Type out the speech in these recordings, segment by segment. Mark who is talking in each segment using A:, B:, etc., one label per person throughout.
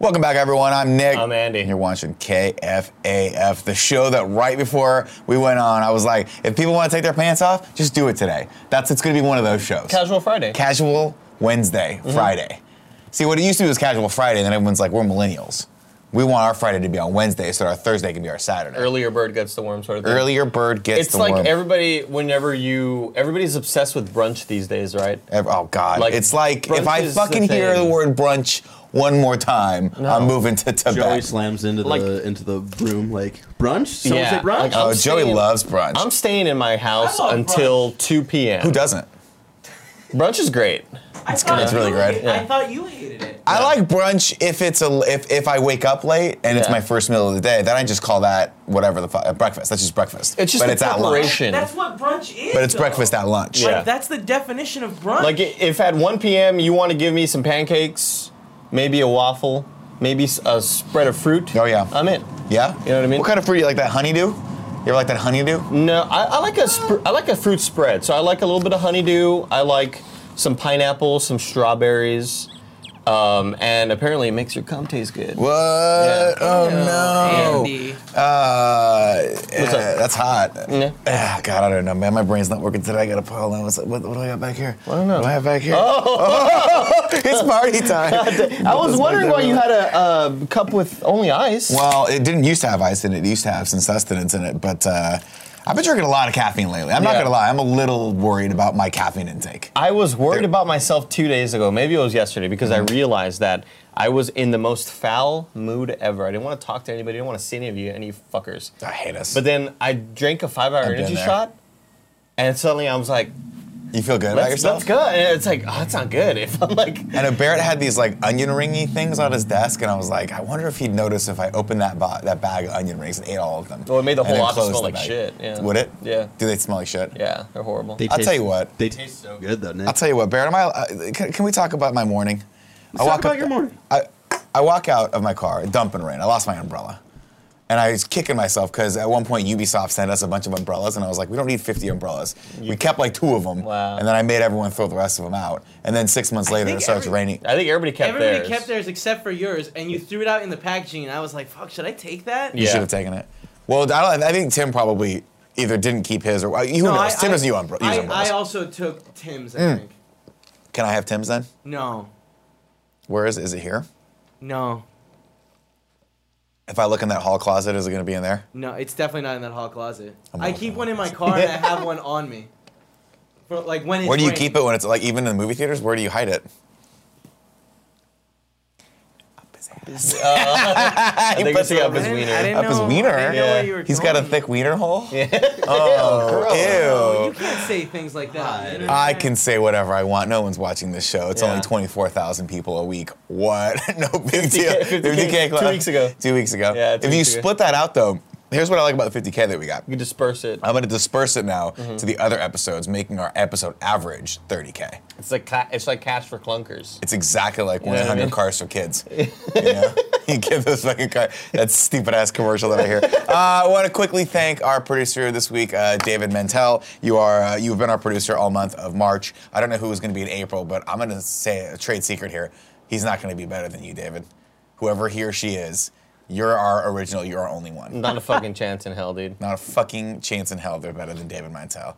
A: Welcome back, everyone. I'm Nick.
B: I'm Andy.
A: And you're watching KFAF, the show that right before we went on, I was like, if people want to take their pants off, just do it today. That's it's going to be one of those shows.
B: Casual Mm-hmm. Friday.
A: Casual Wednesday, Friday. See, what it used to be was Casual Friday, and then everyone's like, we're millennials. We want our Friday to be on Wednesday, so that our Thursday can be our Saturday.
B: Earlier bird gets the worm sort of thing.
A: Earlier bird gets
B: It's
A: the
B: like
A: worm.
B: everybody, whenever you, everybody's obsessed with brunch these days, right?
A: Ev- oh God!
B: Like,
A: it's like if
B: brunch
A: I
B: is the
A: fucking hear the
B: thing.
A: word brunch one more time, I'm moving to
C: Joey
A: Tibet.
C: slams into the
B: Like-
C: into the room like brunch. Someone
B: Yeah,
C: say brunch.
B: like, I'm
A: oh, Joey
B: saying-
A: loves brunch.
B: I'm staying in my house
D: I love
B: until 2 p.m.
A: Who doesn't?
B: Brunch is great.
D: It's
A: good. It's really good.
B: Yeah.
D: I thought you hated it.
A: I like brunch if it's a if, if I wake up late and it's
B: Yeah.
A: my first meal of the day. Then I just call that whatever the fuck breakfast. That's just breakfast.
B: It's just
A: but
B: the
A: it's at lunch.
B: preparation.
D: That's what brunch is.
A: But it's
D: though.
A: breakfast at lunch.
B: Yeah.
D: Like, that's the definition of brunch.
B: Like i- if at 1 p.m. you want to give me some pancakes, maybe a waffle, maybe s- a spread of fruit.
A: Oh, yeah.
B: I'm in.
A: Yeah.
B: You know what I mean? Mm.
A: What kind of fruit you like? That honeydew? You ever like that honeydew?
B: No, I, I like a sp- I like a fruit spread. So I like a little bit of honeydew. I like some pineapple, some strawberries, um, and apparently it makes your cum taste good.
A: What? Oh no.
D: Andy.
A: Uh, eh,
B: up?
A: that's hot.
B: Yeah.
A: Ah, God, I don't know, man. My brain's not working today. I got to pile on. What's, what, what do I got back here? I
B: don't know.
A: What do I have back here? Oh, it's party time.
B: I was wondering why you had a, uh cup with only ice.
A: Well, it didn't used to have ice in it. It used to have some sustenance in it, but uh, I've been drinking a lot of caffeine lately. I'm not
B: Yeah.
A: gonna lie. I'm a little worried about my caffeine intake.
B: I was worried about myself two days ago. Maybe it was yesterday because I
A: Mm-hmm.
B: realized that I was in the most foul mood ever. I didn't want to talk to anybody. I didn't want to see any of you, any fuckers.
A: I hate us.
B: But then I drank a five-hour
A: been
B: energy
A: there.
B: shot, and suddenly I was like,
A: you feel good about
B: "That's,
A: yourself?
B: that's good." And it's like, "Oh, that's not good." If I'm like,
A: And Barrett had these like onion ringy things on his desk, and I was like, I wonder if he'd notice if I opened that bo- that bag of onion rings and ate all of them.
B: Well, it made the
A: And
B: whole
A: then
B: office
A: closed
B: smell
A: the
B: like
A: bag.
B: shit, yeah.
A: Would it?
B: Yeah.
A: Do they smell like shit?
B: yeah, they're horrible.
C: They
A: I'll
C: taste-
A: tell you what.
C: They taste so good though, Nick.
A: I'll tell you what, Barrett. Am I? Uh, can, can we talk about my morning? I
C: talk
A: walk
C: about
A: up-
C: your morning.
A: I, I walk out of my car, dumping rain. I lost my umbrella. And I was kicking myself because at one point Ubisoft sent us a bunch of umbrellas, and I was like, we don't need 50 umbrellas. We kept like two of them,
B: Wow.
A: and then I made everyone throw the rest of them out. And then six months later,
D: think
A: it starts
D: every-
A: raining.
B: I think everybody kept
D: Everybody
B: theirs.
D: kept theirs except for yours, and you threw it out in the packaging. And I was like, "Fuck, should I take that?"
A: You
B: Yeah.
A: should have taken it. Well, I, don't, I think Tim probably either didn't keep his or uh, who
D: No,
A: knows.
D: I-
A: Tim
D: I-
A: doesn't use umbre- use
D: I,
A: umbrellas.
D: I also took Tim's. I
A: Mm.
D: think.
A: Can I have Tim's then?
D: No,
A: Where is it? Is it here?
D: no,
A: If I look in that hall closet, is it going to be in there?
D: no. It's definitely not in that hall closet.
A: I'm
D: I
A: not
D: keep
A: gonna
D: one in my car, and I have one on me. For like when it's
A: Where do you
D: raining.
A: keep it when it's like even in the movie theaters? Where do you hide it?
B: I think
A: puts
B: it's
A: it
B: up
A: on
B: his
D: I didn't-
B: wiener.
D: I didn't
A: Up his
D: know- I
A: wiener?
D: didn't know where
B: Yeah.
D: you were
A: He's got a
D: going.
A: thick wiener hole.
D: Oh,
A: Oh,
D: you can't say things like that. on the internet.
A: I can say whatever I want. No one's watching this show. It's only
B: Yeah.
A: 24,000 people a week. What? no big deal.
B: 50K
A: 50K
B: two weeks ago.
A: Two weeks ago.
B: Yeah, two
A: if you
B: weeks ago.
A: split that out, though, here's what I like about the 50K that we got.
B: You can disperse it.
A: I'm going to disperse it now
B: Mm-hmm.
A: to the other episodes, making our episode average 30K.
B: It's like ca- it's like cash for clunkers.
A: It's exactly like
B: know what I
A: 100
B: mean?
A: cars for kids. you, know? You give those fucking car. That stupid ass commercial that I hear. Uh, I want to quickly thank our producer this week, uh, David Mentel. You are uh, you've been our producer all month of March. I don't know who is going to be in April, but I'm going to say a trade secret here. He's not going to be better than you, David. Whoever he or she is, you're our original. You're our only one.
B: Not a fucking chance in hell, dude.
A: Not a fucking chance in hell they're better than David Mantel.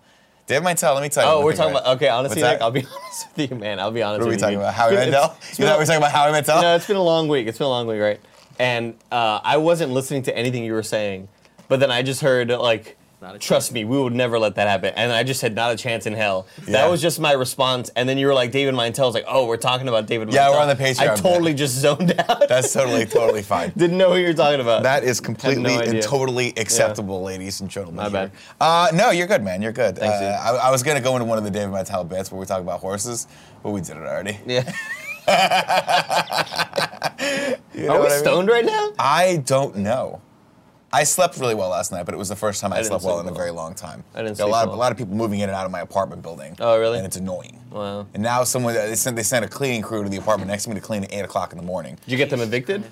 A: David Mantel, let me tell you.
B: Oh,
A: one
B: we're
A: thing
B: talking about okay. Honestly,
A: What's
B: Nick,
A: that?
B: I'll be honest with you, man. I'll be honest.
A: What are we
B: with
A: talking
B: you.
A: about? Howie
B: It's-
A: Mandel?
B: it's
A: You
B: been
A: thought
B: a-
A: we were talking about Howie Mandel?
B: No, it's been a long week. It's been a long week, right? And uh, I wasn't listening to anything you were saying, but then I just heard like,
D: Not a
B: "Trust me, we would never let that happen." And I just said, "Not a chance in hell."
A: Yeah.
B: That was just my response. And then you were like, "David Meintel." I was like, "Oh, we're talking about David."
A: Yeah,
B: Meintel.
A: we're on the Patreon,
B: I totally just zoned out.
A: That's totally, totally fine.
B: Didn't know who you were talking about.
A: That is completely and
B: idea.
A: totally acceptable, ladies and gentlemen.
B: My
A: here. Uh, no, you're good, man. You're good.
B: Thanks,
A: uh,
B: dude.
A: I, I was gonna go into one of the David Mattel bits where we talk about horses, but we did it already.
B: yeah.
A: You know
B: Are we
A: what I mean?
B: stoned right now?
A: I don't know. I slept really well last night, but it was the first time I,
B: didn't
A: slept well in
B: sleep
A: a
B: well.
A: very long time.
B: I didn't
A: Got a
B: sleep
A: lot of
B: well.
A: a lot of people moving in and out of my apartment building.
B: Oh, really?
A: And it's annoying.
B: Wow.
A: And now someone they sent they sent a cleaning crew to the apartment next to me to clean at eight o'clock in the morning.
B: Did you get them evicted?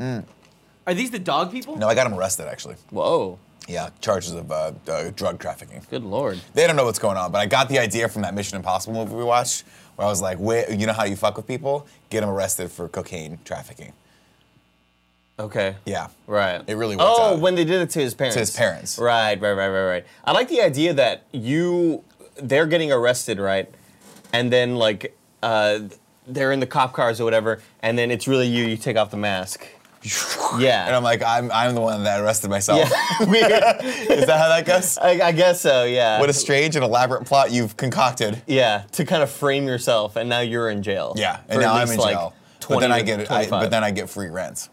D: Are these the dog people?
A: No, I got him arrested actually.
B: Whoa.
A: Yeah, charges of uh, uh, drug trafficking.
B: Good lord.
A: They don't know what's going on, but I got the idea from that Mission Impossible movie we watched, where I was like, Wait, you know how you fuck with people? Get them arrested for cocaine trafficking.
B: Okay.
A: Yeah.
B: Right.
A: It really worked
B: Oh,
A: out.
B: when they did it to his parents.
A: his parents.
B: Right, right, right, right, right. I like the idea that you, they're getting arrested, right, and then like, uh, they're in the cop cars or whatever, and then it's really you. You take off the mask. Yeah.
A: And I'm like, I'm, I'm the one that arrested myself.
B: Yeah. Weird.
A: Is that how that goes?
B: I, I guess so. Yeah.
A: What a strange and elaborate plot you've concocted.
B: yeah. To kind of frame yourself, and now you're in jail.
A: Yeah,
B: For
A: and
B: at
A: now I'm
B: least,
A: in
B: like,
A: jail.
B: 20
A: But then I
B: to
A: get I,
B: 25.
A: but then I get free rent.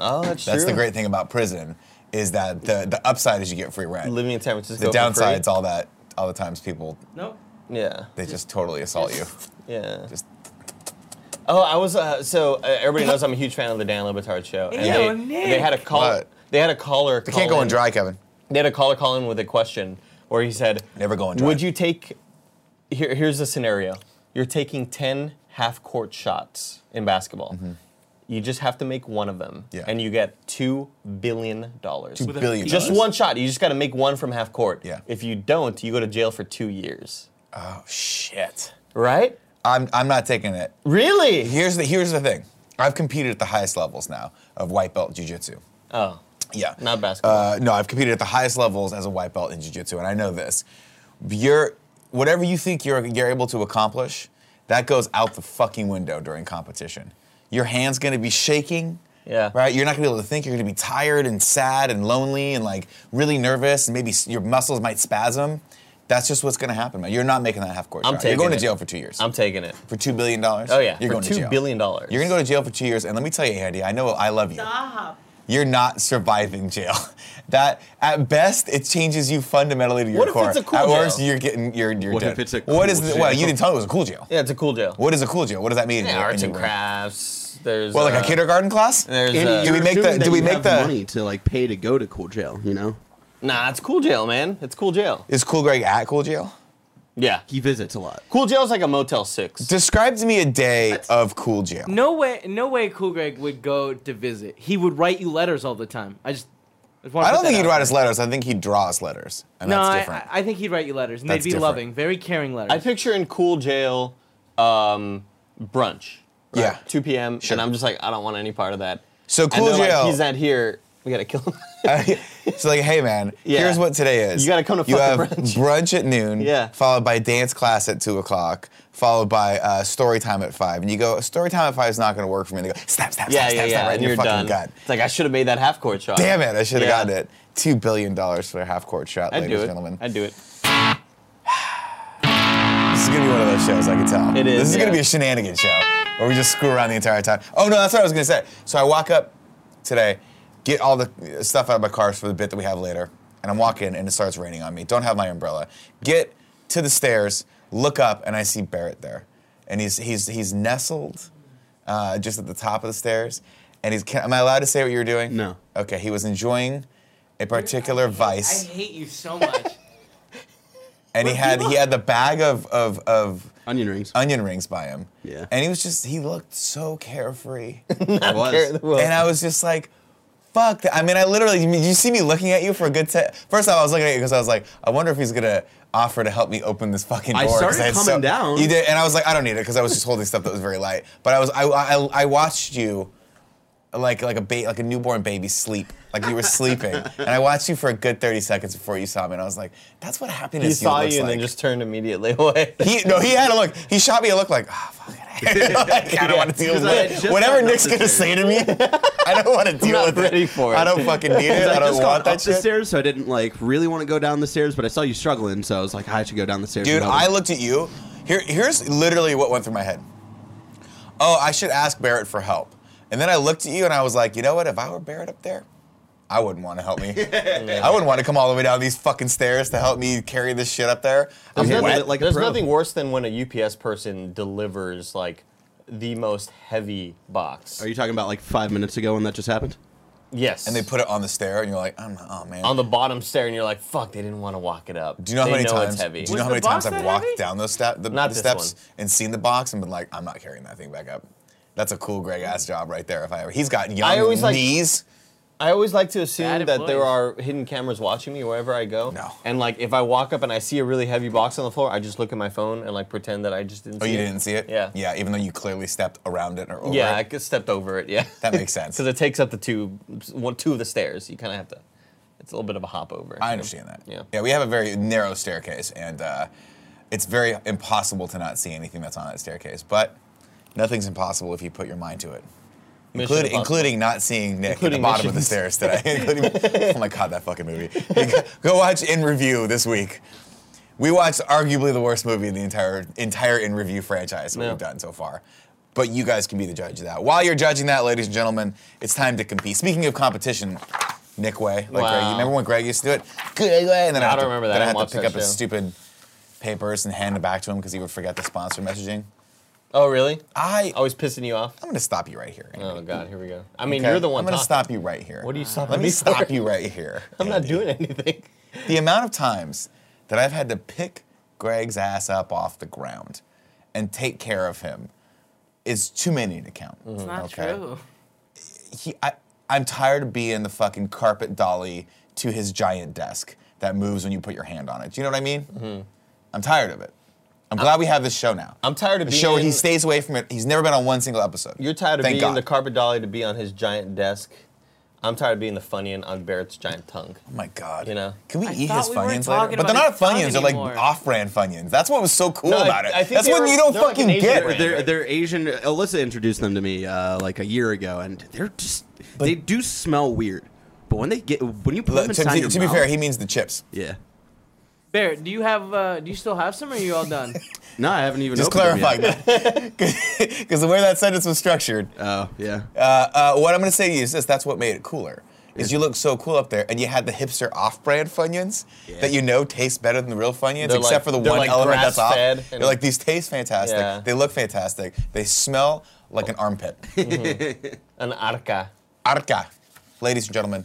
B: oh, that's,
A: That's the
B: true.
A: great thing about prison is that the, the upside is you get free rent.
B: living in San Francisco.
A: the
B: for free.
A: downside's all that all the times people
D: No.
B: Yeah.
A: they just totally assault you.
B: Yeah.
A: Just
B: Oh, I was uh, so uh, everybody knows I'm a huge fan of the Dan Levitard show, and
D: Ew,
B: they,
D: Nick.
B: they had a call.
A: What?
B: They had a caller.
A: I
B: Call
A: can't go
B: in-
A: in dry, Kevin.
B: They had a caller call in with a question where he said,
A: Never go in dry.
B: "Would you take? Here, here's the scenario: You're taking ten half-court shots in basketball. You just have to make one of them,
A: Mm-hmm. Yeah.
B: and you get two billion dollars.
A: Two
D: With a-
A: billion.
B: Just
A: dollars.
B: one shot. You just got to make one from half court.
A: Yeah.
B: If you don't, you go to jail for two years.
A: Oh shit.
B: Right?
A: I'm I'm not taking it.
B: Really?
A: Here's the here's the thing. I've competed at the highest levels now of white belt jujitsu.
B: Oh,
A: Yeah.
B: not basketball.
A: Uh, no, I've competed at the highest levels as a white belt in jiu-jitsu, and I know this. You're, whatever you think you're, you're able to accomplish, that goes out the fucking window during competition. Your hand's gonna be shaking.
B: Yeah.
A: Right? You're not gonna be able to think. You're gonna be tired and sad and lonely and like really nervous, and maybe s- your muscles might spasm. That's just what's gonna happen, man. You're not making that half court.
B: I'm
A: shot.
B: taking
A: You're going
B: it.
A: to jail for two years.
B: I'm taking it.
A: for two billion dollars.
B: Oh yeah,
A: You're
B: for
A: going to
B: two
A: jail.
B: billion dollars.
A: You're gonna go to jail for two years, and let me tell you, Andy, I know I love you
D: Stop.
A: you're not surviving jail. That at best it changes you fundamentally to your
B: What if
A: core.
B: it's a cool
A: at worst
B: jail?
A: you're getting you're you're
C: What
A: dead.
C: if it's a
A: what is
C: cool
A: the, well
C: jail?
A: you didn't tell me it was a cool jail.
B: yeah, it's a cool jail.
A: What is a cool jail? What does that mean? in
B: yeah,
A: your- in
B: arts
A: your
B: and
A: brain?
B: crafts. There's
A: Well, like
B: uh,
A: a kindergarten class.
B: There's
C: And
B: uh,
A: do we
C: you're
A: make the-
C: assuming
A: do
C: that
A: we
C: you
A: make
C: have
A: the-
C: money to like pay to go to cool jail? You know,
B: nah, it's cool jail, man. It's cool jail.
A: Is Cool Greg at Cool Jail?
B: Yeah,
C: he visits a lot.
B: cool jail's like a Motel Six.
A: Describe to me a day of Cool Jail.
D: No way. No way. Cool Greg would go to visit. He would write you letters all the time. I just. I, just wanna
A: I
D: put
A: don't
D: that
A: think he'd
D: out
A: write
D: there.
A: us letters. I think he'd draw us letters, and
D: No,
A: that's
D: I-
A: different.
D: I, I think he'd write you letters, and
A: That's
D: they'd be
A: different.
D: loving, very caring letters.
B: I picture in cool jail um, brunch. right?
A: Yeah.
B: 2 p.m.
A: Sure.
B: And I'm just like, I don't want any part of that.
A: So
B: And
A: cool
B: they're like,
A: jail-
B: He's not here. We gotta kill him.
A: it's like, hey man,
B: Yeah.
A: here's what today is.
B: You gotta come to
A: You have
B: fucking brunch.
A: at noon,
B: Yeah.
A: followed by dance class at two o'clock, followed by uh, story time at five. And you go, story time at five is not gonna work for me. And they go, snap, snap,
B: yeah,
A: snap,
B: yeah,
A: snap,
B: yeah.
A: snap, right
B: and
A: in your
B: you're
A: fucking
B: done.
A: gut.
B: It's like I should have made that half court shot.
A: Damn it, I should have
B: Yeah.
A: gotten it. Two billion dollars for a half court shot,
B: I'd
A: ladies
B: do
A: and
B: it.
A: gentlemen.
B: I'd do it.
A: This is gonna be one of those shows, I can tell.
B: It is,
A: This is gonna
B: yeah.
A: be a shenanigan show where we just screw around the entire time. Oh no, that's what I was gonna say. So I walk up today, get all the uh, stuff out of my car for the bit that we have later, and I'm walking and it starts raining on me. Don't have my umbrella. Get to the stairs, look up, and I see Barrett there, and he's he's he's nestled uh, just at the top of the stairs, and he's. Can, am I allowed to say what you were doing?
C: No.
A: Okay, he was enjoying a particular vice
D: I hate you so much.
A: and he had he had the bag of of of
C: Onion rings.
A: onion rings by him.
C: Yeah.
A: And he was just he looked so carefree,
C: I was.
A: and I was just like. Fuck! That. I mean, I literally. You, mean, you see me looking at you for a good set. First off, I was looking at you because I was like, I wonder if he's gonna offer to help me open this fucking door.
C: I
A: 'cause
C: started
A: had
C: coming down.
A: You did, and I was like, I don't need it because I was just holding stuff that was very light. But I was, I, I, I watched you, like like a ba- like a newborn baby sleep, like you were sleeping, and I watched you for a good thirty seconds before you saw me, and I was like, that's what happiness.
B: He
A: you
B: saw you
A: looks
B: and
A: like.
B: then just turned immediately away.
A: He no, he had a look. He shot me a look like, ah, fuck it. Like, I don't want to deal with
C: Because I had
A: it.
C: just
A: Whatever
C: gotten up
A: Nick's
C: the
A: gonna say
C: stairs.
A: to me, I don't want to deal
B: not
A: with
B: ready
A: it.
B: for
A: I
B: it.
A: don't fucking need it.
C: I,
A: I don't
C: just got
A: want
C: up
A: that
C: the
A: shit.
C: stairs, so I didn't like really want to go down the stairs, but I saw you struggling, so I was like, I should go down the stairs.
A: Dude,
C: and help
A: I
C: him.
A: looked at you. Here, here's literally what went through my head. Oh, I should ask Barrett for help. And then I looked at you and I was like, you know what? If I were Barrett up there, I wouldn't want to help me. I wouldn't want to come all the way down these fucking stairs to help me carry this shit up there. I'm
B: There's,
A: wet.
C: Yeah.
B: nothing,
C: Wet like a
B: there's
C: pro.
B: nothing worse than when a UPS person delivers like the most heavy box.
C: Are you talking about like five minutes ago when that just happened?
B: yes.
A: And they put it on the stair, and you're like, I'm not, oh man.
B: on the bottom stair, and you're like, "Fuck!" They didn't want to walk it up.
A: Do you know
B: they
A: how many
B: know
A: times?
B: It's heavy.
A: Do you know
D: Was
A: how
D: the
A: many times
D: box
A: I've
D: that
A: walked
D: heavy?
A: down those sta- the,
B: Not
A: the
B: this
A: steps
B: one.
A: and seen the box and been like, I'm not carrying that thing back up. That's a cool Greg ass job right there. If I ever, he's got young
B: I always, like-
A: knees.
B: I always like to assume
D: Bad
B: that there are
D: employees.
B: hidden cameras watching me wherever I go.
A: No.
B: And like if I walk up and I see a really heavy box on the floor, I just look at my phone and like pretend that I just didn't
A: Oh,
B: see
A: you
B: it.
A: didn't see it?
B: Yeah.
A: Yeah, even though you clearly stepped around it or over
B: Yeah,
A: it.
B: I could stepped over it. Yeah.
A: That makes sense.
B: Because it takes up the two, one, two of the stairs. You kind of have to. It's a little bit of a hop over.
A: I understand that.
B: Yeah.
A: we have a very narrow staircase, and uh, it's very impossible to not see anything that's on that staircase. But nothing's impossible if you put your mind to it.
B: Mission
A: Including,
B: impossible.
A: including not seeing Nick at
B: Including
A: the bottom of the
B: missions.
A: stairs today. including, oh my god, that fucking movie! Go watch In Review this week. We watched arguably the worst movie in the entire entire In Review franchise that
B: Yeah.
A: we've done so far. But you guys can be the judge of that. While you're judging that, ladies and gentlemen, it's time to compete. Speaking of competition, Nick Way, like Greg, you
B: Wow.
A: remember when Greg used to do it? Good Way, and then I,
B: I
A: had
B: don't
A: to-
B: remember that.
A: Then I
B: I
A: had to
B: watched
A: pick
B: that
A: up his
B: show.
A: stupid papers and hand it back to him because he would forget the sponsor messaging.
B: Oh really?
A: I I'm
B: Always pissing you off.
A: gonna stop you right here. Andy.
B: Oh god, here we go. I mean,
A: Okay?
B: you're the one.
A: I'm gonna
B: talking.
A: stop you right here.
B: What are you stopping
A: Let me
B: me
A: stop
B: for?
A: you right here.
B: I'm not doing anything.
A: the amount of times that I've had to pick Greg's ass up off the ground and take care of him is too many to count.
B: Mm-hmm.
D: It's not true.
A: He, I, I'm tired of being the fucking carpet dolly to his giant desk that moves when you put your hand on it. Do you know what I mean? I'm tired of it. I'm glad we have this show now.
B: Mm-hmm. I'm tired of
A: the
B: being.
A: show where he stays away from it. He's never been on one single episode.
B: You're tired of
A: Thank
B: being
A: God.
B: the carpet dolly to be on his giant desk. I'm tired of being the funyun on Barrett's giant tongue.
A: Oh my God.
B: You know?
A: Can we
D: I
A: eat
D: thought
A: his
D: we weren't
A: Funyuns later?
D: talking
A: But they're not
D: about his tongue
A: Funyuns, they're like
D: anymore.
A: off-brand Funyuns. That's what was so cool
B: No, I-
A: about it.
B: I think
A: That's
B: they
A: what
B: were-
A: you don't
B: they're like
A: fucking
B: an Asian
A: get.
B: brand.
C: They're they're Asian. Alyssa introduced them to me uh, like a year ago, and they're just they do smell weird. But when they get when you put them
A: Look, To,
C: inside
A: to-
C: your
A: to be
C: mouth-
A: fair, he means the chips.
C: yeah.
D: Bear, do you have? Uh, do you still have some, or are you all done?
C: No, I haven't even
A: Just
C: opened
A: clarifying
C: Them
A: that. Because the way that sentence was structured,
C: yet. Oh yeah.
A: uh, uh, what I'm going to say to you is this that's what made it cooler. Is you look so cool up there, and you had the hipster off-brand Funyuns
C: Yeah.
A: that you know taste better than the real Funyuns,
B: They're
A: except
B: like-
A: for the
B: they're
A: one
B: like
A: element that's off.
B: grass-fed
A: They're
B: and-
A: like these taste fantastic.
B: Yeah.
A: They look fantastic. They smell like an armpit.
B: An arca.
A: Arca. Ladies and gentlemen,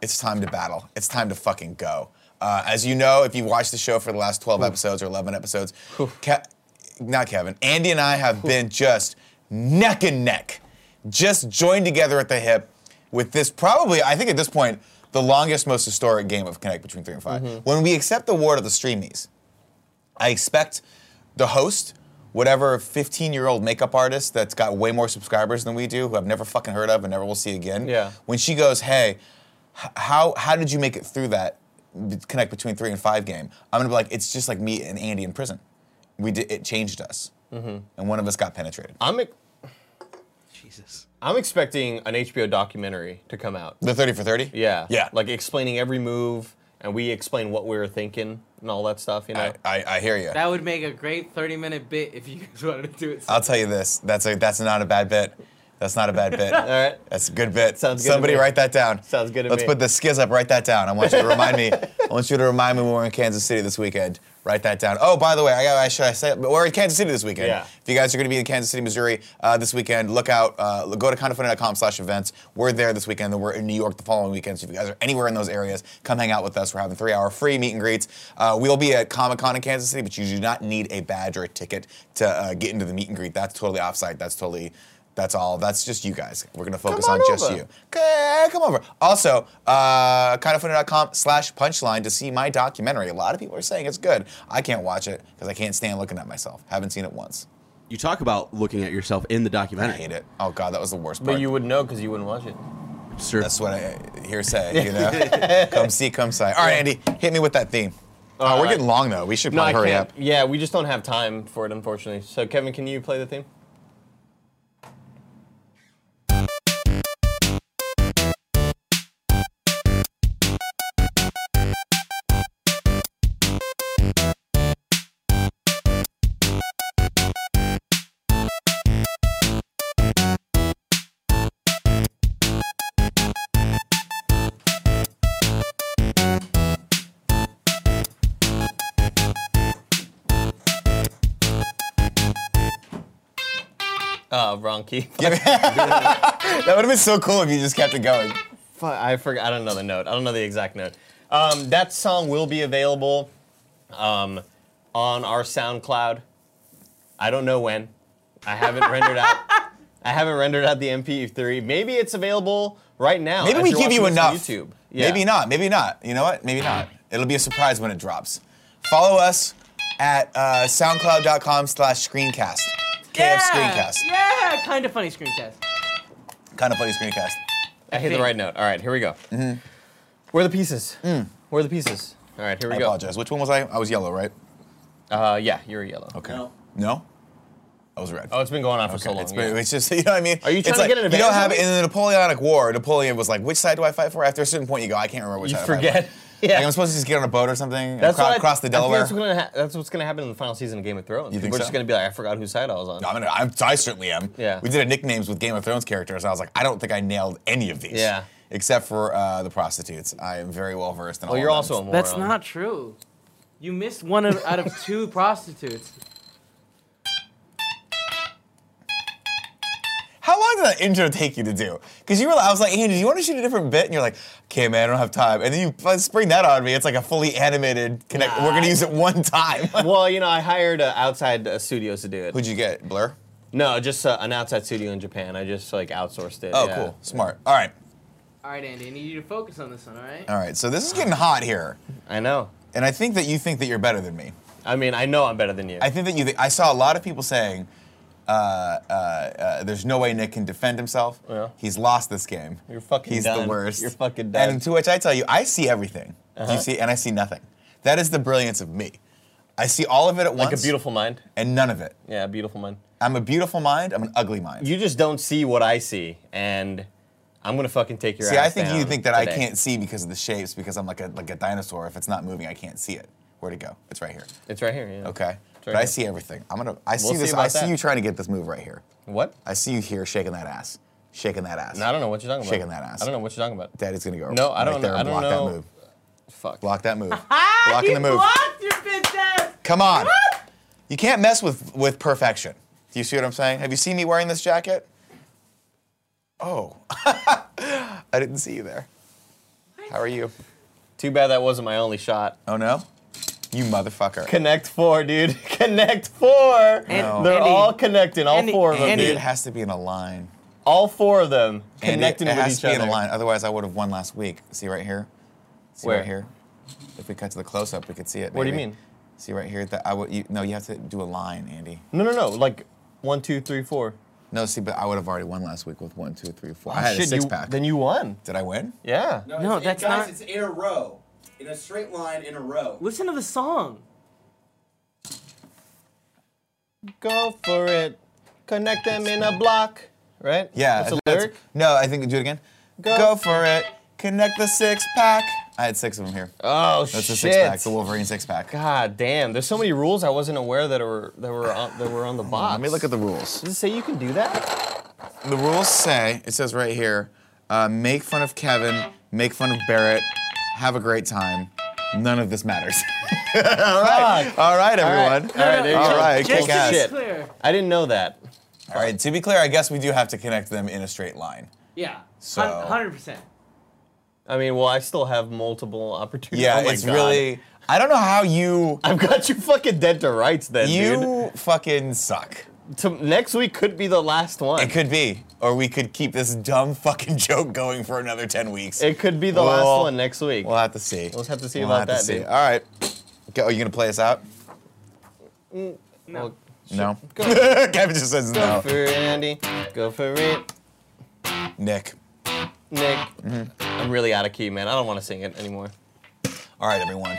A: it's time to battle. It's time to fucking go. Uh, as you know, if you've watched the show for the last 12 episodes or 11 episodes, Ke- not Kevin, Andy and I have been just neck and neck, just joined together at the hip with this probably, I think at this point, the longest, most historic game of Connect between 3 and 5. When we accept the award of the Streamies, I expect the host, whatever 15 year old makeup artist that's got way more subscribers than we do, who I've never fucking heard of and never will see again,
B: Yeah.
A: when she goes, hey, h- how, how did you make it through that b- connect between three and five game? I'm gonna be like, it's just like me and Andy in prison. We did, it changed us.
B: Mm-hmm.
A: And one of us got penetrated.
B: I'm ex-
C: Jesus.
B: I'm expecting an HBO documentary to come out.
A: The 30 for 30?
B: Yeah.
A: Yeah.
B: Like explaining every move, and we explain what we were thinking and all that stuff. You know.
A: I, I, I hear you.
D: That would make a great thirty-minute bit if you guys wanted to do it.
A: I'll tell you this. That's a that's not a bad bit. That's not a bad bit.
B: all right.
A: That's a good bit.
B: Sounds good to
A: Somebody
B: me.
A: write that down.
B: Sounds good to
A: Let's
B: me.
A: put the skiz up. Write that down. I want you to remind me. I want you to remind me when we're in Kansas City this weekend. Write that down. Oh, by the way, I, I should I say it? But we're in Kansas City this weekend.
B: Yeah.
A: If you guys are going to be in Kansas City, Missouri uh, this weekend, look out. Uh, go to kindafunny.com/events. We're there this weekend. Then we're in New York the following weekend. So if you guys are anywhere in those areas, come hang out with us. We're having three-hour free meet and greets. Uh, we'll be at Comic Con in Kansas City, but you do not need a badge or a ticket to uh, get into the meet and greet. That's totally offsite. That's totally. That's all. That's just you guys. We're gonna focus on,
B: on
A: just
B: over.
A: you. Okay, come over. Also, uh, kindoffunny.com slash punchline to see my documentary. A lot of people are saying it's good. I can't watch it because I can't stand looking at myself. Haven't seen it once.
C: You talk about looking at yourself in the
A: I
C: documentary.
A: hate it. Oh god, that was the worst part.
B: But you would know because you wouldn't watch it.
C: Sure.
A: That's what I hear say. You know, come see, come say. All right, Andy, hit me with that theme. Uh,
B: All
A: we're
B: right.
A: getting long though. We should
B: No, I
A: probably hurry
B: can't.
A: up.
B: Yeah, we just don't have time for it, unfortunately. So, Kevin, can you play the theme? Uh, wrong key.
A: That would have been so cool if you just kept it going.
B: Fu- I forgot. I don't know the note. I don't know the exact note. Um, that song will be available um, on our SoundCloud. I don't know when. I haven't rendered out. I haven't rendered out the MP3. Maybe it's available right now.
A: Maybe
B: as
A: we
B: you're
A: give you
B: watching this on
A: enough.
B: YouTube. Yeah.
A: Maybe not. Maybe not. You know what? Maybe not. It'll be a surprise when it drops. Follow us at uh, soundcloud.com slash screencast. KF Screencast.
D: Yeah, kind of funny screencast.
A: Kind of funny screencast.
B: I hit the
D: think.
B: right note. All right, here we go.
A: Mm-hmm.
B: Where are the pieces? Where are the pieces? All right, here we
A: Mm. I
B: go.
A: apologize. Which one was I? I was yellow, right?
B: Uh, yeah, you're yellow.
A: Okay.
C: No.
A: No? I was red.
B: Oh, it's been going on for so
A: Okay,
B: long.
A: It's,
B: yeah.
A: been- it's just you know what I mean.
B: Are you
A: It's
B: trying to
A: like,
B: get an
A: You know
B: advantage
A: how
B: on
A: in the Napoleonic War, Napoleon was like, "Which side do I fight for?" After a certain point, you go, "I can't remember which
B: You
A: side." I fight
B: forget.
A: for.
B: Yeah.
A: Like, I'm supposed to just get on a boat or something
B: That's
A: across,
B: what I-
A: across the
B: I think
A: Delaware.
B: That's, gonna ha- that's what's going to happen in the final season of Game of Thrones.
A: You think
B: People are
A: so?
B: just going to be like, I forgot whose side I was on.
A: I'm gonna, I'm, I certainly am.
B: Yeah.
A: We did a nicknames with Game of Thrones characters, and I was like, I don't think I nailed any of these.
B: Yeah.
A: Except for uh, the prostitutes, I am very well versed in.
B: Oh,
A: all
B: you're
A: of
B: also a
A: them.
B: moron.
D: That's not true. You missed one of, out of two prostitutes.
A: How long did that intro take you to do? Because you were, I was like, Andrew, you want to shoot a different bit? And you're like, okay, man, I don't have time. And then you uh, spring that on me. It's like a fully animated connect. We're gonna use it one time.
B: Well, you know, I hired uh, outside uh, studios to do it.
A: Who'd you get, Blur?
B: No, just uh, an outside studio in Japan. I just like outsourced it.
A: Oh,
B: yeah.
A: cool. Smart. All right.
D: All right, Andy, I need you to focus on this one. All right.
A: All right. So this is getting hot here.
B: I know.
A: And I think that you think that you're better than me.
B: I mean, I know I'm better than you.
A: I think that you think, I saw a lot of people saying, uh, uh, uh, there's no way Nick can defend himself.
B: Yeah.
A: He's lost this game.
B: You're fucking
A: He's the
B: done.
A: worst.
B: You're fucking done.
A: And to which I tell you, I see everything.
B: Uh-huh.
A: Do you see? And I see nothing. That is the brilliance of me. I see all of it at
B: like
A: once
B: a beautiful mind.
A: and none of it.
B: Yeah, a beautiful mind.
A: I'm a beautiful mind. I'm an ugly mind.
B: You just don't see what I see, and I'm gonna fucking take your
A: see,
B: ass
A: I think you
B: down
A: think that I
B: today.
A: can't see because of the shapes because I'm like a like a dinosaur. If it's not moving, I can't see it. Where'd it go? It's right here.
B: It's right here. Yeah.
A: Okay. but
B: right
A: I
B: here.
A: see everything. I'm gonna. I see
B: see
A: this. I
B: about
A: see
B: that.
A: you trying to get this move right here.
B: What?
A: I see you here shaking that ass, shaking that ass.
B: No, I don't know what you're talking about.
A: Shaking that ass.
B: I don't know what you're talking about.
A: Daddy's gonna go.
B: No, I
A: right
B: don't
A: There
B: know-
A: and
B: I don't
A: block
B: know.
A: that move.
B: Fuck.
A: Block that move.
D: Ah,
A: Blocking
D: he
A: the move.
D: blocked your bitch ass.
A: Come on. You can't mess with with perfection. Do you see what I'm saying? Have you seen me wearing this jacket? Oh, I didn't see you there. How are you?
B: Too bad that wasn't my only shot.
A: Oh no, you motherfucker.
B: Connect four, dude. Connect four.
D: And-
B: They're
D: Andy.
B: all connecting. All
D: Andy.
B: four of them,
A: Andy,
B: dude.
A: it has to be in a line.
B: All four of them
A: Andy,
B: connecting
A: it
B: with
A: has
B: each
A: to be
B: other.
A: in a line. Otherwise, I would have won last week. See right here. See
B: Where?
A: right here. If we cut to the close up, we could see it.
B: What do you
A: maybe.
B: mean?
A: See right here that I would. You, no, you have to do a line, Andy.
B: No, no, no. Like one, two, three, four.
A: No, see, but I would have already won last week with one, two, three, four. I had a
B: Oh, Shit, you-
A: six pack.
B: Then you won.
A: Did I win?
B: Yeah.
D: No,
E: it's- it-
D: that's
E: guys,
D: not-
E: It's in a row, in a straight line, in a row.
D: Listen to the song.
B: Go for it. Connect them in a block. Right?
A: Yeah.
B: That's the
A: that's-
B: lyric.
A: No, I think do it again. Go,
B: Go-
A: for it. Connect the six pack. I had six of them here.
B: Oh
A: That's the six pack,
B: shit.
A: the Wolverine six pack.
B: God damn. There's so many rules I wasn't aware that were that were on, that were on the box.
A: Let me look at the rules.
B: Does it say you can do that?
A: The rules say it says right here: uh, make fun of Kevin, make fun of Barrett, have a great time. None of this matters. all right,
B: Fuck.
A: all right, everyone.
B: All right, there you
A: All
B: go.
A: right,
D: just
A: kick
D: to be
A: ass.
D: clear.
B: I didn't know that.
A: All right. To be clear, I guess we do have to connect them in a straight line.
B: Oh
D: Yeah.
A: So-
D: Hundred percent.
B: I mean, well, I still have multiple opportunities.
A: Yeah,
B: Oh my
A: it's
B: God.
A: really. I don't know how you
B: I've got you fucking dead to rights then,
A: you fucking suck.
B: dude. To, next week could be the last one.
A: It could be, or we could keep this dumb fucking joke going for another ten weeks.
B: It could be the last
A: Well-
B: one next week.
A: we'll have to see.
B: We'll have to see about that, dude.
A: All right. Go, are you gonna play us out?
D: No.
B: Well,
A: No.
B: Go,
A: Kevin just says
B: go
A: no.
B: for it, Andy. Go for it,
A: Nick.
B: Nick.
A: Mm-hmm.
B: I'm really out of key, man. I don't want to sing it anymore.
A: All right, everyone.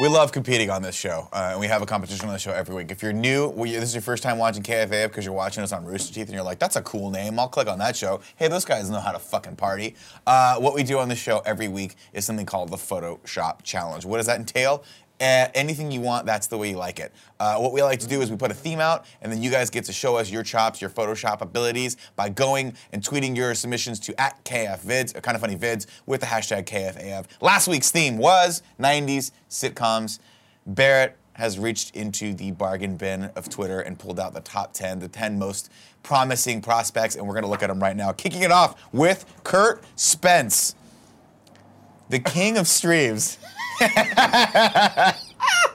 A: We love competing on this show, uh, and we have a competition on the show every week. If you're new, well, you- this is your first time watching KFA because you're watching us on Rooster Teeth, and you're like, "That's a cool name. I'll click on that show." Hey, those guys know how to fucking party. Uh, what we do on the show every week is something called the Photoshop Challenge. What does that entail? Uh, anything you want, that's the way you like it. Uh, what we like to do is we put a theme out, and then you guys get to show us your chops, your Photoshop abilities by going and tweeting your submissions to at KFVids, or kind of funny vids, with the hashtag KFAF. Last week's theme was 90s sitcoms. Barrett has reached into the bargain bin of Twitter and pulled out the top 10, the 10 most promising prospects, and we're going to look at them right now. Kicking it off with Kurt Spence, the king of streams.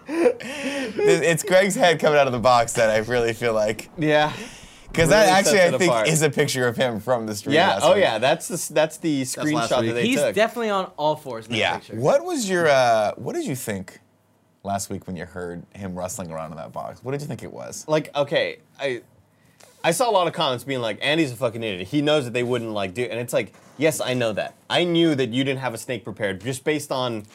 A: it's Greg's head coming out of the box that I really feel like.
B: Yeah.
A: Because that
B: Really sets
A: actually, I
B: it
A: think,
B: apart.
A: is a picture of him from the street.
B: Yeah.
A: last
B: Oh
A: week.
B: yeah. That's the s- that's the screenshot
C: last
B: that
C: week.
B: they
D: He's
B: took.
D: definitely on all fours in that
A: Yeah.
D: picture.
A: What was your? Uh, what did you think last week when you heard him rustling around in that box? What did you think it was?
B: like okay, I I saw a lot of comments being like, Andy's a fucking idiot. He knows that they wouldn't like do, and it's like, yes, I know that. I knew that you didn't have a snake prepared just based on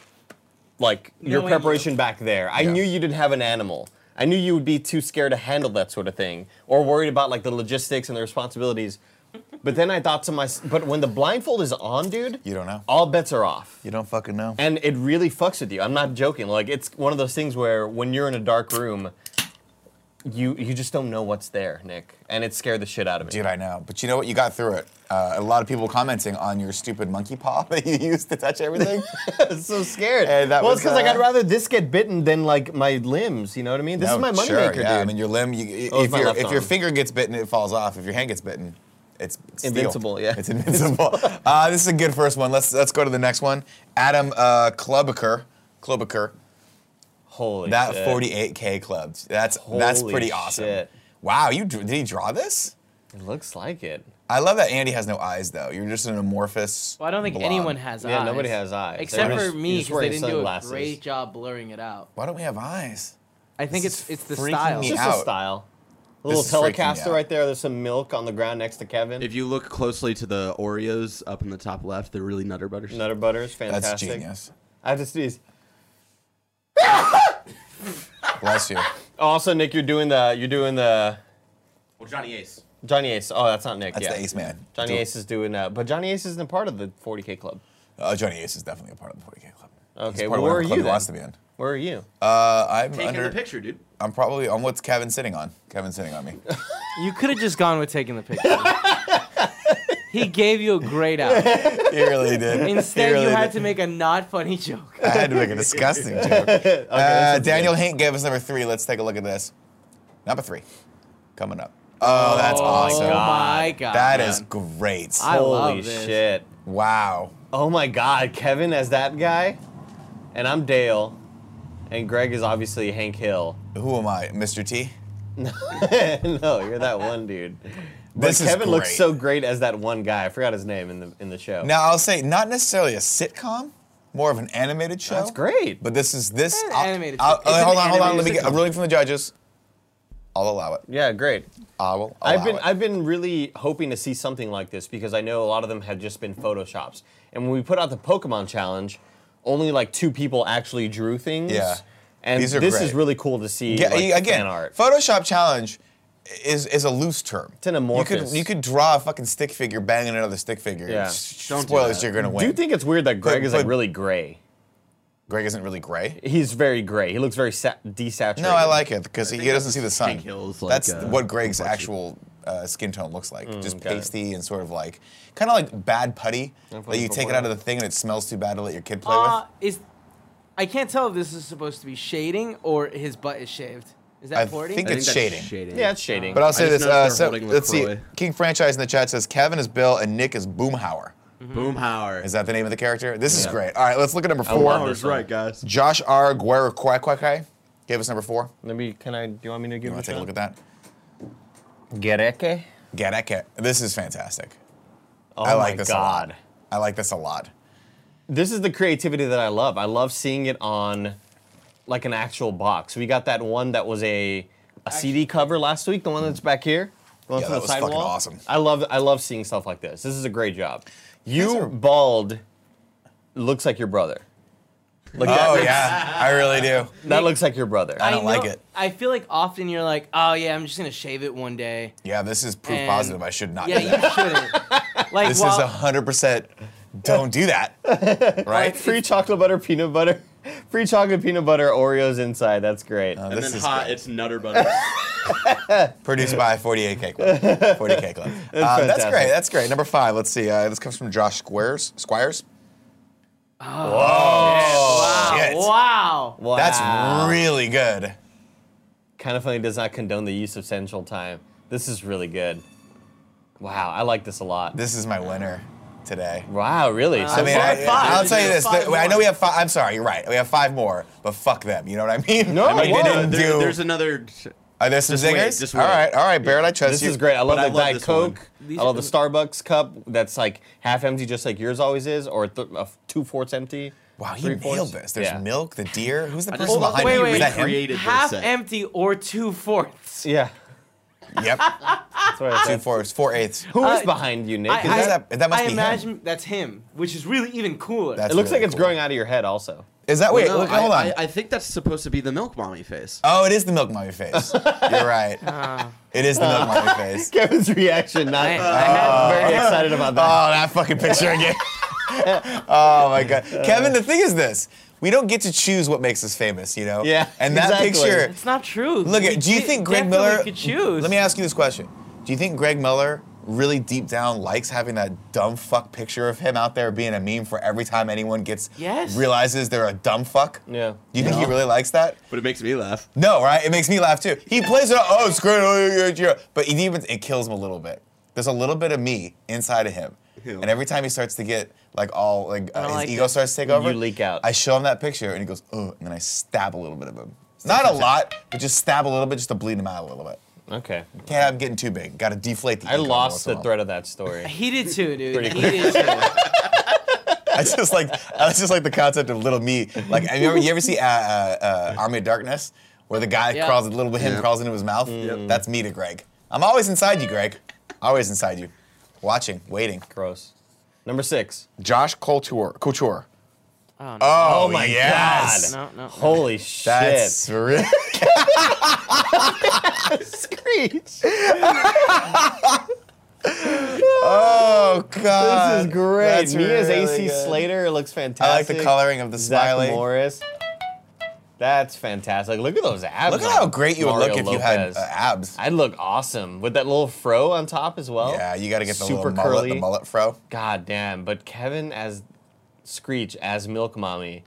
B: like your
D: Knowing
B: preparation back there. I
A: Yeah.
B: knew you didn't have an animal. I knew you would be too scared to handle that sort of thing or worried about like the logistics and the responsibilities. But then I thought to myself, but when the blindfold is on, dude,
A: You don't know.
B: all bets are off.
A: You don't fucking know.
B: And it really fucks with you. I'm not joking. Like it's one of those things where when you're in a dark room, you you just don't know what's there, Nick. And it scared the shit out of me.
A: Dude, I know. But you know what? You got through it. Uh, a lot of people commenting on your stupid monkey paw that you used to touch everything.
B: I was so scared.
A: And that
B: well, it's
A: was,
B: because like
A: uh,
B: I'd rather this get bitten than like my limbs. You know what I mean? This is my moneymaker,
A: Oh, sure,
B: dude.
A: yeah. I mean, your limb. You,
B: Oh, it's
A: if
B: my
A: your
B: left
A: if your
B: arm.
A: finger gets bitten, it falls off. If your hand gets bitten, it's steel.
B: Invincible, yeah.
A: It's invincible. uh, this is a good first one. Let's let's go to the next one. Adam uh, Klobuker. Klobuker.
B: Holy
A: That
B: shit.
A: 48k club. That's that's
B: Holy
A: pretty awesome.
B: shit.
A: Wow, you dr- did he draw this?
B: It looks like it.
A: I love that Andy has no eyes though. You're just an amorphous.
D: Well, I don't think
A: blob.
D: anyone has
B: Yeah,
D: eyes.
B: nobody has eyes.
D: Except
B: Everyone's-
D: for me,
B: you're just
D: because they
B: wearing
D: didn't
B: sunglasses.
D: do a great job blurring it out.
A: Why don't we have eyes?
D: I think
A: This is
D: it's it's the
A: freaking
D: style.
A: me
B: It's
A: out.
B: just a style. A
A: This
B: little
A: is freaking me
B: telecaster
A: out.
B: right there. There's some milk on the ground next to Kevin.
C: If you look closely to the Oreos up in the top left, they're really Nutter Butters.
B: Nutter butters,
A: That's
B: fantastic.
A: genius.
B: I have to sneeze.
A: Bless you.
B: Also, Nick, you're doing the you're doing the
C: Well, Johnny Ace.
B: Johnny Ace. Oh, that's not Nick.
A: That's
B: yeah.
A: the Ace Man.
B: Johnny Ace is doing that, but Johnny Ace isn't a part of the 40k club.
A: Oh, Johnny Ace is definitely a part of the 40k club.
B: Okay,
A: He's part
B: well,
A: of
B: where
A: whatever
B: are
A: club
B: you
A: he
B: then?
A: wants to be in.
B: Where are you?
A: Uh, I'm
C: Taking
A: under.
C: the picture, dude.
A: I'm probably on what's Kevin sitting on. Kevin's sitting on me.
D: You could have just gone with taking the picture. he gave you a great out.
A: he really did. He
D: Instead,
A: really
D: you had
A: did.
D: to make a not funny joke.
A: I had to make a disgusting joke. uh, Daniel Hink gave us number three. Let's take a look at this. Number three, coming up. Oh, that's awesome.
D: Oh my god.
A: That
D: man.
A: is great.
D: I
B: Holy
D: love this.
B: shit!
A: wow.
B: Oh my God, Kevin as that guy, and I'm Dale, and Greg is obviously Hank Hill.
A: Who am I, Mr. T?
B: no, you're that one dude. But
A: This is
B: Kevin looks
A: great.
B: so great as that one guy. I forgot his name in the in the show.
A: Now I'll say not necessarily a sitcom, more of an animated show.
B: that's great.
A: But this is this.
D: An animated
A: I'll,
D: sitcom.
A: I'll-
D: It's
A: hold
D: an
A: on, hold on.
D: animated
A: Let me get a
D: sitcom.
A: ruling from the judges. I'll allow it.
B: yeah, great.
A: I will. Allow
B: I've been
A: It.
B: I've been really hoping to see something like this because I know a lot of them have just been photoshops. And when we put out the Pokemon challenge, only like two people actually drew things.
A: Yeah.
B: And
A: These
B: this
A: are
B: is
A: great.
B: really cool to see
A: Yeah,
B: like,
A: you- again,
B: fan art.
A: Photoshop challenge is is a loose term. It's
B: an
A: You
B: amorphous.
A: could you could draw a fucking stick figure banging another stick figure.
B: Yeah.
A: S-
C: Don't do
A: Spoilers,
C: that.
A: you're gonna win.
B: Do you think it's weird that Greg
A: But-
B: is like
A: but-
B: really gray?
A: Greg isn't really gray?
B: He's very gray. He looks very sa- desaturated.
A: No, I like it because he doesn't see the sun.
C: Hank Hill's, like,
A: That's
C: uh,
A: what Greg's
C: complexion.
A: actual uh, skin tone looks like. Just
B: got it.
A: pasty and sort of like kind of like bad putty that you
B: for
A: take it
B: what?
A: out of the thing and it smells too bad to let your kid play
D: Uh,
A: with.
D: is I can't tell if this is supposed to be shading or his butt is shaved. Is that
A: I
D: porting?
A: think
C: I think
A: it's
C: that's
A: shading.
C: shading.
B: Yeah, it's shading.
A: But I'll say this.
C: just noticed
A: Uh,
C: they're
A: so,
C: holding
A: let's see.
C: LaCroix.
A: King franchise in the chat says Kevin is Bill and Nick is Boomhauer.
D: Mm-hmm.
C: Boomhauer.
A: Is that the name of the character? This is
B: Yeah.
A: great. All right, let's look at number four.
B: love this one.
C: guys.
A: Josh R. Guerquaquaquai gave us number four.
B: Maybe can I? Do you want me to give
A: You
B: him
A: want to take a look at that?
B: Gereke?
A: Gereke. This is fantastic.
B: Oh
A: I like
B: my
A: this a
B: god.
A: lot. I like this a lot.
B: this is the creativity that I love. I love seeing it on like an actual box. We got that one that was a, a CD cover last week, the one that's back here. The one
A: Yeah,
B: from
A: that
B: the
A: was
B: side
A: fucking
B: wall.
A: awesome.
B: I love I love seeing stuff like this. This is a great job. You
A: These are-
B: bald looks like your brother. Like
A: Oh
B: that,
A: yeah, I really do.
B: that looks like your brother.
A: I don't like it.
D: I feel like often you're like, oh yeah, I'm just gonna shave it one day.
A: Yeah, this is proof
D: And-
A: positive. I should not.
D: Yeah,
A: do that.
D: you shouldn't. Like,
A: This is
D: while-
A: a hundred percent. Don't do that. Right.
B: Free chocolate butter, peanut butter. Free chocolate peanut butter Oreos inside. That's great.
A: Uh,
C: And
A: this
C: then
A: is
C: hot,
A: great.
C: it's Nutter Butters.
A: produced by 48K Club. 40K Club. Uh, that's
B: fantastic.
A: great. That's great. Number five. Let's see. Uh, this comes from Josh Squares. Squires.
D: wow,
A: shit.
D: wow.
B: wow.
A: That's really good.
B: kind of funny does not condone the use of sensual time. This is really good. Wow, I like this a lot.
A: This is my winner today.
B: wow,
D: Uh,
B: really? So
A: I mean,
B: far-
A: I,
D: five.
A: I'll tell you this.
D: Five
A: the- I know
D: more.
A: we have five. I'm sorry, you're right. We have five more, but fuck them. You know what I mean?
B: No,
A: I mean,
B: whoa,
A: they didn't
C: There-
A: do.
C: There's another.
A: Are there some
C: Just wait,
A: zingers?
C: just
A: All
C: wait.
A: right, all right, Barrett, I trust
B: This
A: you.
B: is great. I love
C: But I
B: the
C: love
B: Diet
C: this one.
B: Coke.
D: These
B: I love
D: are-
B: the Starbucks cup that's like half empty, just like yours always is, or th- uh, two fourths empty.
A: Wow, he
B: three-fourths.
A: nailed this. There's
B: Yeah.
A: milk, the deer. Who's the
C: I
A: person
C: just love
A: behind
D: wait,
A: you?
D: wait,
A: Is that him?
C: created this
D: Half
C: set.
D: empty or two fourths.
B: Yeah,
A: Yep.
B: that's what I
A: Two
B: said.
A: fourths, four eighths.
B: Who is
D: Uh,
B: behind you, Nick?
D: I-
B: Is
A: Is
D: I-
B: that-
A: that- that must
D: I
A: be him.
D: imagine that's him, which is really even cooler.
A: That's
B: it looks
A: really
B: like it's
A: cool.
B: growing out of your head. Also,
A: Is that wait?
C: No,
A: look,
C: I-
A: hold on.
C: I, I think that's supposed to be the milk mommy face.
A: oh, it is the milk mommy face. You're right. it is the milk mommy face.
B: Kevin's reaction. Not
D: I- I had
B: very excited about that.
A: Oh, that fucking picture again. oh my god, Kevin. The thing is this: we don't get to choose what makes us famous, you know.
B: Yeah,
A: And that
B: exactly.
A: picture.
D: It's not true.
A: Look
D: We
A: at. Do you
D: did-
A: think Greg
D: definitely
A: Miller?
D: could choose?
A: Let me ask you this question: Do you think Greg Miller really deep down likes having that dumb fuck picture of him out there being a meme for every time anyone gets
D: Yes.
A: realizes they're a dumb fuck?
B: Yeah.
A: Do you think he really likes that?
C: But it makes me laugh.
A: No, right? It makes me laugh too. He plays it. Oh, it's great. Oh, yeah, yeah, yeah. But it even it kills him a little bit. There's a little bit of me inside of him,
C: Ew.
A: and every time he starts to get like all like uh,
D: don't
A: his
D: like
A: ego
D: it.
A: starts to take over,
B: You leak out.
A: I show him that picture, and he goes, "Oh," and then I stab a little bit of him. Not a lot, but just stab a little bit, just to bleed him out a little bit.
B: okay.
A: Can't have him getting too big. Got to deflate the.
B: I
A: ego
B: lost
A: once in
B: the
A: a while.
B: thread of that story.
D: He did too, dude.
B: Pretty
D: He did too.
A: I just like I was just like the concept of little me. Like have you ever, you ever see uh, uh, uh, Army of Darkness where the guy
D: Yeah.
A: crawls a little bit him
C: Yeah.
A: crawls into his mouth? That's me to Greg. I'm always inside you, Greg. Always inside you, watching, waiting.
B: Gross. Number six.
A: Josh Couture. Couture.
D: Oh, no.
A: Oh,
B: my
A: yes.
D: No, no, no.
B: Holy shit.
A: That's real.
B: Screech.
A: Oh god.
B: This is great.
A: That's
B: Me as
A: really
B: AC
A: good.
B: Slater it looks fantastic.
A: I like the coloring of the
B: Zach
A: smiley.
B: Morris. That's fantastic. Look at those abs.
A: Look at
B: on
A: how great you would
B: Mario
A: look if you had
B: Lopez.
A: uh, abs.
B: I'd look awesome with that little fro on top as well.
A: Yeah, you got to get the
B: Super
A: little mullet,
B: curly.
A: the mullet fro.
B: God damn! But Kevin as Screech as Milk Mommy,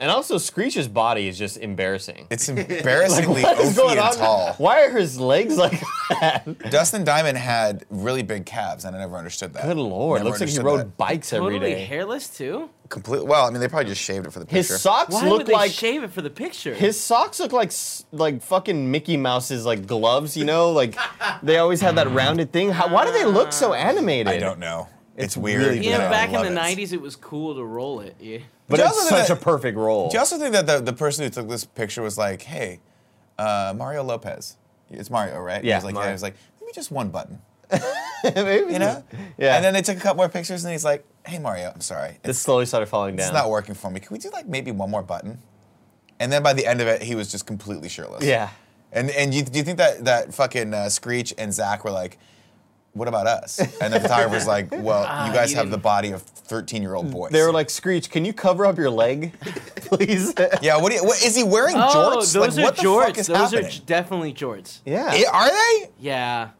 B: and also Screech's body is just embarrassing.
A: It's embarrassingly
B: What is
A: oafy
B: going
A: and
B: on?
A: tall.
B: Why are his legs like that?
A: Dustin Diamond had really big calves, and I never understood that.
B: Good lord!
A: Never
B: Looks like he
A: understood
B: rode
A: that.
B: bikes every
D: totally
B: day.
D: hairless too.
A: Complete. Well, I mean, they probably just shaved it for the
B: His
A: picture.
B: socks
D: Why
B: look
D: would they
B: like
D: shave it for the picture?
B: his socks look like s- like fucking Mickey Mouse's like gloves. You know, like they always have that rounded thing. How, why do they look so animated?
A: Mm. Ah. I don't know. It's,
B: It's
A: weird.
B: really
A: but
D: you
A: I
D: know, back in
A: love
D: the
A: it.
D: '90s, it was cool to roll it. Yeah.
B: But
A: Do you
B: it's
A: also think
B: such a
A: that-
B: perfect role.
A: Do you also think that the, the person who took this picture was like, "Hey, uh, Mario Lopez. It's Mario, right?" He
B: Yeah,
A: was like,
B: Mario.
A: yeah. He was like, "Maybe just one button."
B: Maybe.
A: You know?
B: Yeah.
A: And then they took a couple more pictures, and he's like, "Hey, Mario, I'm sorry.
B: It
A: It's,
B: slowly started falling down.
A: it's not working for me. Can we do like maybe one more button?" And then by the end of it, he was just completely shirtless.
B: Yeah.
A: And and you, do you think that that fucking uh, Screech and Zach were like, what about us? And the photographer's like, well, you guys
D: Ah, you
A: have
D: didn't-
A: the body of thirteen-year-old boys.
B: They were like, Screech, can you cover up your leg, please?
A: yeah, what, do you, what is he wearing?
D: Oh,
A: jorts?
D: those
A: like,
D: are
A: what
D: jorts.
A: The fuck is
D: those
A: happening?
D: are j- definitely jorts.
B: yeah.
A: Eh, are they?
D: Yeah.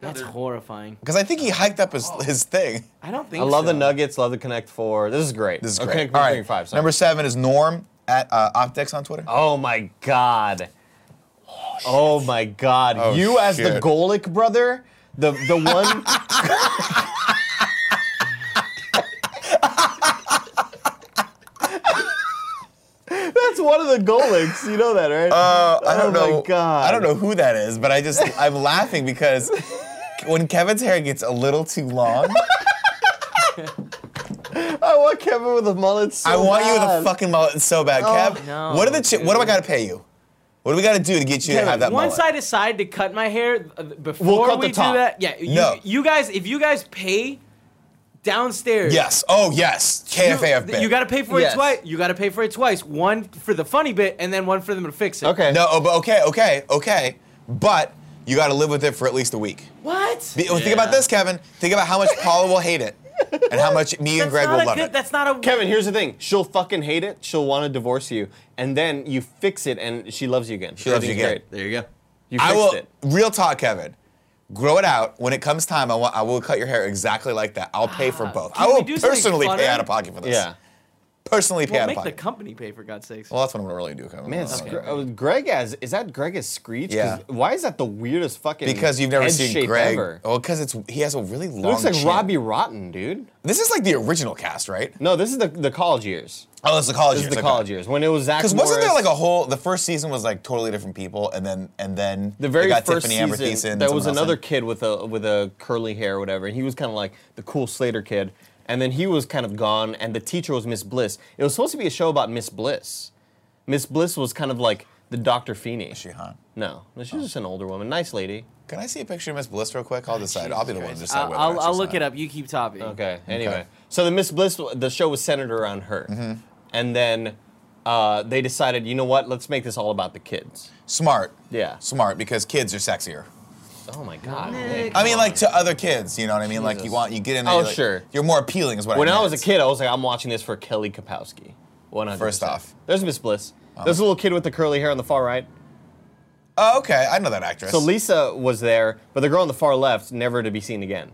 D: That's horrifying.
A: Because I think he hiked up
D: Oh.
A: his his thing.
D: I don't think
B: I love
D: so.
B: the Nuggets. Love the Connect Four. This is great.
A: This is
B: Oh,
A: great.
B: Connect
A: All
B: Four,
A: right,
B: Connect Five. Sorry.
A: number seven is Norm at uh, Optex on Twitter.
B: Oh my god. Oh my god.
A: Oh,
B: you as the
A: shit.
B: Golik brother, the the one That's one of the Goliks. You know that, right?
A: Uh, I don't
B: Oh my
A: know.
B: God.
A: I don't know who that is, but I just I'm laughing because when Kevin's hair gets a little too long,
B: I want Kevin with a mullet so
A: I want you with
B: bad.
A: a fucking mullet so bad, Kev.
D: Oh, no,
A: what are the chi- what do I
D: dude.
A: gotta pay you? What do we gotta do to get you to have that
D: Once
A: mullet?
D: I decide to cut my hair, uh, before
B: cut
D: we
B: the
D: do
B: top.
D: that, yeah, you,
A: No.
D: you guys, if you guys pay downstairs,
A: yes. Oh yes. KFAF
D: you,
A: bit.
D: you got to pay for
B: Yes.
D: it twice. You got to pay for it twice. One for the funny bit, and then one for them to fix it.
B: Okay.
A: No, oh, but okay, okay, okay. But you gotta live with it for at least a week.
D: What?
A: Be- Think about
C: Yeah.
A: this, Kevin. Think about how much Paula will hate it, and how much me and
D: that's
A: Greg
D: not
A: will
D: a
A: love
D: good,
A: it.
D: That's not a
B: Kevin, here's the thing. She'll fucking hate it. She'll want to divorce you. And then you fix it and she loves you again. She
A: loves you again.
C: There you go.
B: You fixed
A: I will.
B: it.
A: Real talk, Kevin. Grow it out. When it comes time, I, want, I will cut your hair exactly like that. I'll pay for both. I
D: Ah, Can we
A: will
D: do something
A: personally pay
D: funner?
A: out of pocket for this.
B: Yeah.
A: personally pay
D: Well,
A: out of
D: make the
A: pocket.
D: company pay for God's sakes.
A: well, that's what I'm really do. Kevin.
B: Man,
A: Oh,
B: Scr-
A: yeah.
B: uh, Greg as is that Greg as Screech? 'Cause
A: Yeah.
B: Why is that the weirdest fucking?
A: because you've never
B: head
A: seen
B: shape
A: Greg.
B: Ever.
A: Oh, because it's he has a really long.
B: It looks like
A: chin.
B: Robbie Rotten, dude.
A: This is like the original cast, right?
B: No, this is the, the college years.
A: Oh, it's the college
B: This
A: years.
B: is the college years when it was Zach.
A: Because wasn't there
B: Morris,
A: like a whole? The first season was like totally different people, and then and then
B: the
A: they
B: very
A: got
B: first
A: Tiffany Amber Thiessen
B: season?
A: and
B: There was
A: someone else
B: another
A: in.
B: kid with a with a curly hair or whatever, and he was kind of like the cool Slater kid. And then he was kind of gone, and the teacher was Miss Bliss. It was supposed to be a show about Miss Bliss. Miss Bliss was kind of like the Doctor Feeney.
A: She hot.
B: No, no, she's just an older woman, nice lady.
A: Can I see a picture of Miss Bliss real quick? I'll decide. I'll be the one to
B: Ah, Christ.
A: decide.
D: I'll,
A: whether or
D: I'll,
A: not
D: I'll
A: she's
D: look
A: hot.
D: it up. You keep talking.
B: Okay. Anyway, so the Miss Bliss, the show was centered around her,
A: Mm-hmm.
B: and then uh, they decided, you know what? Let's make this all about the kids.
A: Smart.
B: Yeah.
A: Smart because kids are sexier.
B: Oh my God.
A: I mean, like to other kids, you know what I mean? Like you
B: Jesus.
A: want you get in there.
B: Oh,
A: you're like-
B: sure.
A: You're more appealing, is what.
B: when
A: I,
B: I
A: meant.
B: was a kid, I was like, I'm watching this for Kelly Kapowski. 100
A: First off. Uh-huh.
B: there's Miss Bliss. There's a little kid with the curly hair on the far right.
A: Oh, okay. I know that actress.
B: So Lisa was there, but the girl on the far left, never to be seen again.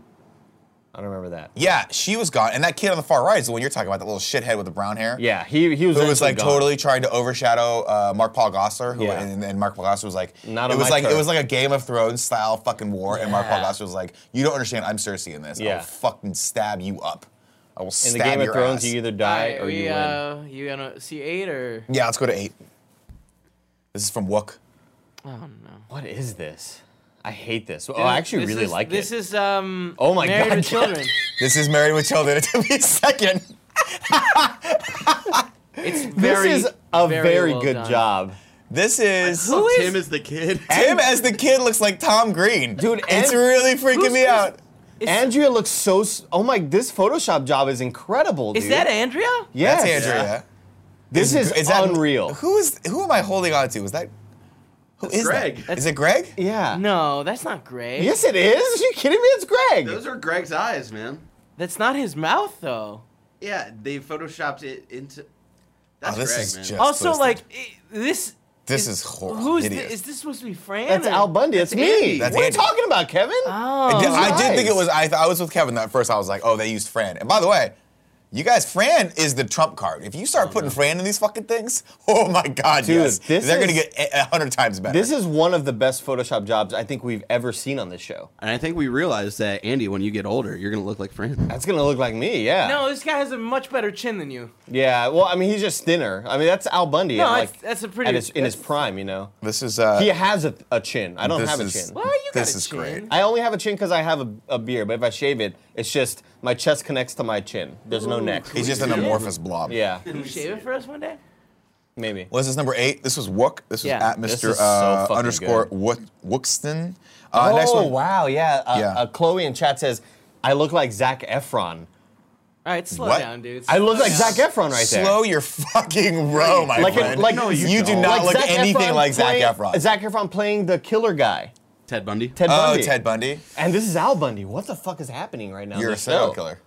B: I don't remember that.
A: yeah, she was gone, and that kid on the far right is the one you're talking about, that little shithead with the brown hair.
B: Yeah, he he was.
A: Who was
B: actually
A: like
B: gone.
A: totally trying to overshadow uh, Mark Paul Gossler, who
B: Yeah.
A: and, and Mark Paul Gossler was like,
B: Not
A: it
B: on
A: was
B: my
A: like it
B: turf.
A: was like a Game of Thrones style fucking war, and Mark Paul
B: Yeah.
A: Gossler was like, you don't understand, I'm Cersei in this. I
B: Yeah.
A: will fucking stab you up. I will
B: in
A: stab
B: the Game of
A: your
B: Thrones.
A: ass.
B: You either die
D: Alright,
B: or
D: we,
B: you win.
D: Uh, you gonna see eight or?
A: Yeah, let's go to eight. This is from Wook.
B: What is this? I hate this. Oh, I actually
D: This
B: really
D: is-
B: like
D: this
B: it.
D: is um.
B: Oh my
D: Married
B: God, yeah.
D: with Children.
A: This is Married with Children. It took me a second.
D: It's
B: this
D: very.
B: is a very,
D: well
B: good
D: done.
B: job,
A: This is
D: Who is?
C: Tim is the kid.
A: Tim as the kid looks like Tom Green.
B: Dude,
A: it's
B: and-
A: really freaking
D: who's-
A: me out.
D: is-
B: Andrea looks so. s- Oh my! This Photoshop job is incredible.
D: Is
B: dude.
D: that Andrea?
B: Yes.
A: That's Andrea.
B: This is, unreal.
A: Who is who am I holding on to? Is that who is
C: Greg.
A: that? Is it Greg?
B: yeah.
D: No, that's not Greg.
B: Yes, it is. Are you kidding me? It's Greg.
C: Those are Greg's eyes, man.
D: That's not his mouth though.
C: Yeah, they photoshopped it into. That's
A: Oh, this
C: Greg,
A: is
C: man.
A: just-
D: also,
A: twisted.
D: like i- this.
A: This is hor-
D: Who's thi-
A: hideous.
D: is this supposed to be Fran?
B: That's
D: or-
B: Al Bundy. That's, me.
D: Andy.
A: That's
B: what are you
A: Andy.
B: talking about, Kevin?
D: Oh.
A: I did- I did
B: Guys.
A: think it was. I, th- I was with Kevin that first. I was like, oh, they used Fran. And by the way, you guys, Fran is the trump card. If you
D: Oh,
A: start putting Fran in these fucking things, oh my god,
B: Dude,
A: yes,
B: this
A: they're gonna
B: is-
A: get a a hundred times better.
B: This is one of the best Photoshop jobs I think we've ever seen on this show.
C: And I think we realized that Andy, when you get older, you're gonna look like Fran.
B: That's gonna look like me, yeah.
D: No, this guy has a much better chin than you.
B: Yeah. Well, I mean, he's just thinner. I mean, that's Al Bundy. at,
D: No, that's-
B: like,
D: that's a pretty-
B: at his, in his
D: that's-
B: prime, you know.
A: this is. Uh,
B: He has a, a chin. I don't
A: this
B: have a
A: is-
B: chin.
D: Well, you got
A: This
D: a
A: is
D: chin.
A: great.
B: I only have a chin because I have a, a beard, but if I shave it, it's just my chest connects to my chin. There's no neck.
A: he's just an amorphous blob.
B: Yeah,
D: Can you shave it for us one day?
B: maybe.
A: Was this number eight? This was Wook. This was
D: Yeah.
A: at
B: This
A: Mr.
B: is so
A: uh,
B: fucking
A: underscore
B: good.
A: Wook, Wookston. Uh, next
B: oh
A: one.
B: wow, yeah. Uh,
A: Yeah.
B: uh, Chloe in chat says, "I look like Zach Efron.
D: All right, slow
A: What?
D: down, dudes.
B: I look like Zach Efron right there."
A: Slow your fucking row, my
B: Like it-
A: friend.
B: like- No,
A: you,
B: you
A: do
C: don't.
A: not
B: Like
A: look
B: Zac
A: anything
B: Efron
A: like Zach
B: playing-
A: Efron.
B: Zac Efron playing the killer guy,
C: Ted Bundy.
B: Ted
A: oh,
B: Bundy.
A: Ted Bundy.
B: And this is Al Bundy. What the fuck is happening right now? in
A: You're a
B: this
A: serial
B: show?
A: killer.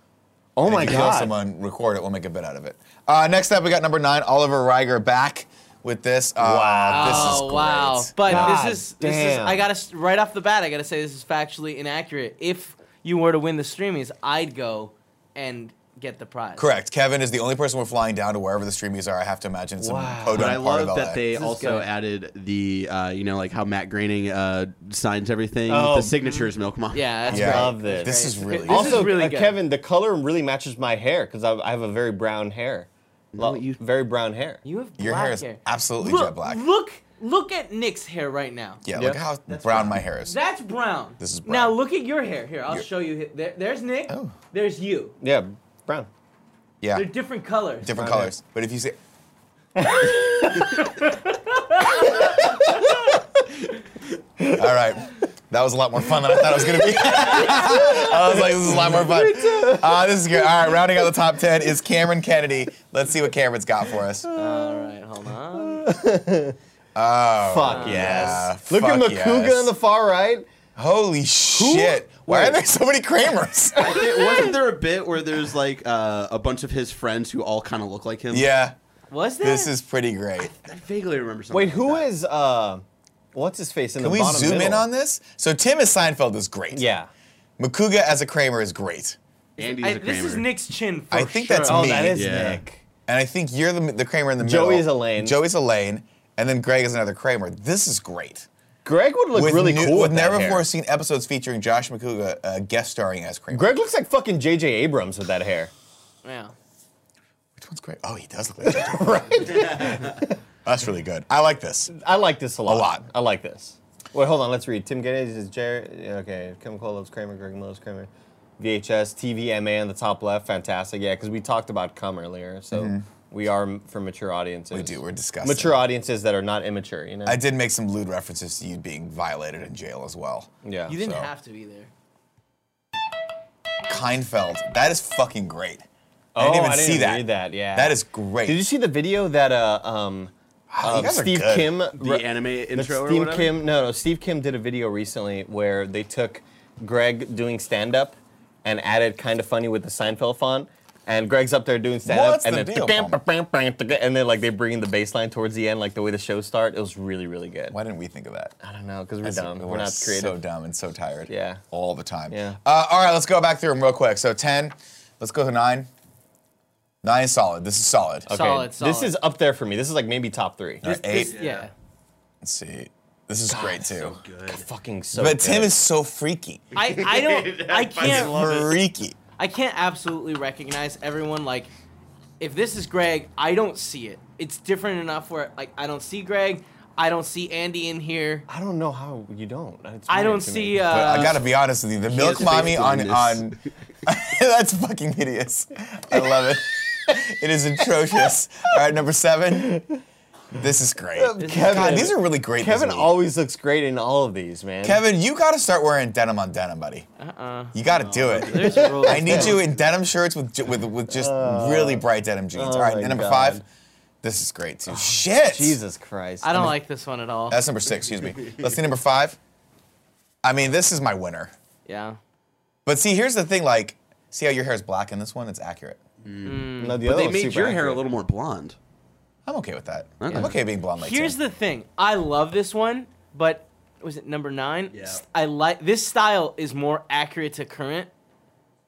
B: Oh
A: If
B: my
A: you
B: god.
A: kill someone, record it. We'll make a bit out of it. Uh, next up, we got number nine, Oliver Reiger back with this. Uh,
B: Wow.
A: This is
D: Oh wow!
A: great.
D: But
B: God
D: this is this is.
B: damn.
D: I gotta s- right off the bat. I gotta say this is factually inaccurate. If you were to win the streamies, I'd go and get the prize.
A: Correct. Kevin is the only person we're flying down to wherever the streamies are. I have to imagine some
B: Wow.
A: podunk
C: But I
A: part of
C: love
A: LA.
C: that they
D: This is
C: also
D: good.
C: added the, uh, you know, like how Matt Graining uh, signs everything.
B: Oh.
C: The signature is Milk Mom.
D: Yeah, that's
A: Yeah.
D: great.
B: Love this.
A: This is really
D: This is
B: also,
D: really
B: uh,
D: good.
B: Kevin, the color really matches my hair because I, I have a very brown hair. Lo-
C: you-
B: very brown hair.
D: You have
A: Your
D: black
A: hair is absolutely
D: look,
A: jet black.
D: Look, look at Nick's hair right now.
A: Yeah,
B: Yeah.
A: look how brown my hair is.
D: That's brown.
A: This is
D: Now
A: brown.
D: look at your hair. Here, I'll
A: Your-
D: show you. hi- There, there's Nick.
A: Oh.
D: There's you.
B: yeah, brown.
A: Yeah,
D: They're different colors.
A: different
B: brown hair.
A: colors. But if you say, all right, that was a lot more fun than I thought it was gonna be. I was like, this is a lot more fun. Uh, this is good. All right, rounding out the top ten is Cameron Kennedy. Let's see what Cameron's got for us.
B: Uh,
D: All right, hold on.
B: fuck
A: Oh, yeah.
B: yes. Look at
A: Fuck
B: Makuga
A: yes.
B: on the far right.
A: Holy shit! Why are there so many Kramers?
C: I think- wasn't there a bit where there's like uh, a bunch of his friends who all kind of look like him?
A: yeah,
D: Was that?
A: this is pretty great.
C: I vaguely remember something.
B: Wait,
C: like
B: who
C: that.
B: is uh, what's his face
A: Can
B: in the
A: we
B: bottom
A: zoom in
B: middle?
A: on this? So Tim as Seinfeld is great.
B: Yeah.
A: Makuga as a Kramer is great.
C: Andy's
D: I-
C: a Kramer.
D: this is Nick's chin. For
A: I think
D: sure.
A: that's
B: Oh,
A: me.
B: that is
C: Yeah.
B: Nick.
A: and I think you're the the Kramer in the middle.
B: Joey's Elaine.
A: Joey's Elaine, and then Greg is another Kramer. This is great.
B: Greg would look really
A: new-
B: cool with,
A: with
B: that
A: never
B: hair.
A: before seen episodes featuring Josh McCouga uh, guest starring as Kramer.
B: Greg looks like fucking J.J. Abrams with that hair.
D: Yeah.
A: Which one's Greg? Oh, he does look like Josh. right. That's really good. I like this.
B: I like this a lot.
A: lot.
B: I like this. Wait, hold on. Let's read. Tim Geddes is Jerry. Okay, Kim Cole loves Kramer. Greg loves Kramer. VHS, TVMA on the top left. Fantastic. Yeah, because we talked about cum earlier, so we are m- for mature audiences.
A: Mm-hmm. We do. We're disgusting.
B: mature audiences that are not immature. You know.
A: I did make some lewd references to you being violated in jail as well.
B: yeah.
D: You didn't
A: So-
D: have to be there.
A: Kindfeld. That is fucking great. I
B: Oh,
A: didn't even
B: I didn't
A: see
B: even
A: that.
B: read that, yeah.
A: That is great.
B: Did you see the video that uh um,
A: Wow, you
B: um,
A: guys are
B: Steve
A: good.
B: Kim
C: The
B: re-
C: anime
B: But
C: intro or
B: Steve
C: whatever?
B: Kim, no, no, Steve Kim did a video recently where they took Greg doing stand up and added kind of funny with the Seinfeld font. And Greg's up there doing stand up
A: What's
B: and
A: the
B: then
A: deal,
B: and then like they bring in the bass line towards the end, like the way the show start. It was really, really good.
A: Why didn't we think of that?
B: I don't know, because we're dumb. We're not
A: So
B: creative.
A: dumb and so tired.
B: Yeah.
A: All the time.
B: Yeah.
A: Uh, all right, let's go back through them real quick. So 10, let's go to 9. 9 is solid. This is solid.
B: Okay,
D: Solid,
B: This
D: solid.
B: is up there for me. This is like maybe top three.
A: All right, 8.
D: Yeah.
A: Let's see. This is great too.
C: Good.
B: Fucking so
A: but Tim
B: good.
A: is so freaky.
D: I, I don't I can't
A: Freaky.
D: I can't absolutely recognize everyone. Like, if this is Greg, I don't see it. It's different enough where like I don't see Greg, I don't see Andy in here,
B: I don't know how you don't. It's
D: I
B: weird
D: don't
B: to me.
D: see.
A: But
D: Uh,
A: I gotta be honest with you, the milk
C: has
A: mommy
C: face
A: on
C: blindness.
A: on that's fucking hideous. I love it. it is atrocious. All right, number seven. This is great.
B: Kevin-
A: God, these are really great. this
B: Kevin
A: week.
B: always looks great in all of these, man.
A: Kevin, you gotta start wearing denim on denim, buddy.
D: uh-uh.
A: You gotta do
B: Oh,
A: it.
D: There's rules.
A: I need you in denim shirts with ju- with with just really bright denim jeans. All right,
B: Oh my
A: and number
B: God.
A: five. This is great too. Shit.
B: Jesus Christ.
D: I don't like this one at all.
A: That's number six. Excuse me. Let's see number five. I mean, this is my winner.
D: Yeah.
A: But see, here's the thing. Like, see how your hair is black in this one? It's accurate.
B: No, the
C: But
B: other
C: they
B: one's
C: made
B: super
C: your hair a
B: accurate.
C: little more blonde.
A: I'm okay with that.
C: Okay.
A: I'm okay being blonde like
D: Here's the thing. I love this one, but was it number nine?
C: Yeah.
D: S- I like this style is more accurate to current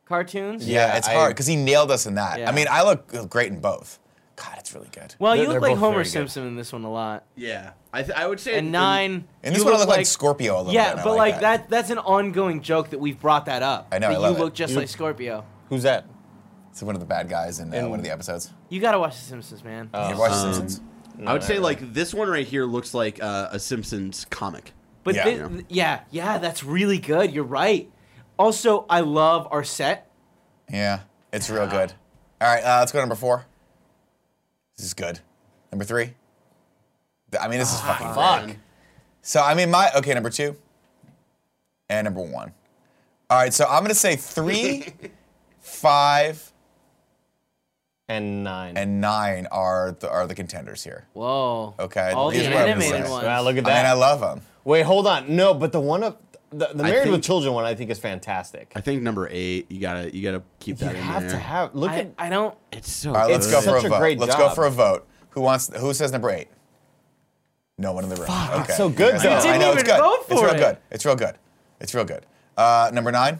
D: cartoons.
A: yeah,
B: Yeah,
A: it's
B: I-
A: hard because he nailed us in that.
D: Yeah.
A: I mean, I look great in both. God, it's really good.
D: Well,
B: They're-
D: you
B: they're
D: look like
B: both
D: Homer
B: very good.
D: Simpson in this one a lot.
C: Yeah, I, th- I would say.
D: And nine.
A: and this
D: you
A: one I
D: look
A: look like, Scorpio a little
D: Yeah,
A: bit. I
D: but like
A: that.
D: that. that's an ongoing joke that we've brought that up.
A: I know,
D: That
A: I love
D: you look
A: it.
D: just
B: You-
D: like Scorpio.
B: Who's that?
A: It's one of the bad guys in, uh,
B: In-
A: one of the episodes.
D: You gotta watch The Simpsons, man.
B: uh,
A: you watch
C: um,
A: Simpsons?
C: I would say
B: no.
C: like this one right here looks like uh, a Simpsons comic.
D: but
A: yeah.
D: thi- th- yeah. yeah, that's really good. You're right. Also, I love our set.
A: Yeah, it's real good. All right, uh, let's go to number four. This is good. Number three. Th- I mean, this is fucking great.
B: Ah, Fuck.
A: So I mean, my okay, number two and number one. All right, so I'm gonna say three, five,
B: And nine.
A: and nine are the are the contenders here.
D: Whoa.
A: Okay,
D: All the
A: these are what I'm
D: animated
A: saying.
D: ones.
B: wow, Ah, look at
A: I mean,
B: that.
A: I love them.
B: Wait, hold on. No, but the one up, the, the
C: I
B: Married with
C: think-
B: Children one, I think is fantastic.
C: I think number eight. You gotta you gotta keep
B: you
C: that in
B: have
C: there.
B: to have. Look
D: I,
B: at.
D: I don't.
C: it's so.
A: All right, let's
B: It's
A: go
B: such
A: for a,
B: a
A: vote.
B: great
A: let's go
B: job.
A: for a vote. Who wants? Who says number eight? No one in the room. okay,
B: so good,
A: I
B: though.
A: know,
B: You
A: I
D: didn't
A: know, it's
D: even
A: good.
D: vote
A: it's
D: for
A: real
D: it.
A: good. It's real good. It's real good. Uh, number nine.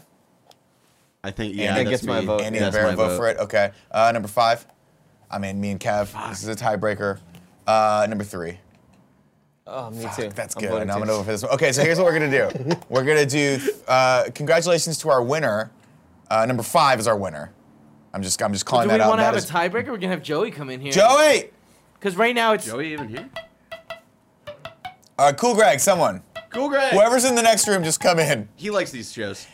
C: I think yeah.
A: Andy
C: that's
B: gets my
C: me.
B: vote.
A: Andy
C: That's
A: and Barrett
C: my
A: vote for it. Okay. Uh, number five. I mean, me and Kev. This is a tiebreaker. Uh, number three.
B: oh, me too.
A: That's
B: I'm
A: good.
B: voting
A: and I'm
B: too.
A: gonna go for this one. Okay, so here's what we're gonna do. we're gonna do. Uh, congratulations to our winner. Uh, number five is our winner. I'm just. I'm just calling
D: Do we
A: that out.
D: want to
A: That
D: have a
A: is-
D: tiebreaker? We're gonna have Joey come in here.
A: Joey.
D: Because right now it's
C: Joey even here?
A: Uh, cool, Greg. Someone.
C: Cool, Greg.
A: Whoever's in the next room, just come in.
C: He likes these shows.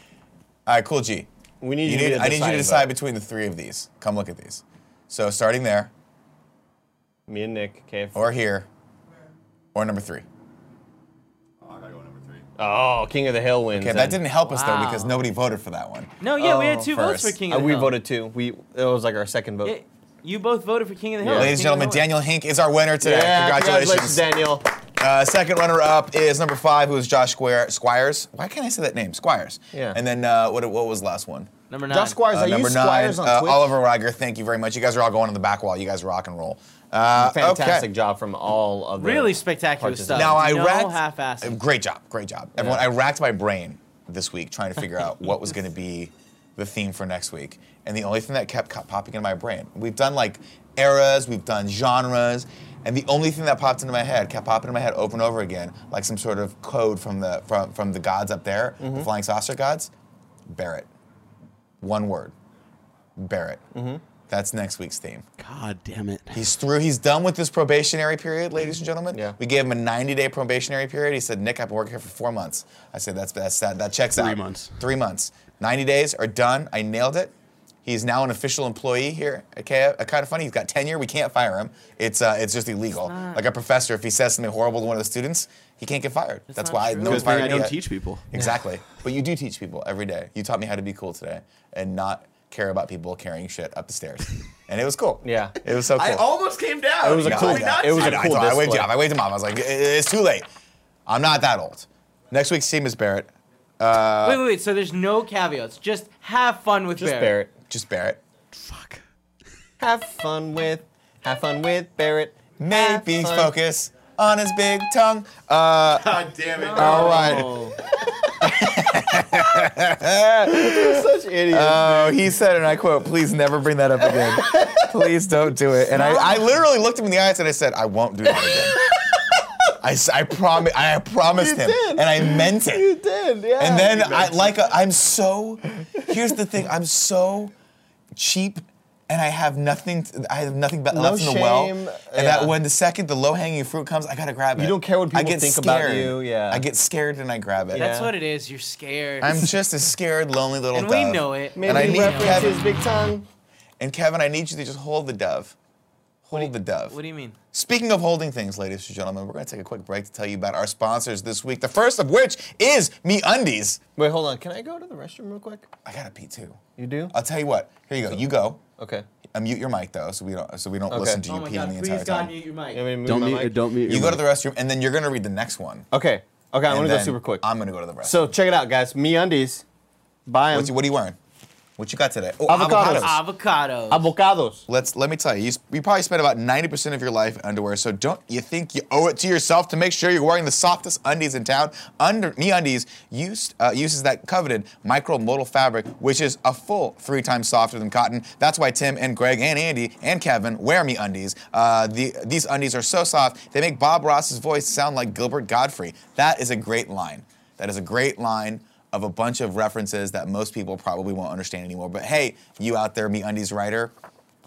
A: All right, cool, G.
B: We need
A: You
B: you, to
A: need,
B: be the
A: I need you to
B: deciding
A: decide
B: vote.
A: between the three of these. Come look at these. So starting there,
B: me and Nick. Okay.
A: or here, or number three.
F: Oh, I gotta go number three.
B: oh, King of the Hill wins.
A: Okay,
B: then.
A: that didn't help us though
D: Wow.
A: because nobody voted for that one.
D: no, yeah, we had
B: Oh,
D: two votes
A: first.
D: for King
B: Uh,
D: of the
B: we
D: Hill.
B: voted two. We it was like our second vote.
D: Yeah, you both voted for King of the Hill.
B: Yeah.
A: Ladies and gentlemen,
D: King of
A: Daniel Hink is our winner today.
B: Yeah,
A: congratulations.
B: Daniel.
A: Uh, second runner up is number five, who is Josh Squire, Squires. Why can't I say that name? Squires.
B: Yeah.
A: And then uh, what, what was the last one?
D: the Number nine.
B: Josh Squires.
A: Uh,
B: I
A: number
B: use
A: nine,
B: Squires on
A: uh,
B: Twitch.
A: Oliver Reiger. Thank you very much. You guys are all going on the back wall. You guys rock and roll. Uh, okay.
B: Fantastic job from all of the
D: Really spectacular
B: participants.
D: stuff.
A: Now I
D: No
A: racked.
D: half-assed.
A: uh, Great job, great job, everyone.
B: Yeah.
A: I racked my brain this week trying to figure out what was going to be the theme for next week, and the only thing that kept co- popping in my brain. We've done like eras, we've done genres, and the only thing that popped into my head kept popping in my head over and over again, like some sort of code from the from, from the gods up there, the flying saucer gods. Barrett. One word. Barrett. That's next week's theme.
C: God damn it.
A: He's through. He's done with this probationary period, ladies and
C: Mm-hmm.
A: gentlemen.
B: Yeah.
A: We gave him a 90-day probationary period. He said, "Nick, I've been working here for four months." I said, "That's that's that, that checks out."
C: Three months.
A: Three months. 90 days are done. I nailed it. He's now an official employee here at K- at Kind of Funny. He's got tenure. We can't fire him. It's uh, it's just illegal.
D: not-
A: like a professor, if he says something horrible to one of the students, he can't get fired. That's
D: not
A: why
D: true.
A: no one's
C: Good thing
A: fired
C: I
A: me
C: don't
A: yet.
C: teach people.
A: Exactly. but you do teach people every day. You taught me how to be cool today and not care about people carrying shit up the stairs. and it was cool.
B: Yeah.
A: It was so cool.
C: I almost came down.
B: It was a
A: Yeah,
B: cool-
A: I
B: it
A: know.
B: was a
A: I know. I
B: cool
A: told- I waved
B: display.
A: you. I waved him off. I was like, "I- it's too late. I'm not that old. Next week's team is Barrett.
D: wait, wait, wait. So there's no caveats. Just have fun with
B: Just
D: Barrett.
B: Barrett.
A: Just Barrett.
C: Fuck.
B: Have fun with, have fun with Barrett.
A: Maybe
B: Have fun.
A: focus on his big tongue. Uh,
F: God damn it.
A: all right.
D: Oh.
B: Such idiots.
A: Oh, he said, and I quote, please never bring that up again. Please don't do it. And I, I literally looked him in the eyes and I said, I won't do that again. I, s- I, promi- I promised him.
B: did.
A: And I meant it.
B: you did, yeah.
A: And then I like a, I'm so. Here's the thing. I'm so cheap, and I have nothing. t- I have nothing but
B: No
A: left in the well.
B: shame,
A: And
B: yeah.
A: that when the second the low hanging fruit comes, I gotta grab it.
B: don't care what
A: I
B: people
A: get
B: think about
A: scared.
B: you, yeah.
A: I get scared and I grab it.
D: That's
B: Yeah.
D: what it is. You're scared.
A: I'm just a scared, lonely little.
D: and we
A: dove.
D: know it.
A: And I
B: Maybe
A: need
B: reference
A: Kevin.
B: his big tongue.
A: And Kevin, I need you to just hold the dove. Hold the dove.
D: What do you mean?
A: Speaking of holding things, ladies and gentlemen, we're going to take a quick break to tell you about our sponsors this week. The first of which is Me Undies.
B: Wait, hold on. Can I go to the restroom real quick?
A: I got to pee too.
B: You do?
A: I'll tell you what. Here you go. You go.
B: Okay.
A: Unmute your mic though, so we don't so we don't
B: Okay.
A: listen to you
D: oh my
A: peeing
D: god!
A: the
D: Please
A: entire
D: God,
A: time.
D: mute your
B: You want
D: mic.
B: me to move
C: Don't
B: my
C: mute.
B: mic?
C: Don't mute.
A: You
C: your
A: go to
C: mic.
A: the restroom, and then you're gonna read the next one.
B: Okay. Okay, I'm
A: And
B: gonna go
A: then
B: super quick.
A: I'm gonna go to the restroom.
B: so check it out, guys. Me undies. Buy
A: what you,
B: them.
A: what are you wearing? What you got today? Oh,
B: Avocados.
A: avocados.
D: Avocados.
B: Avocados.
A: Let's let me tell you, you, s- you probably spend about 90% of your life in underwear, so don't you think you owe it to yourself to make sure you're wearing the softest undies in town? Under Me Undies used, uh, uses that coveted micromodal fabric, which is a full three times softer than cotton. That's why Tim and Greg and Andy and Kevin wear Me Undies. Uh, the, these undies are so soft they make Bob Ross's voice sound like Gilbert Godfrey. That is a great line. That is a great line of a bunch of references that most people probably won't understand anymore. But hey, you out there, Me Undies writer.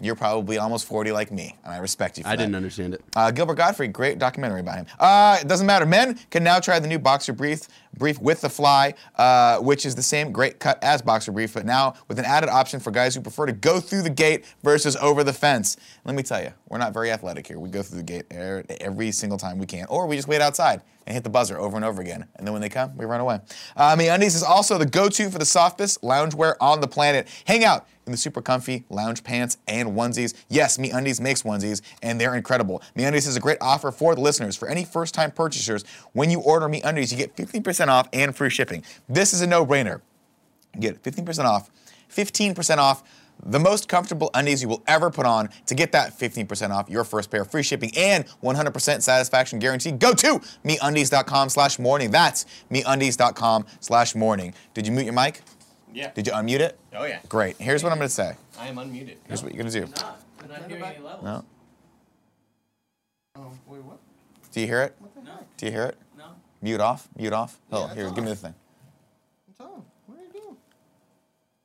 A: You're probably almost 40 like me, and I respect you for
C: I
A: that.
C: didn't understand it.
A: Uh, Gilbert Godfrey, great documentary about him. Uh, it doesn't matter. Men can now try the new boxer brief, brief with the fly, uh, which is the same great cut as boxer brief, but now with an added option for guys who prefer to go through the gate versus over the fence. Let me tell you, we're not very athletic here. We go through the gate er- every single time we can, or we just wait outside and hit the buzzer over and over again. And then when they come, we run away. Uh, MeUndies is also the go-to for the softest loungewear on the planet. Hang out in the super comfy lounge pants and onesies. Yes, MeUndies makes onesies, and they're incredible. MeUndies is a great offer for the listeners. For any first-time purchasers, when you order MeUndies, you get 15% off and free shipping. This is a no-brainer. You get 15% off, 15% off the most comfortable undies you will ever put on. To get that 15% off your first pair, free shipping, and 100% satisfaction guarantee, go to meundies.com slash morning. That's meundies.com slash morning. Did you mute your mic?
F: Yeah.
A: Did you unmute it?
F: Oh, yeah.
A: Great. Here's what I'm going to say.
F: I am unmuted.
A: Here's what you're going to do.
D: Ah, we're not hearing any levels.
A: No?
F: Oh, wait, what?
A: Do you hear it? Do you hear it?
D: No.
A: Mute off? Mute off? Oh,
F: it's
A: here, give me the
F: off.
A: thing.
F: Tom, what are you doing?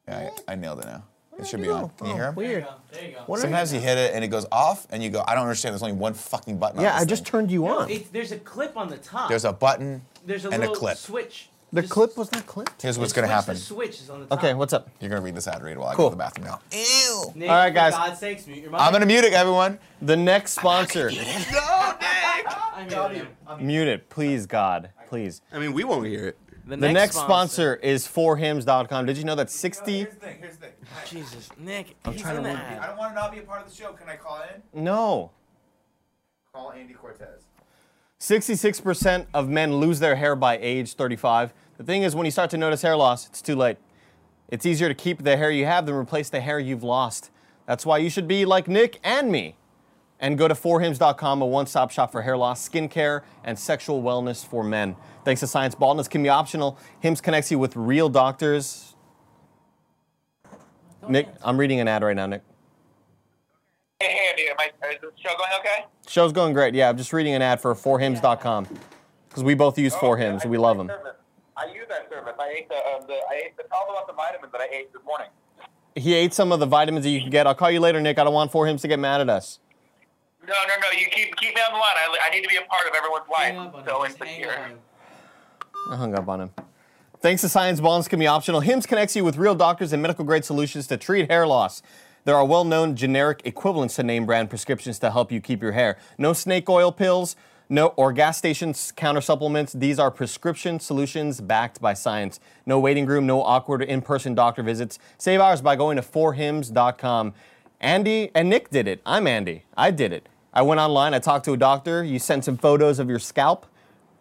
A: Yeah, I, I nailed it now. It
F: did
A: should
F: I
A: be
F: do?
A: on. Can you Oh, hear him?
D: There you go. There you go.
A: Sometimes you hit it and it goes off, and you go, I don't understand. There's only one fucking button.
B: Yeah,
A: on
B: I
A: this
B: just
A: thing."
B: turned you
D: No,
B: on.
D: it's- there's a clip on the top.
A: There's a button
D: There's a
A: and a
D: little
A: clip.
D: switch.
B: The
D: Just-
B: clip was not clipped.
A: Here's what's
D: the
A: gonna
D: switch-
A: happen.
D: The switch is on the top.
B: Okay, what's up?
A: You're gonna read this ad read while I
B: Cool.
A: go to the bathroom now. Ew.
D: Nick,
B: All right,
D: for
B: guys.
D: God's sakes, mute your mic.
A: I'm gonna mute it, everyone.
B: The next sponsor.
D: I muted him.
B: Mute it, please, God. Please.
C: I mean, we won't hear it.
B: The next sponsor is 4hymns.com. Did you know that 60?
E: the thing. Here's the thing.
D: Jesus, Nick.
B: I'm
D: he's
B: trying to
D: in the
B: look-
D: ad.
E: I don't want to not be a part of the show. Can I call in?
B: No.
E: Call Andy Cortez.
B: 66% of men lose their hair by age 35. The thing is, when you start to notice hair loss, it's too late. It's easier to keep the hair you have than replace the hair you've lost. That's why you should be like Nick and me and go to 4hims.com, a one stop shop for hair loss, skincare, and sexual wellness for men. Thanks to science, baldness can be optional. Hims connects you with real doctors. Nick, I'm reading an ad right now, Nick.
G: Hey, Andy, am I
B: Show's going great. Yeah, I'm just reading an ad for forhims.com because we both use
G: Oh,
B: for
G: yeah,
B: hims.
G: I
B: We
G: use
B: love
G: that
B: them.
G: service. I use that service. I ate the, uh, the I ate the all about the vitamins that I ate this morning.
B: He ate some of the vitamins that you can get. I'll call you later, Nick. I don't want for hims to get mad at us.
G: No, no, no. You keep keep me on the line. I, I need to be a part of everyone's life.
D: Hang up on
G: So
D: him. Just hang up on
G: insecure.
D: him.
B: I hung up on him. Thanks to science, bonds can be optional. HIMS connects you with real doctors and medical grade solutions to treat hair loss. There are well known generic equivalents to name brand prescriptions to help you keep your hair. No snake oil pills, no or gas station s- counter supplements. These are prescription solutions backed by science. No waiting room, no awkward in person doctor visits. Save hours by going to 4hims.com. Andy and Nick did it. I'm Andy. I did it. I went online, I talked to a doctor, you sent some photos of your scalp.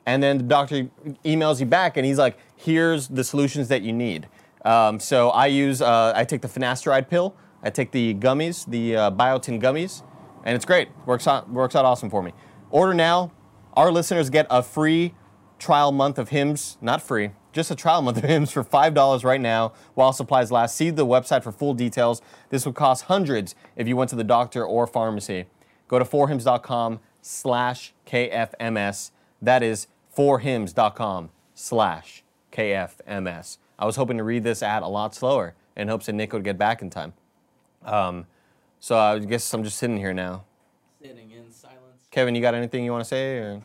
B: And then the doctor emails you back, and he's like, "Here's the solutions that you need." Um, so I use, uh, I take the finasteride pill, I take the gummies, the uh, biotin gummies, and it's great. works out works out awesome for me. Order now. Our listeners get a free trial month of hymns, not free, just a trial month of hymns for $5 right now while supplies last. See the website for full details. This would cost hundreds if you went to the doctor or pharmacy. Go to forhims.com slash KFMS. That is forhims.com slash KFMS. I was hoping to read this ad a lot slower in hopes that Nick would get back in time. Um, so I guess I'm just sitting here now.
D: Sitting in silence.
B: Kevin, you got anything you want to say? Or?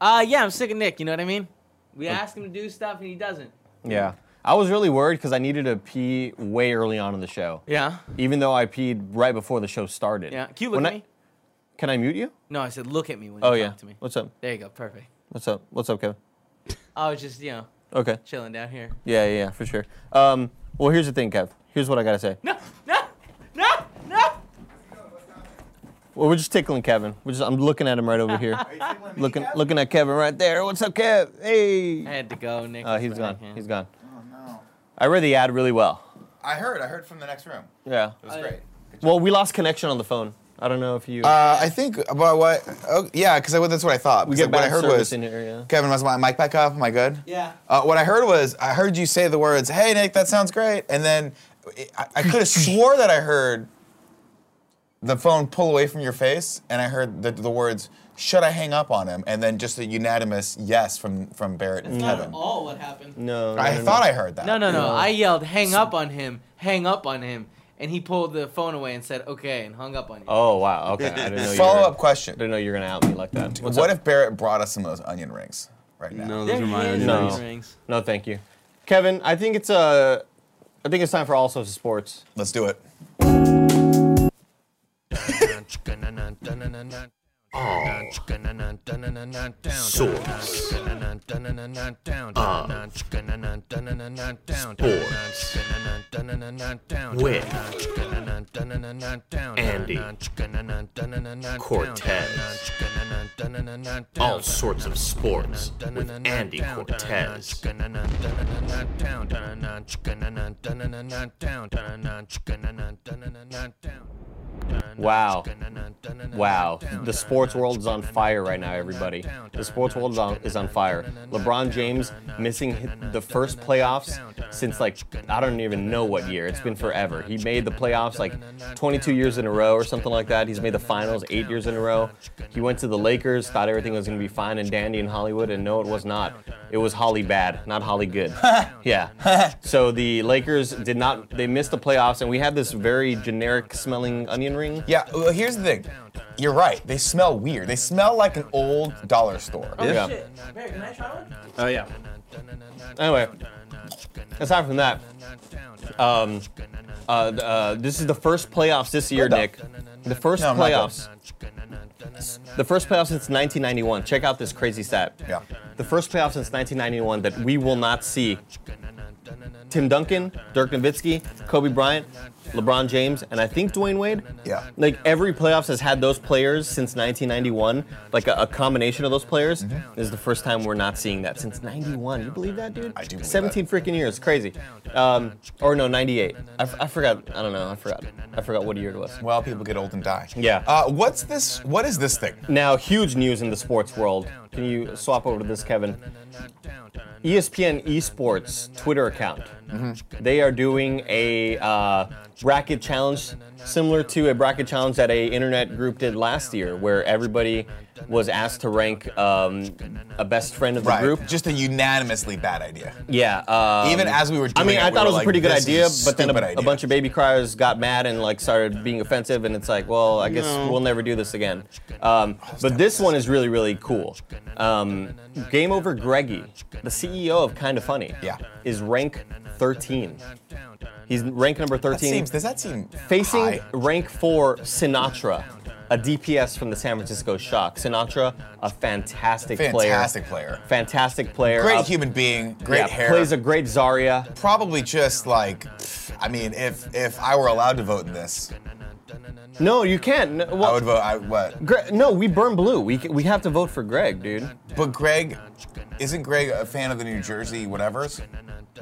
D: Uh, yeah, I'm sick of Nick. You know what I mean? We
B: Oh.
D: ask him to do stuff and he doesn't.
B: Yeah. I was really worried because I needed to pee way early on in the show.
D: Yeah.
B: Even though I peed right before the show started.
D: Yeah. Can you look
B: When
D: at
B: I-
D: me?
B: Can I mute you?
D: No, I said look at me when you
B: Oh
D: talk
B: yeah.
D: to me.
B: What's up?
D: There you go. Perfect.
B: What's up? What's up, Kevin?
D: I was just, you know,
B: Okay.
D: chilling down here.
B: Yeah, yeah, yeah, for sure. Um, well, here's the thing, Kev. Here's what I gotta say.
D: No, no, no, no.
B: Well, we're just tickling Kevin. We're just, I'm looking at him right over here. looking,
E: Kevin?
B: looking at Kevin right there. What's up, Kev? Hey.
D: I had to go, Nick.
B: Uh,
D: is
B: he's gone.
D: back, yeah.
B: He's gone.
E: Oh, no.
B: I read the ad really well.
A: I heard. I heard from the next room.
B: Oh, Yeah.
A: It was great.
B: Well, we lost connection on the phone. I don't know if you.
A: Uh, I think, but what? Oh, yeah, because that's what I thought.
B: we
A: 'Cause
B: get
A: what I
B: bad
A: heard
B: service
A: was
B: in here. Yeah.
A: Kevin, was my mic back up? Am I good?
D: Yeah.
A: Uh, what I heard was I heard you say the words, "Hey Nick, that sounds great," and then I, I could have swore that I heard the phone pull away from your face, and I heard the, the words, "Should I hang up on him?" And then just a unanimous yes from from Barrett and Kevin.
D: all what happened.
B: No. no,
A: I
B: no,
A: thought
B: no.
A: I heard that.
D: No, no, no. I yelled, hang up on him, hang up on him. And he pulled the phone away and said, okay, and hung up on you.
B: Oh wow. Okay. I didn't know. you
A: Follow
B: were-
A: up question:
B: I didn't know you were gonna out me like that. What's
A: What
B: up?
A: if Barrett brought us some of those onion rings right now?
C: No,
D: They're
C: those are my
D: his
C: onion
B: No.
C: rings.
D: onion rings.
B: No, thank you, Kevin. I think it's uh, I think it's time for all sorts of sports.
A: Let's do it.
H: Source. Sports. With Andy Cortez. All sorts of sports with Andy Cortez.
B: Wow. Wow. The sports world is on fire right now, everybody. The sports world is on, is on fire. LeBron James missing hi- the first playoffs since, like, I don't even know what year. It's been forever. He made the playoffs like 22 years in a row or something like that. He's made the finals eight years in a row. He went to the Lakers, thought everything was going to be fine and dandy in Hollywood, and no, it was not. It was Holly bad, not Holly good. yeah. so the Lakers did not, they missed the playoffs, and we had this very generic smelling onion ring.
A: Yeah, well, here's the thing. You're right. They smell weird. They smell like an old dollar store.
B: Yeah.
D: Barry, can I try one?
C: Oh yeah.
B: Anyway, aside from that, um, uh, uh, this is the first playoffs this year,
A: Good
B: Nick. The first
A: No, I'm not
B: playoffs. The first playoffs since 1991. Check out this crazy stat.
A: Yeah.
B: The first playoffs since 1991 that we will not see. Tim Duncan, Dirk Nowitzki, Kobe Bryant, LeBron James, and I think Dwayne Wade.
A: Yeah.
B: Like every playoffs has had those players since 1991. Like a, a combination of those players.
A: Mm-hmm.
B: This is the first time we're not seeing that since 91. You believe that, dude?
A: I do believe
B: 17 freaking years. Crazy. Um, or no, 98. I, f- I forgot. I don't know. I forgot. I forgot what year it was.
A: Well, people get old and die.
B: Yeah.
A: Uh, what's this? What is this thing?
B: Now, huge news in the sports world. Can you swap over to this, Kevin? E
A: Mm-hmm.
B: ESPN Esports Twitter account. They are doing a uh, bracket challenge similar to a bracket challenge that a internet group did last year, where everybody was asked to rank um, a best friend of the
A: right.
B: group.
A: Just a unanimously bad idea.
B: Yeah. Um,
A: Even as we were
B: I mean,
A: doing it,
B: I
A: we
B: thought
A: were
B: it was
A: like,
B: a pretty good
A: "This
B: idea,
A: is a
B: but then a,
A: stupid
B: a
A: idea."
B: bunch of baby criers got mad and like started being offensive, and it's like, well, I guess
C: No.
B: we'll never do this again. Um, but this one is really, really cool. Um, Game Over Greggy, the CEO of Kinda Funny,
A: Yeah.
B: is rank 13. He's rank number 13
A: That seems, does that seem
B: facing
A: high?
B: rank four Sinatra, a DPS from the San Francisco Shock. Sinatra, a fantastic,
A: Fantastic player.
B: fantastic player, Uh,
A: Great
B: up-
A: human being. Great
B: yeah,
A: hair.
B: plays a great Zarya.
A: probably just like, I mean, if if I were allowed to vote in this,
B: No, you can't. N-
A: I
B: Well,
A: would vote. I what?
B: Gre- no, we burn blue. We, c- we have to vote for Greg, dude.
A: But Greg, isn't Greg a fan of the New Jersey whatevers?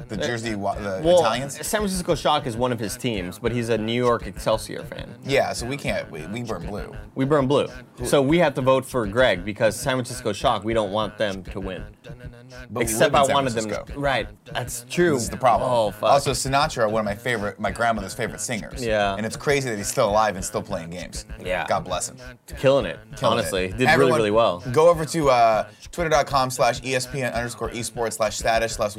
A: The Jersey, wa- the
B: Uh, Well,
A: Italians.
B: San Francisco Shock is one of his teams, but he's a New York Excelsior fan.
A: Yeah, so we can't. We, we burn blue.
B: We burn blue. So we have to vote for Greg because San Francisco Shock, we don't want them to win.
A: But we
B: Except
A: live
B: I
A: in San
B: wanted them
A: Francisco.
B: to. Right. That's true.
A: This is the problem.
B: Oh, fuck.
A: Also, Sinatra, one of my favorite, my grandmother's favorite singers.
B: Yeah.
A: And it's crazy that he's still alive and still playing games.
B: Yeah.
A: God bless him.
B: killing
A: Killing
B: it.
A: it.
B: honestly, did
A: Everyone,
B: really really well.
A: Go over to uh, twitter.com slash E ESPN underscore esports slash status slash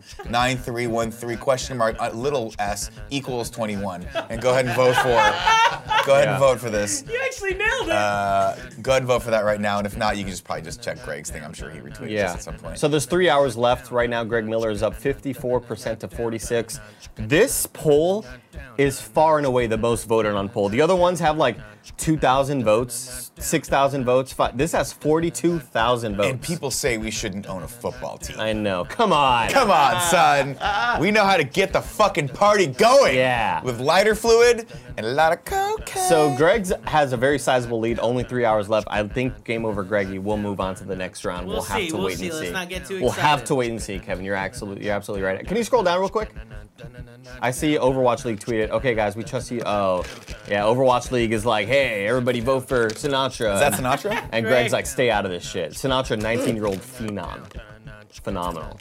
A: 1110668081209229313 question mark uh, little s equals 21. And go ahead and vote for Go ahead
B: Yeah.
A: and vote for this.
D: You actually nailed it.
A: Uh, go ahead and vote for that right now. And if not, you can just probably just check Greg's thing. I'm sure he retweeted
B: Yeah.
A: this at some point.
B: So there's three hours left right now. Greg Miller is up 54% to 46. This poll is far and away the most voted on poll. The other ones have like 2,000 votes, 6,000 votes. Five. This has 42,000 votes.
A: And people say we shouldn't own a football team.
B: I know. Come on.
A: Come on, son. We know how to get the fucking party going.
B: Yeah.
A: With lighter fluid and a lot of cocaine.
B: So Greg's has a very sizable lead. Only three hours left. I think game over, Greggy. We'll move on to the next round. We'll,
D: We'll
B: have
D: see,
B: to
D: we'll
B: wait
D: see.
B: and
D: Let's
B: see.
D: not get too
B: we'll have
D: excited.
B: to wait and see, Kevin. You're absolutely, you're absolutely right. Can you scroll down real quick? I see Overwatch League tweeted. Okay, guys, we trust you. Oh, yeah. Overwatch League is like, hey, everybody vote for Sinatra.
A: Is that Sinatra?
B: And Greg's like, stay out of this shit. Sinatra, 19-year-old phenom, phenomenal.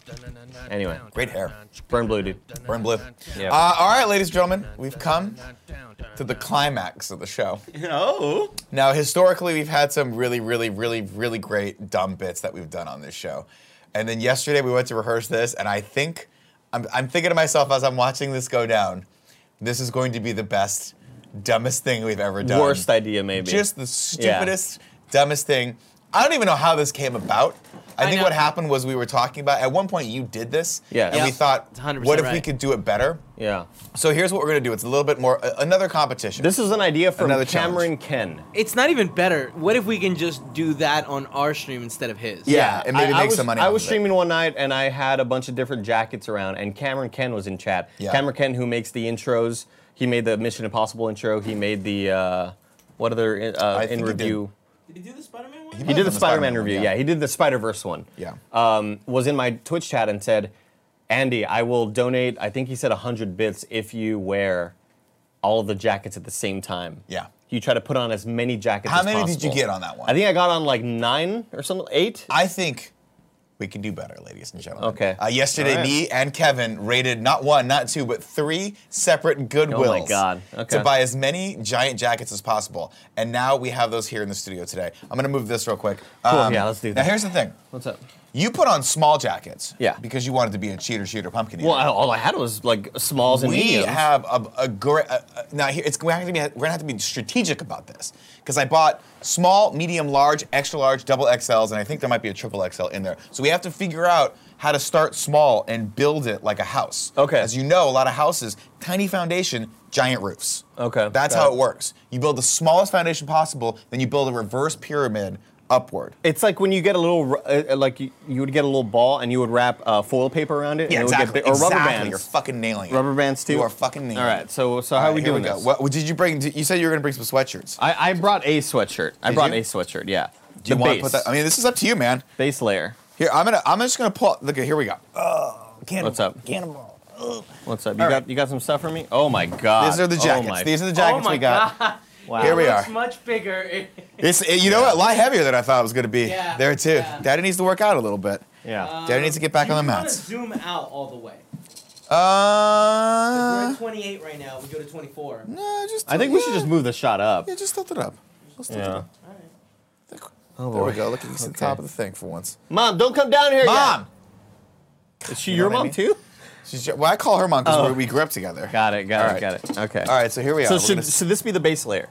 B: Anyway,
A: Great hair.
B: burn blue, dude.
A: Burn blue.
B: Yeah.
A: Uh, all right, ladies and gentlemen, we've come to the climax of the show.
C: Oh.
A: Now, historically, we've had some really, really, really, really great dumb bits that we've done on this show. And then yesterday we went to rehearse this, and I think, I'm, I'm thinking to myself as I'm watching this go down, this is going to be the best, dumbest thing we've ever done.
B: Worst idea, maybe.
A: Just the stupidest, dumbest thing. I don't even know how this came about. I,
D: I
A: think
D: know.
A: what happened was we were talking about, at one point you did this,
B: Yeah.
A: and we
B: Yep.
A: thought,
D: It's 100%
A: what if we
D: right.
A: could do it better?
B: yeah.
A: So here's what we're gonna do. It's a little bit more, uh, another competition.
B: This is an idea from
A: Another
B: Cameron Ken.
D: It's not even better. What if we can just do that on our stream instead of his?
A: Yeah, and maybe
B: I, I
A: make
B: was,
A: some money
B: I
A: off
B: was
A: of it.
B: streaming one night and I had a bunch of different jackets around, and Cameron Ken was in chat.
A: Yeah.
B: Cameron Ken, who makes the intros, he made the Mission Impossible intro. He made the uh, what other uh,
A: I think
B: in
A: he did.
B: review.
D: Did he do the Spider-Man one?
A: might
B: He
A: have
B: did the
A: done
B: Spider
A: Spider-Man
B: Man
A: one,
B: review. Yeah. he did the Spider Verse one.
A: Yeah.
B: Um, was in my Twitch chat and said, Andy, I will donate, I think he said 100 bits if you wear all of the jackets at the same time.
A: Yeah.
B: You try to put on as many jackets
A: How
B: as
A: many did you
B: possible.
A: get on that one?
B: I think I got on like nine or something, eight.
A: I think we can do better, ladies and gentlemen.
B: Okay.
A: Uh, yesterday,
B: All right.
A: me and Kevin rated not one, not two, but three separate Goodwills.
B: Oh God.
A: To
B: Okay.
A: buy as many giant jackets as possible. And now we have those here in the studio today. I'm going to move this real quick. Um,
B: Cool, yeah, let's do
A: Now,
B: that.
A: here's the thing.
B: What's up?
A: You put on small jackets.
B: Yeah.
A: Because you wanted to be a cheater, shooter, pumpkin eater.
B: Well, I- all I had was like smalls and
A: we
B: mediums.
A: have a, a great. Uh, now here, it's we're going to be we're going to have to be strategic about this because I bought small, medium, large, extra large, double XLs, and I think there might be a triple XL in there. So we have to figure out how to start small and build it like a house.
B: Okay.
A: As you know, a lot of houses, tiny foundation, giant roofs.
B: Okay,
A: That's
B: got
A: how
B: it.
A: it works. You build the smallest foundation possible, then you build a reverse pyramid upward.
B: it's like when you get a little, r- uh, uh, like you, you would get a little ball and you would wrap uh, foil paper around it. and it would get big- or rubber
A: exactly.
B: bands.
A: You're fucking nailing it.
B: Rubber bands too.
A: You are fucking nailing
B: All
A: it.
B: right. So so how are we
A: Here
B: doing
A: go.
B: this?
A: What, did you bring? You said you were going to bring some sweatshirts.
B: I, I brought a sweatshirt. I brought
A: you?
B: a sweatshirt. Yeah.
A: Do you
B: the
A: want to
B: base,
A: put that? I mean, this is up to you, man.
B: base layer.
A: Here, I'm gonna. I'm just gonna pull. Look, here we go. Uh, cannonball,
B: What's up?
A: Cannonball. Ugh.
B: What's up? You
A: All
B: got
A: right.
B: you got some stuff for me? Oh my god.
A: These are the
B: Oh
A: jackets.
B: my-
A: These are the jackets
D: oh my
A: we got.
D: god.
B: wow.
A: here we
D: It
A: are.
D: looks much bigger.
A: It's it- you know what? A lot heavier than I thought it was gonna be.
D: Yeah,
A: There too.
D: yeah.
A: Daddy needs to work out a little bit.
B: Yeah.
A: Daddy needs to get back on the
D: You wanna
A: mats.
D: Zoom out all the way.
A: Uh,
D: We're at 28 right now. We go to 24.
A: no, just
B: I think we should
A: yeah,
B: just move the shot up.
A: yeah, just tilt it up. Let's tilt it
B: Yeah.
A: up. Oh, there we go. Look, you can see the top of the thing for once.
B: Mom, don't come down here.
A: Mom,
B: yet. is she
A: You
B: your
A: know what I
B: mom
A: mean?
B: too?
A: She's ju- well, I call her mom because
B: Oh.
A: we grew up together.
B: Got it. Got
A: All
B: it.
A: right.
B: Got it. Okay.
A: All right, so here we are.
B: So
A: We're
B: should
A: gonna-
B: should this be the base layer?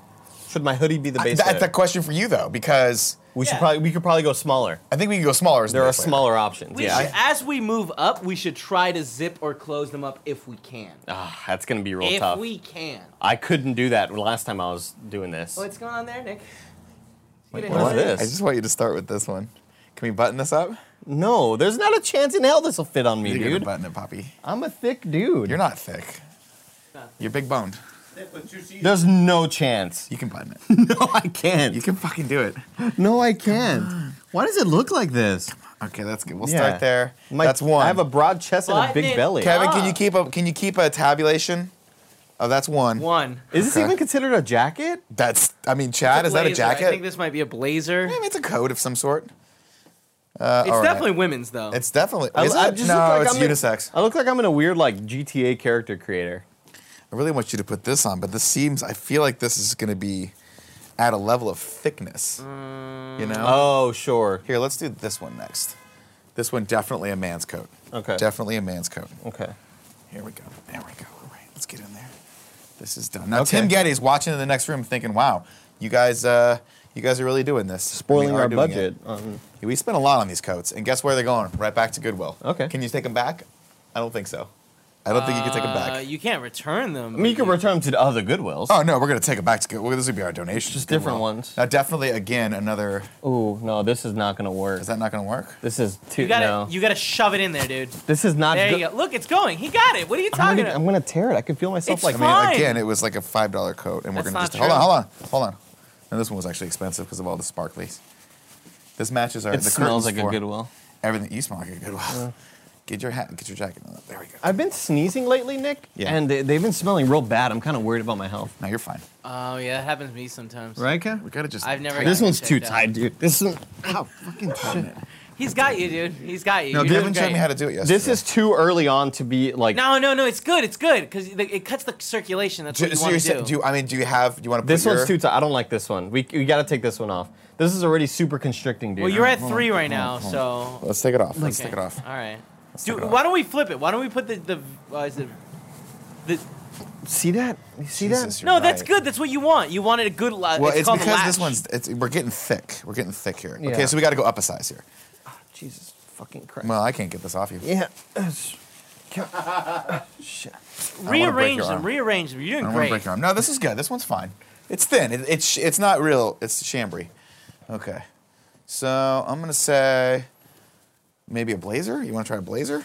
B: Should my hoodie be the base
A: that's
B: layer?
A: a question for you though, because
B: we should
D: Yeah.
B: probably we could probably go smaller.
A: I think we can go smaller. As the
B: There are
A: base layer.
B: smaller options.
D: We
B: yeah.
D: should, as we move up, we should try to zip or close them up if we can.
B: Ah, that's gonna be real
D: if
B: tough.
D: we can.
B: I couldn't do that last time I was doing this.
D: What's going on there, Nick?
B: Wait, what is this?
A: I just want you to start with this one. Can we button this up?
B: no, there's not a chance in hell this will fit on me,
A: You're gonna
B: dude.
A: button it, Poppy.
B: I'm a thick dude.
A: You're not thick. You're big boned.
B: There's no chance.
A: You can button it.
B: No, I can't.
A: you can fucking do it.
B: No, I can't. Why does it look like this?
A: Okay, that's good. We'll
B: Yeah.
A: start there.
B: My-
A: that's one.
B: I have a broad chest and a
D: Button
B: big
D: it
B: belly.
A: Kevin,
D: Ah.
A: can you keep a can you keep a tabulation? Oh, that's one.
D: One.
B: Is this
A: Okay.
B: even considered a jacket?
A: That's I mean, Chad, is that a
D: Blazer. I think
A: jacket?
D: this might be a blazer.
A: I mean, it's a coat of some sort. Uh,
D: it's
A: all right.
D: definitely women's though.
A: It's definitely.
B: I-
A: is
B: I
A: it?
B: just
A: no,
B: look like
A: it's
B: I'm in-
A: unisex.
B: I look like I'm in a weird like GTA character creator.
A: I really want you to put this on, but this seems. I feel like this is going to be at a level of thickness. You know.
B: Oh, sure.
A: Here, let's do this one next. This one definitely a man's coat.
B: Okay. Oh.
A: Definitely a man's coat.
B: Okay.
A: Here we go. There we go. All right, let's get in there. This is done. Now
B: Okay.
A: Tim Getty's watching in the next room, thinking, "Wow, you guys, uh, you guys are really doing this,
B: Spoiling
A: We are
B: our
A: doing
B: budget.
A: it.
B: Um,
A: We spent a lot on these coats, and guess where they're going? Right back to Goodwill.
B: Okay.
A: Can you take them back? I don't think so. I don't think you can take them
D: Uh,
A: back.
D: you can't return them.
B: I mean, you can return them to other Goodwills.
A: Oh no, we're gonna take it back to Goodwill. This would be our donation.
B: Just
A: to Goodwill.
B: different ones.
A: Now, definitely again another.
B: Ooh, no, this is not gonna work.
A: Is that not gonna work?
B: this is too.
D: You gotta,
B: no.
D: you gotta shove it in there, dude.
B: this is not.
D: There
B: go-
D: you go. Look, it's going. He got it. What are you
B: I'm
D: talking
B: gonna, I'm
D: about?
B: gonna tear it. I can feel myself
D: It's
B: like.
A: I mean,
D: Fine.
A: again, it was like a five dollar coat, and we're
D: That's
A: gonna
D: not
A: just hold on,
D: true.
A: hold on, hold on. And this one was actually expensive because of all the sparklies. This matches our.
B: It
A: the
B: smells
A: curtains
B: like a
A: for
B: Goodwill.
A: Everything you smell like a Goodwill. Get your hat. Get your jacket. On. There we go.
B: I've been sneezing lately, Nick,
A: Yeah.
B: and they, they've been smelling real bad. I'm kind of worried about my health.
A: Now you're fine.
D: Oh yeah, that happens to me sometimes.
B: Right, Kev?
A: We gotta just.
D: I've never.
B: This
D: gotten
B: one's too
D: checked out.
B: tight, dude. This is
A: Ow, fucking tighten it.
D: He's got you, dude. He's got you.
A: No,
D: You're
A: Kevin
D: doing
A: showed me
D: great.
A: how to do it yesterday.
B: this is too early on to be like.
D: No, no, no. It's good. It's good because it cuts the circulation. That's
A: Do,
D: what you
A: so
D: want
A: you're
D: to
A: saying-
D: do.
A: do you, I mean, do you have? Do you want to?
B: This
A: put
B: one's
A: your,
B: too tight. I don't like this one. We we gotta take this one off. This is already super constricting, dude.
D: well, you're at
A: Hold on,
D: three right
A: hold on,
D: now,
A: hold
D: so.
A: Let's take it off. Let's
D: okay.
A: take it off.
D: All right.
A: take
D: Dude,
A: it off.
D: why don't we flip it? Why don't we put the the uh, is it the
B: see that? You see
A: Jesus,
B: that?
A: you're
D: No, that's
A: right.
D: good. That's what you want. You wanted a good lot.
A: Well, it's,
D: called a
A: because this
D: latch.
A: one's. It's, we're getting thick. We're getting thick here.
B: Yeah.
A: Okay, so we got to go up a size here.
B: Jesus fucking Christ.
A: Well, I can't get this off you.
B: yeah. that's- Shit.
A: wanna break
D: rearrange
A: your
D: them.
A: arm.
D: Rearrange them. You're
A: I
D: doing
A: don't want to
D: great.
A: break your arm. No, this is good. This one's fine. It's thin. It, it's it's not real. It's chambray. Okay. So I'm gonna say maybe a blazer. You want to try a blazer?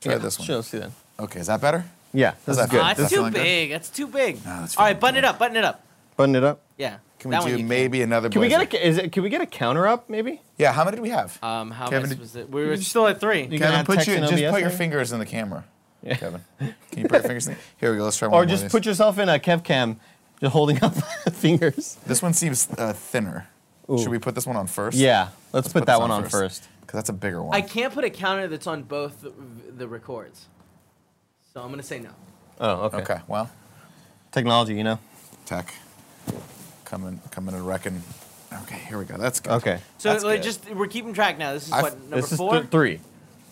A: Try
B: Yeah,
A: this one.
B: Sure, let's see that.
A: Okay, is that better?
B: Yeah, this
A: that
B: is good.
A: feel?
D: Ah,
A: Does
D: that's
A: that
D: too
A: feel good?
D: big. That's too big.
A: No, that's
D: All right,
A: fine.
D: button it up. Button it up.
B: Button it up.
D: Yeah.
A: Can
D: that
A: we
D: one
A: do
D: you
A: maybe another?
B: Can we
A: blazer?
B: get a is it? Can we get a counter up maybe?
A: Yeah. How many did we have?
D: Um, how
A: Kevin,
D: much
A: did-
D: was it? We were still at three.
B: You
A: Kevin,
B: add
A: put
B: text
A: your
B: in
A: just
B: OBS
A: put your
B: there?
A: fingers in the camera.
B: Yeah.
A: Kevin, can you put your fingers in? the- Here we go. Let's try one
B: Or
A: more.
B: just
A: of
B: put
A: these.
B: yourself in a kev cam, just holding up fingers.
A: This one seems uh, thinner.
B: Ooh.
A: Should we put this one on first?
B: Yeah, let's, put,
A: put
B: that
A: this
B: one
A: on
B: on
A: first.
B: first.
A: Because that's a bigger one.
D: I can't put a counter that's on both the, the records. So I'm gonna say no.
B: Oh, okay.
A: Okay. Well,
B: Technology, you know.
A: tech coming coming and wrecking. Okay. Here we go. That's good.
B: Okay.
D: So
A: That's
D: like,
A: good.
D: just we're keeping track now. This is
A: I've-
D: what number
B: this is
D: four.
B: th- three.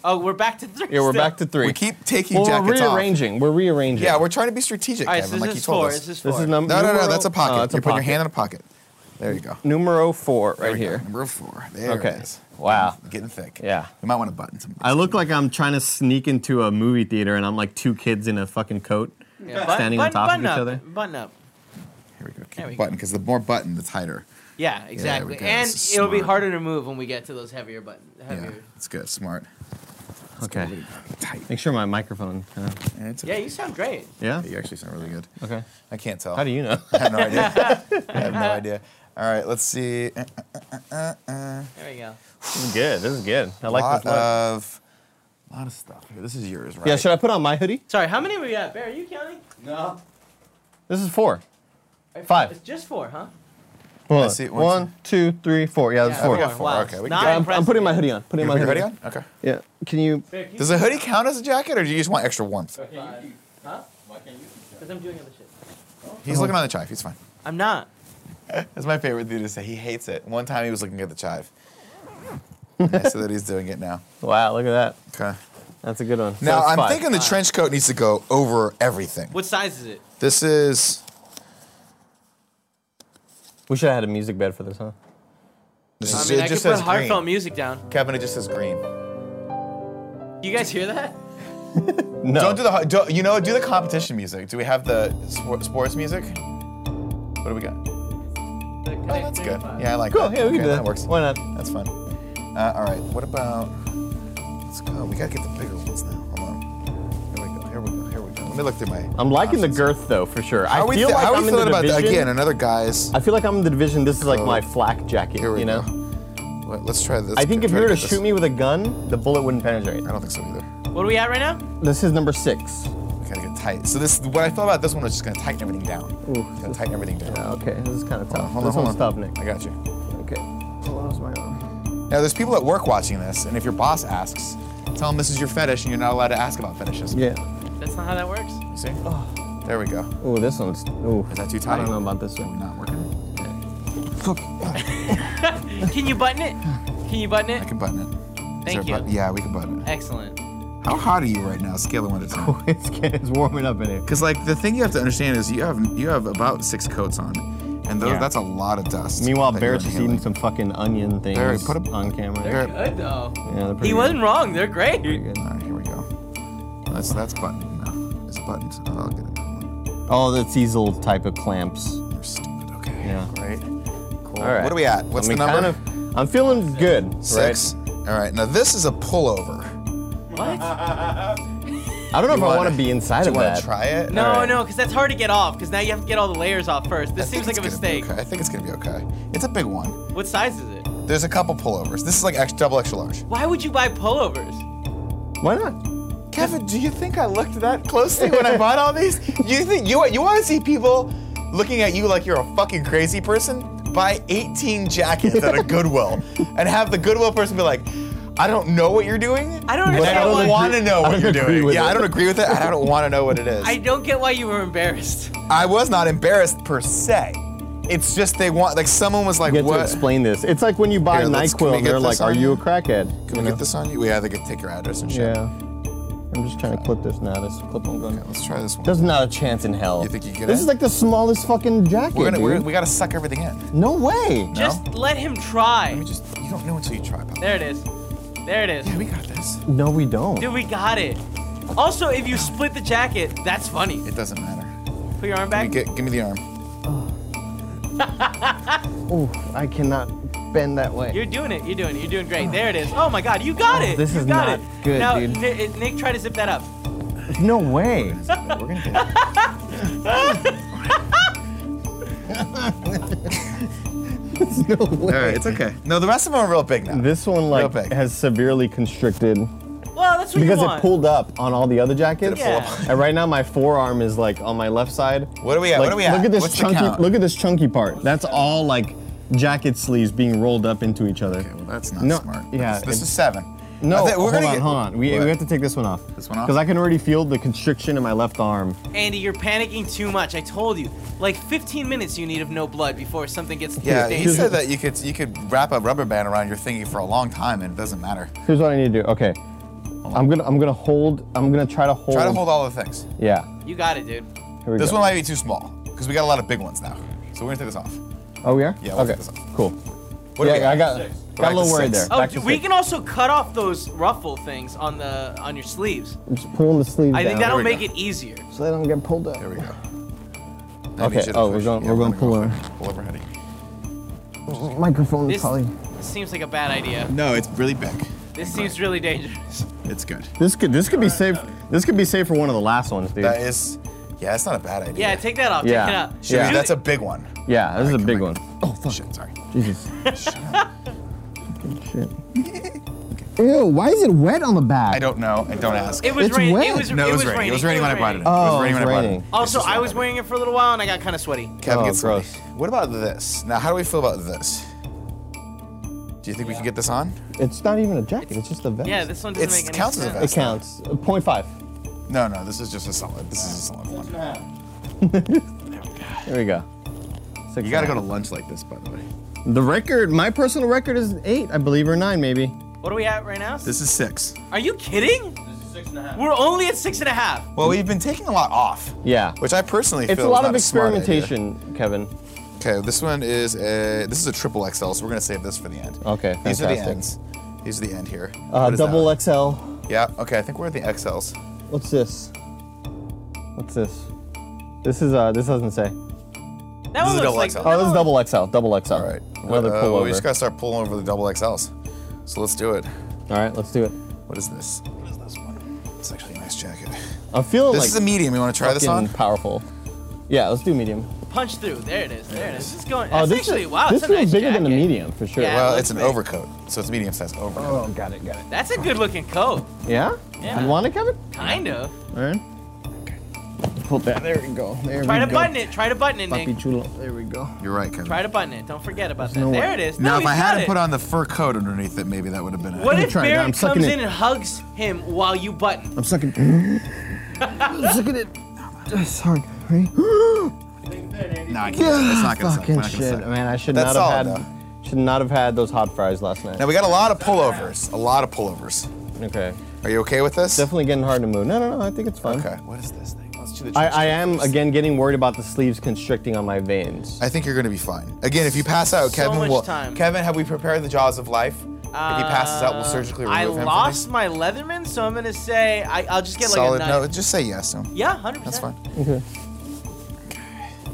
D: oh, we're back to three.
B: Yeah, we're
D: still.
B: back to three.
A: We keep taking
B: well, we're
A: jackets off.
B: rearranging. We're rearranging.
A: Yeah, we're trying to be strategic,
D: All right,
A: Kevin.
D: so
A: like
D: this
A: you
D: is
A: told
D: four.
A: us.
D: This is four.
B: This is number.
A: no, no, no. That's a pocket.
B: Oh, that's
A: you
B: a
A: put
B: pocket.
A: your hand in a pocket. There you go.
B: Numero four,
A: There
B: right
A: we go.
B: here.
A: Number four. There
B: Okay.
A: it is.
B: Wow.
A: Getting thick.
B: Yeah.
A: You might want to button some.
B: I look like I'm trying to sneak into a movie theater, and I'm like two kids in a fucking coat.
D: Yeah, button-
B: Standing on
D: button-
B: top of
D: button
B: each
D: up,
B: other.
D: Button up.
A: Here we go. Keep
D: There we
A: the
D: go.
A: button because the more button, the tighter.
D: Yeah, exactly.
A: go.
D: and
A: This is
D: it'll be
A: smart.
D: harder to move when we get to those heavier button. Heavier.
A: Yeah, it's good. Smart.
B: Okay.
A: Tight.
B: Make sure my microphone. uh,
A: Yeah, it's
D: Yeah,
A: okay.
D: you sound great.
B: yeah.
A: You actually sound really good.
B: Okay.
A: I can't tell.
B: How do you know?
A: I have no idea. I have no idea. All right, let's see. A
D: There we go.
B: this is good. This is good. I like
A: lot
B: this. look.
A: of, lot of stuff here. This is yours, right?
B: Yeah. Should I put on my hoodie?
D: Sorry, how many we got? Bear, are you counting?
B: This is four. Five.
D: It's just four, huh?
H: Hold
A: see it
H: on.
A: once.
H: One, two, three, four. Yeah, there's
D: Yeah,
H: four.
A: got four. Okay, we
D: Not
A: can-
B: I'm, I'm
D: impressive.
B: putting my hoodie on. Putting my
A: Put your
B: hoodie
A: hoodie
B: on.
A: on? Okay.
H: Yeah. Can you?
A: Does a hoodie count as a jacket, or do you just want extra warmth?
D: Huh? Because I'm doing other shit.
A: He's looking on the chive. He's fine.
D: I'm not.
A: That's my favorite thing to say. He hates it. One time he was looking at the chive. I see that he's doing it now.
B: Wow, look at that.
A: Okay.
B: That's a good one. So
A: Now
B: it's
A: I'm
B: five.
A: thinking the trench coat needs to go over everything.
D: What size is it?
A: This is
B: we should have had a music bed for this, huh?
A: this
D: I
A: is
D: mean,
A: it
D: I could
A: just
D: put
A: says
D: heartfelt
A: green.
D: music down.
A: Kevin, it just says green.
D: You guys hear that?
B: No.
A: Don't do the do you know do the competition music. Do we have the spor- sports music? What do we got? Oh, that's good. Yeah, I like
B: Cool.
A: that.
B: Yeah, we can
A: Okay,
B: do that.
A: That works.
B: Why not?
A: That's fun. Uh, all right. What about? Let's go. We gotta get the bigger ones now. Hold on. Here we go. Here we go. Here we go. Let me look through my.
B: I'm liking the
A: options.
B: girth though, for sure.
A: How are
B: I
A: we,
B: feel
A: fe-
B: like
A: how are
B: I'm
A: we
B: in the
A: feeling about that?
B: division.
A: Again, another guy's.
B: I feel like I'm in the division. This is like my
A: So,
B: flak jacket,
A: Here we
B: you know.
A: go. Wait, let's try this.
B: I think if you
A: Try
B: were
A: get
B: to shoot
A: this.
B: me with a gun, the bullet wouldn't penetrate.
A: I don't think so either.
D: What are we at right now?
B: This is number six.
A: We gotta get tight. So this, what I felt about this one was just gonna tighten everything down. It's gonna tighten everything down.
B: Yeah, okay, this is kind of
A: Hold on,
B: tough.
A: hold
B: this
A: on,
B: one's
A: hold on.
B: tough, Nick.
A: I got you.
B: Okay.
A: Now, there's people at work watching this, and if your boss asks, tell them this is your fetish, and you're not allowed to ask about fetishes.
B: Yeah.
D: That's not how that works.
A: See? There we go.
B: Oh, this one's. Ooh.
A: Is that too
B: I
A: tight?
B: don't know about this
A: Probably
B: one.
A: not working.
D: Can you button it? Can you button
A: I
D: it?
A: can button it. Is
D: Thank
A: there a
D: you.
A: button? Yeah, we can button it.
D: Excellent.
A: How hot are you right now? Scale of one to ten.
B: it's, it's warming up in here.
A: Because like the thing you have to understand is you have you have about six coats on, and those,
B: Yeah.
A: that's a lot of dust.
B: Meanwhile,
A: that you're
B: Barrett's just eating
A: inhaling.
B: some fucking onion things
A: Barrett, put a-
B: on camera.
A: Barrett,
D: Good though.
B: yeah, they're pretty
D: He
B: good.
D: wasn't wrong. They're great.
B: Pretty good.
A: All right, here we go. That's that's buttoned now. It's buttoned. Oh, I'll get it. Hold on.
B: Oh, that's these little type of clamps.
A: You're stupid. Okay.
B: Yeah.
A: Great. Cool.
B: All right.
A: What are we at? What's
B: I mean,
A: the number?
B: Kind of, I'm feeling good.
A: Six. All right. Now this is a pullover.
D: What?
B: Right? I don't know if I want to be inside
A: Do
B: of
A: you want
B: that.
A: to try it?
D: No,
A: All right.
D: no, because that's hard to get off. Because now you have to get all the layers off first.
A: I
D: This
A: think
D: seems like a
A: it's gonna be
D: mistake.
A: okay. I think it's gonna be okay. It's a big one.
D: What size is it?
A: There's a couple pullovers. This is like extra, double extra large.
D: Why would you buy pullovers?
B: Why not?
A: Kevin, do you think I looked that closely when I bought all these? You think you you want to see people looking at you like you're a fucking crazy person? Buy 18 jackets at a Goodwill and have the Goodwill person be like, I don't know what you're doing.
D: I don't
A: and I
D: understand
A: don't
D: why-
A: want to know
B: I
A: what
B: don't
A: you're
B: agree
A: doing.
B: with
A: Yeah,
B: it.
A: I don't agree with it. and I don't want to know what it is.
D: I don't get why you were embarrassed.
A: I was not embarrassed per se. It's just they want like someone was like,
B: You have
A: what?
B: to explain this. It's like when you buy
A: Here, let's- can we
B: NyQuil and
A: get
B: they're
A: this
B: like, "Are
A: on
B: you a
A: you?"
B: crackhead?"
A: Can we
B: You know?
A: get this on you? Yeah, they could take your address and shit.
B: Yeah. I'm just trying to clip this now. This clip on going.
A: Let's try this one.
B: There's not a chance in hell.
A: You think you get
B: this
A: it?
B: is like the smallest fucking jacket,
A: we're gonna,
B: dude.
A: we're, we gotta suck everything in.
B: no way.
D: Just let him
A: Let
D: try.
A: me just, you don't know until you try, pal.
D: There it is. There it is.
A: Yeah, we got this.
B: No, we don't.
D: Dude, we got it. Also, if you split the jacket, that's funny.
A: It doesn't matter.
D: Put your arm
A: Give me,
D: back.
A: get, give me the arm.
B: Oh, I cannot bend that way.
D: You're doing it. You're doing it. You're doing great. There it is. Oh my God, you got
B: Oh,
D: it.
B: this
D: you
B: is
D: got
B: not
D: it.
B: good,
D: now,
B: dude.
D: Ni- Nick, try to zip that up.
B: no way.
A: We're gonna get it.
B: no way.
A: All right, it's okay. No, the rest of them are real big now.
B: This one like
A: Real big.
B: has severely constricted
D: Well, that's what
B: because
D: you want.
B: it pulled up on all the other jackets.
D: pull up?
B: And right now my forearm is like on my left side.
A: What are we at?
B: Like,
A: what are we at?
B: Look at this
A: What's the
B: chunky.
A: count?
B: Look at this chunky part. That's all like jacket sleeves being rolled up into each other.
A: Okay, well, that's not
B: No,
A: smart.
B: yeah,
A: This, this
B: it-
A: is seven.
B: No,
A: I think-
B: hold
A: gonna
B: on,
A: get-
B: hold on. We,
A: What?
B: we have to take this one off.
A: This one off?
B: Because I can already feel the constriction in my left arm.
D: Andy, you're panicking too much. I told you. Like 15 minutes you need of no blood before something gets to
A: Yeah,
D: the
A: he
D: stage.
A: said that you could you could wrap a rubber band around your thingy for a long time and it doesn't matter.
B: Here's what I need to do. Okay, I'm gonna I'm gonna hold. I'm gonna try to hold.
A: Try to hold all the things.
B: Yeah.
D: You got it, dude.
B: Here we
A: This
B: go.
A: one might be too small because we got a lot of big ones now. So we're gonna take this off.
B: oh, we are.
A: Yeah, we'll
B: okay.
A: take this off.
B: Cool.
A: What do we
B: yeah,
A: got?
B: I got
A: Back
B: got a
A: to
B: little worried
A: six.
B: there.
D: Oh,
B: Back to
D: dude, we
B: six.
D: can also cut off those ruffle things on the on your sleeves.
B: I'm just pulling the sleeve
D: I
B: down
D: think that'll
A: there we
D: make
A: go.
D: it easier.
B: so they don't get pulled up.
A: There we go.
B: Okay, oh, we're going- we're going pull over.
A: Pull over, honey.
B: Microphone
D: This,
B: probably.
D: this seems like a bad idea.
A: No, it's really big.
D: This seems really dangerous.
A: It's good.
B: This could this could be safe. This could be safe for one of the last ones, dude.
A: That is, yeah, that's not a bad idea.
D: Yeah, take that off.
B: Yeah.
D: Take it out.
A: Shit,
B: Yeah.
D: Do
A: that's a
D: the-
A: big one.
B: yeah, this is a
A: Alright,
B: big
A: come
B: one.
A: back. Oh fuck. Shit, sorry.
B: Jesus. Shit. Ew, why is it wet on the back?
A: I don't know. I don't ask.
D: It was
B: It's
D: raining.
B: wet.
D: It was,
A: no,
D: it was raining.
A: It was raining when I brought it in.
B: Oh,
A: it was raining when
B: it's
A: I brought it in.
B: raining.
D: Also,
A: It's just
D: I
A: like-
D: was wearing it for a little while and I got kind of sweaty.
A: Kevin
B: Oh,
A: gets
B: gross.
A: What about this? Now, how do we feel about this? Do you think we can get this on?
B: It's not even a jacket. It's just a vest.
D: Yeah, this one doesn't
A: It
D: make any
A: counts as
D: sense.
A: a
B: It
A: vest.
B: counts. Uh, 0.5.
A: No, no, this is just a solid. This is a solid one.
B: There we go. Six
A: You gotta go
B: and
A: to
B: a
A: lunch like this, by the way.
B: half. The record, my personal record is eight, I believe, or nine, maybe.
D: What are we at right now?
A: This is six.
D: Are you kidding? We're only at six and a half.
A: Well, we've been taking a lot off,
B: Yeah.
A: which I personally
B: It's
A: feel
B: a
A: is
B: lot
A: not
B: of
A: smart idea.
B: experimentation, Kevin.
A: Okay, this one is a this is a triple XL, so we're gonna save this for the end.
B: Okay,
A: These are the
B: fantastic.
A: ends. These are the end here.
B: Uh,
A: What is that
B: double
A: one?
B: XL.
A: Yeah. Okay, I think we're at the XLs.
B: What's this? What's this? This is uh. This doesn't say.
D: That
A: This
D: one
A: is a
D: looks
A: double
D: like
A: XL.
B: Oh, this is double XL. Double XL.
A: All right.
B: Another
A: Uh,
B: pullover.
A: We just gotta start pulling over the double XLs. So let's do it.
B: All right, let's do it.
A: What is this? What is this one? It's actually a nice jacket.
B: I'm feeling
A: This
B: like
A: is a medium. You want to try this on?
B: fucking powerful. Yeah, let's do medium.
D: punch through. There it is. There it is. It's going.
B: Oh,
D: That's
B: this
D: actually
B: is,
D: wow.
B: This
D: that's a
B: feels
D: nice
B: bigger than the
D: jacket.
B: medium for sure.
D: Yeah.
A: Well,
D: looks
A: it's an
D: big.
A: overcoat, so it's a medium-sized overcoat.
B: Oh, got it, got it.
D: That's a good looking coat.
B: Yeah?
D: Yeah.
B: You want it, Kevin?
D: Kind of.
B: All right. Pull that. There we go. There we
D: Try to
B: go.
D: button it. Try to button it,
B: Papi
D: Nick.
B: chulo. There we go.
A: You're right, Kevin.
D: Oh. Try to button it. Don't forget about that.
B: no
D: there
B: way.
D: it is.
A: now,
D: no,
A: if
D: he's
A: I
D: got
A: hadn't
D: it.
A: put on the fur coat underneath it, maybe that would have been it.
D: What
B: I'm
D: if
B: trying it. I'm
D: Barrett
B: sucking
D: comes
B: it.
D: in and hugs him while you button?
B: I'm sucking. I'm sucking it. It's hard. Ready?
A: No, I can't. it's not gonna suck. We're
B: Fucking
A: not gonna
B: shit,
A: suck.
B: man. I should
A: That's
B: not have
A: solid,
B: had. Should not have had those hot fries last night.
A: Now we got a lot of pullovers. A lot of pullovers.
B: Okay.
A: Are you okay with this?
B: Definitely getting hard to move. No, no, no. I think it's fine.
A: Okay. What is this thing? Let's do the.
B: I,
A: trench
B: I
A: coat
B: am
A: first.
B: again getting worried about the sleeves constricting on my veins.
A: I think you're gonna be fine. Again, if you pass out,
D: So
A: Kevin
D: much
A: will.
D: time.
A: Kevin, have we prepared the jaws of life? if he passes out, we'll
D: Uh,
A: surgically remove
D: I
A: him. from
D: lost
A: these?
D: my Leatherman, so I'm gonna say I, I'll just get
A: Solid.
D: like a
A: no,
D: knife.
A: just say yes. No.
D: Yeah, hundred percent.
A: That's fine.
B: Okay.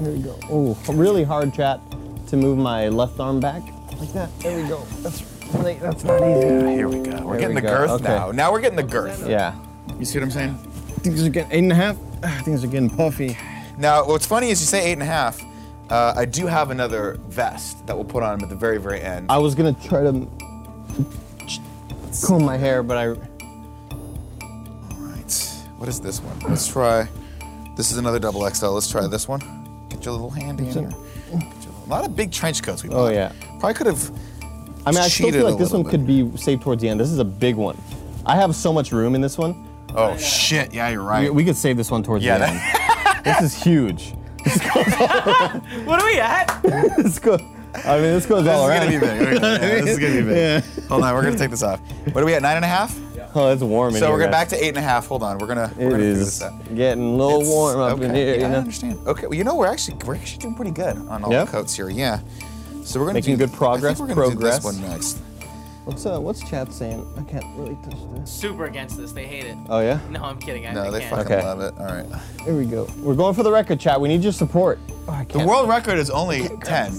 B: There we go. Oh, really hard chat to move my left arm back like that. There we go. That's really, that's not easy.
A: Here we go. We're
B: There
A: getting
B: we
A: the
B: go.
A: girth
B: Okay.
A: now. Now we're getting the girth.
B: Yeah.
A: You see what I'm saying?
B: Things are getting eight and a half. Ah, Things are getting puffy.
A: Now, what's funny is you say eight and a half. Uh, I do have another vest that we'll put on him at the very, very end.
B: I was gonna try to comb my hair, but I.
A: All right. What is this one? Let's try. This is another double XL. Let's try this one. Get your little hand in here. Get your little- A lot of big trench coats we bought.
B: Oh, yeah.
A: Probably could have.
B: I mean, I still
A: Cheated
B: feel
A: a
B: like this
A: little
B: one could be saved towards the end. This is a big one. I have so much room in this one.
A: Oh shit! Yeah, you're
B: We,
A: right.
B: we could save this one towards
A: Yeah,
B: the end. this is huge.
D: What are we at?
B: This goes. I mean, this goes
A: this
B: all
A: is
B: around.
A: gonna be big. We're gonna- yeah, this is gonna be big. Hold on, we're gonna take this off. What are we at? Nine and a half.
B: Oh, it's warm in
A: So
B: here.
A: we're gonna
B: guys.
A: back to eight and a half. Hold on, we're gonna. we're
B: It
A: gonna figure
B: is
A: this out.
B: getting a little
A: It's-
B: warm up in
A: okay,
B: here,
A: yeah,
B: you
A: I
B: know.
A: understand. Okay, well, you know we're actually we're actually doing pretty good on all
B: Yeah?
A: the coats here. Yeah. So we're gonna
B: Making
A: do,
B: good progress,
A: I think we're gonna
B: progress.
A: do this one next.
B: What's uh, what's chat saying? I can't really touch this.
D: Super against this. They hate it.
B: Oh yeah.
D: No, I'm kidding. I,
A: No,
D: I
A: they
D: can't.
A: fucking
B: Okay.
A: love it. All right.
B: Here we go. We're going for the record, chat. We need your support. Oh, I
A: The
B: can't.
A: world record is only ten.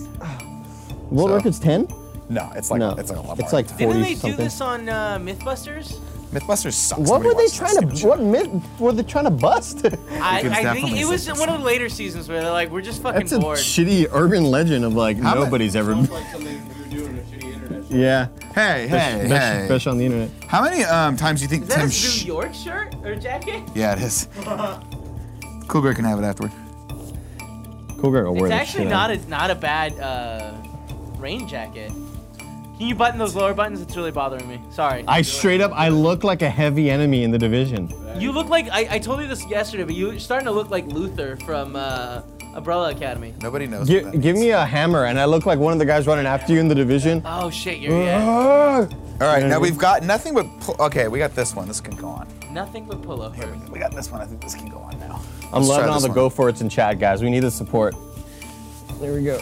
B: World
A: so-
B: record's ten.
A: No, it's like
B: no,
A: it's like a lot
B: it's
A: more.
B: like forty
D: Didn't they do
B: something.
D: this on uh, MythBusters?
A: MythBusters sucks.
B: What
A: Nobody
B: were they
A: watches that
B: trying
A: stupid
B: to?
A: shit.
B: What myth were they trying to bust?
D: I,
A: can
D: I think
A: definitely
D: it was
A: see this.
D: one of the later seasons where they're like, we're just fucking bored.
B: shitty urban legend of like
A: How ma-
B: ever.
I: like something we were doing on a shitty internet.
B: yeah.
A: Hey, hey,
B: Fish-
A: hey!
B: fish on the internet.
A: How many um, times do you think
D: Is that
A: Tim?
D: a
A: Sh-
D: New York shirt or jacket?
A: yeah, it is. cool, Greg can have it afterward.
B: Cool girl.
D: It's actually not a not a bad uh, rain jacket. Can you button those lower buttons? It's really bothering me. Sorry.
B: I straight up. I look like a heavy enemy in the division.
D: you look like I, I told you this yesterday, but you're starting to look like Luther from uh, Umbrella Academy.
A: Nobody knows. what
B: Give,
A: that
B: give
A: means.
B: me a hammer, and I look like one of the guys running after you in the division.
D: Oh shit, you're yeah.
A: All right, now we've got nothing but. Pl- okay, we got this one. This can go on.
D: Nothing but pullovers.
A: We got this one. I think this can go on now.
B: I'm
A: Let's try
B: loving all
A: this
B: the
A: one.
B: go for it's in chat, guys. We need the support. There we go.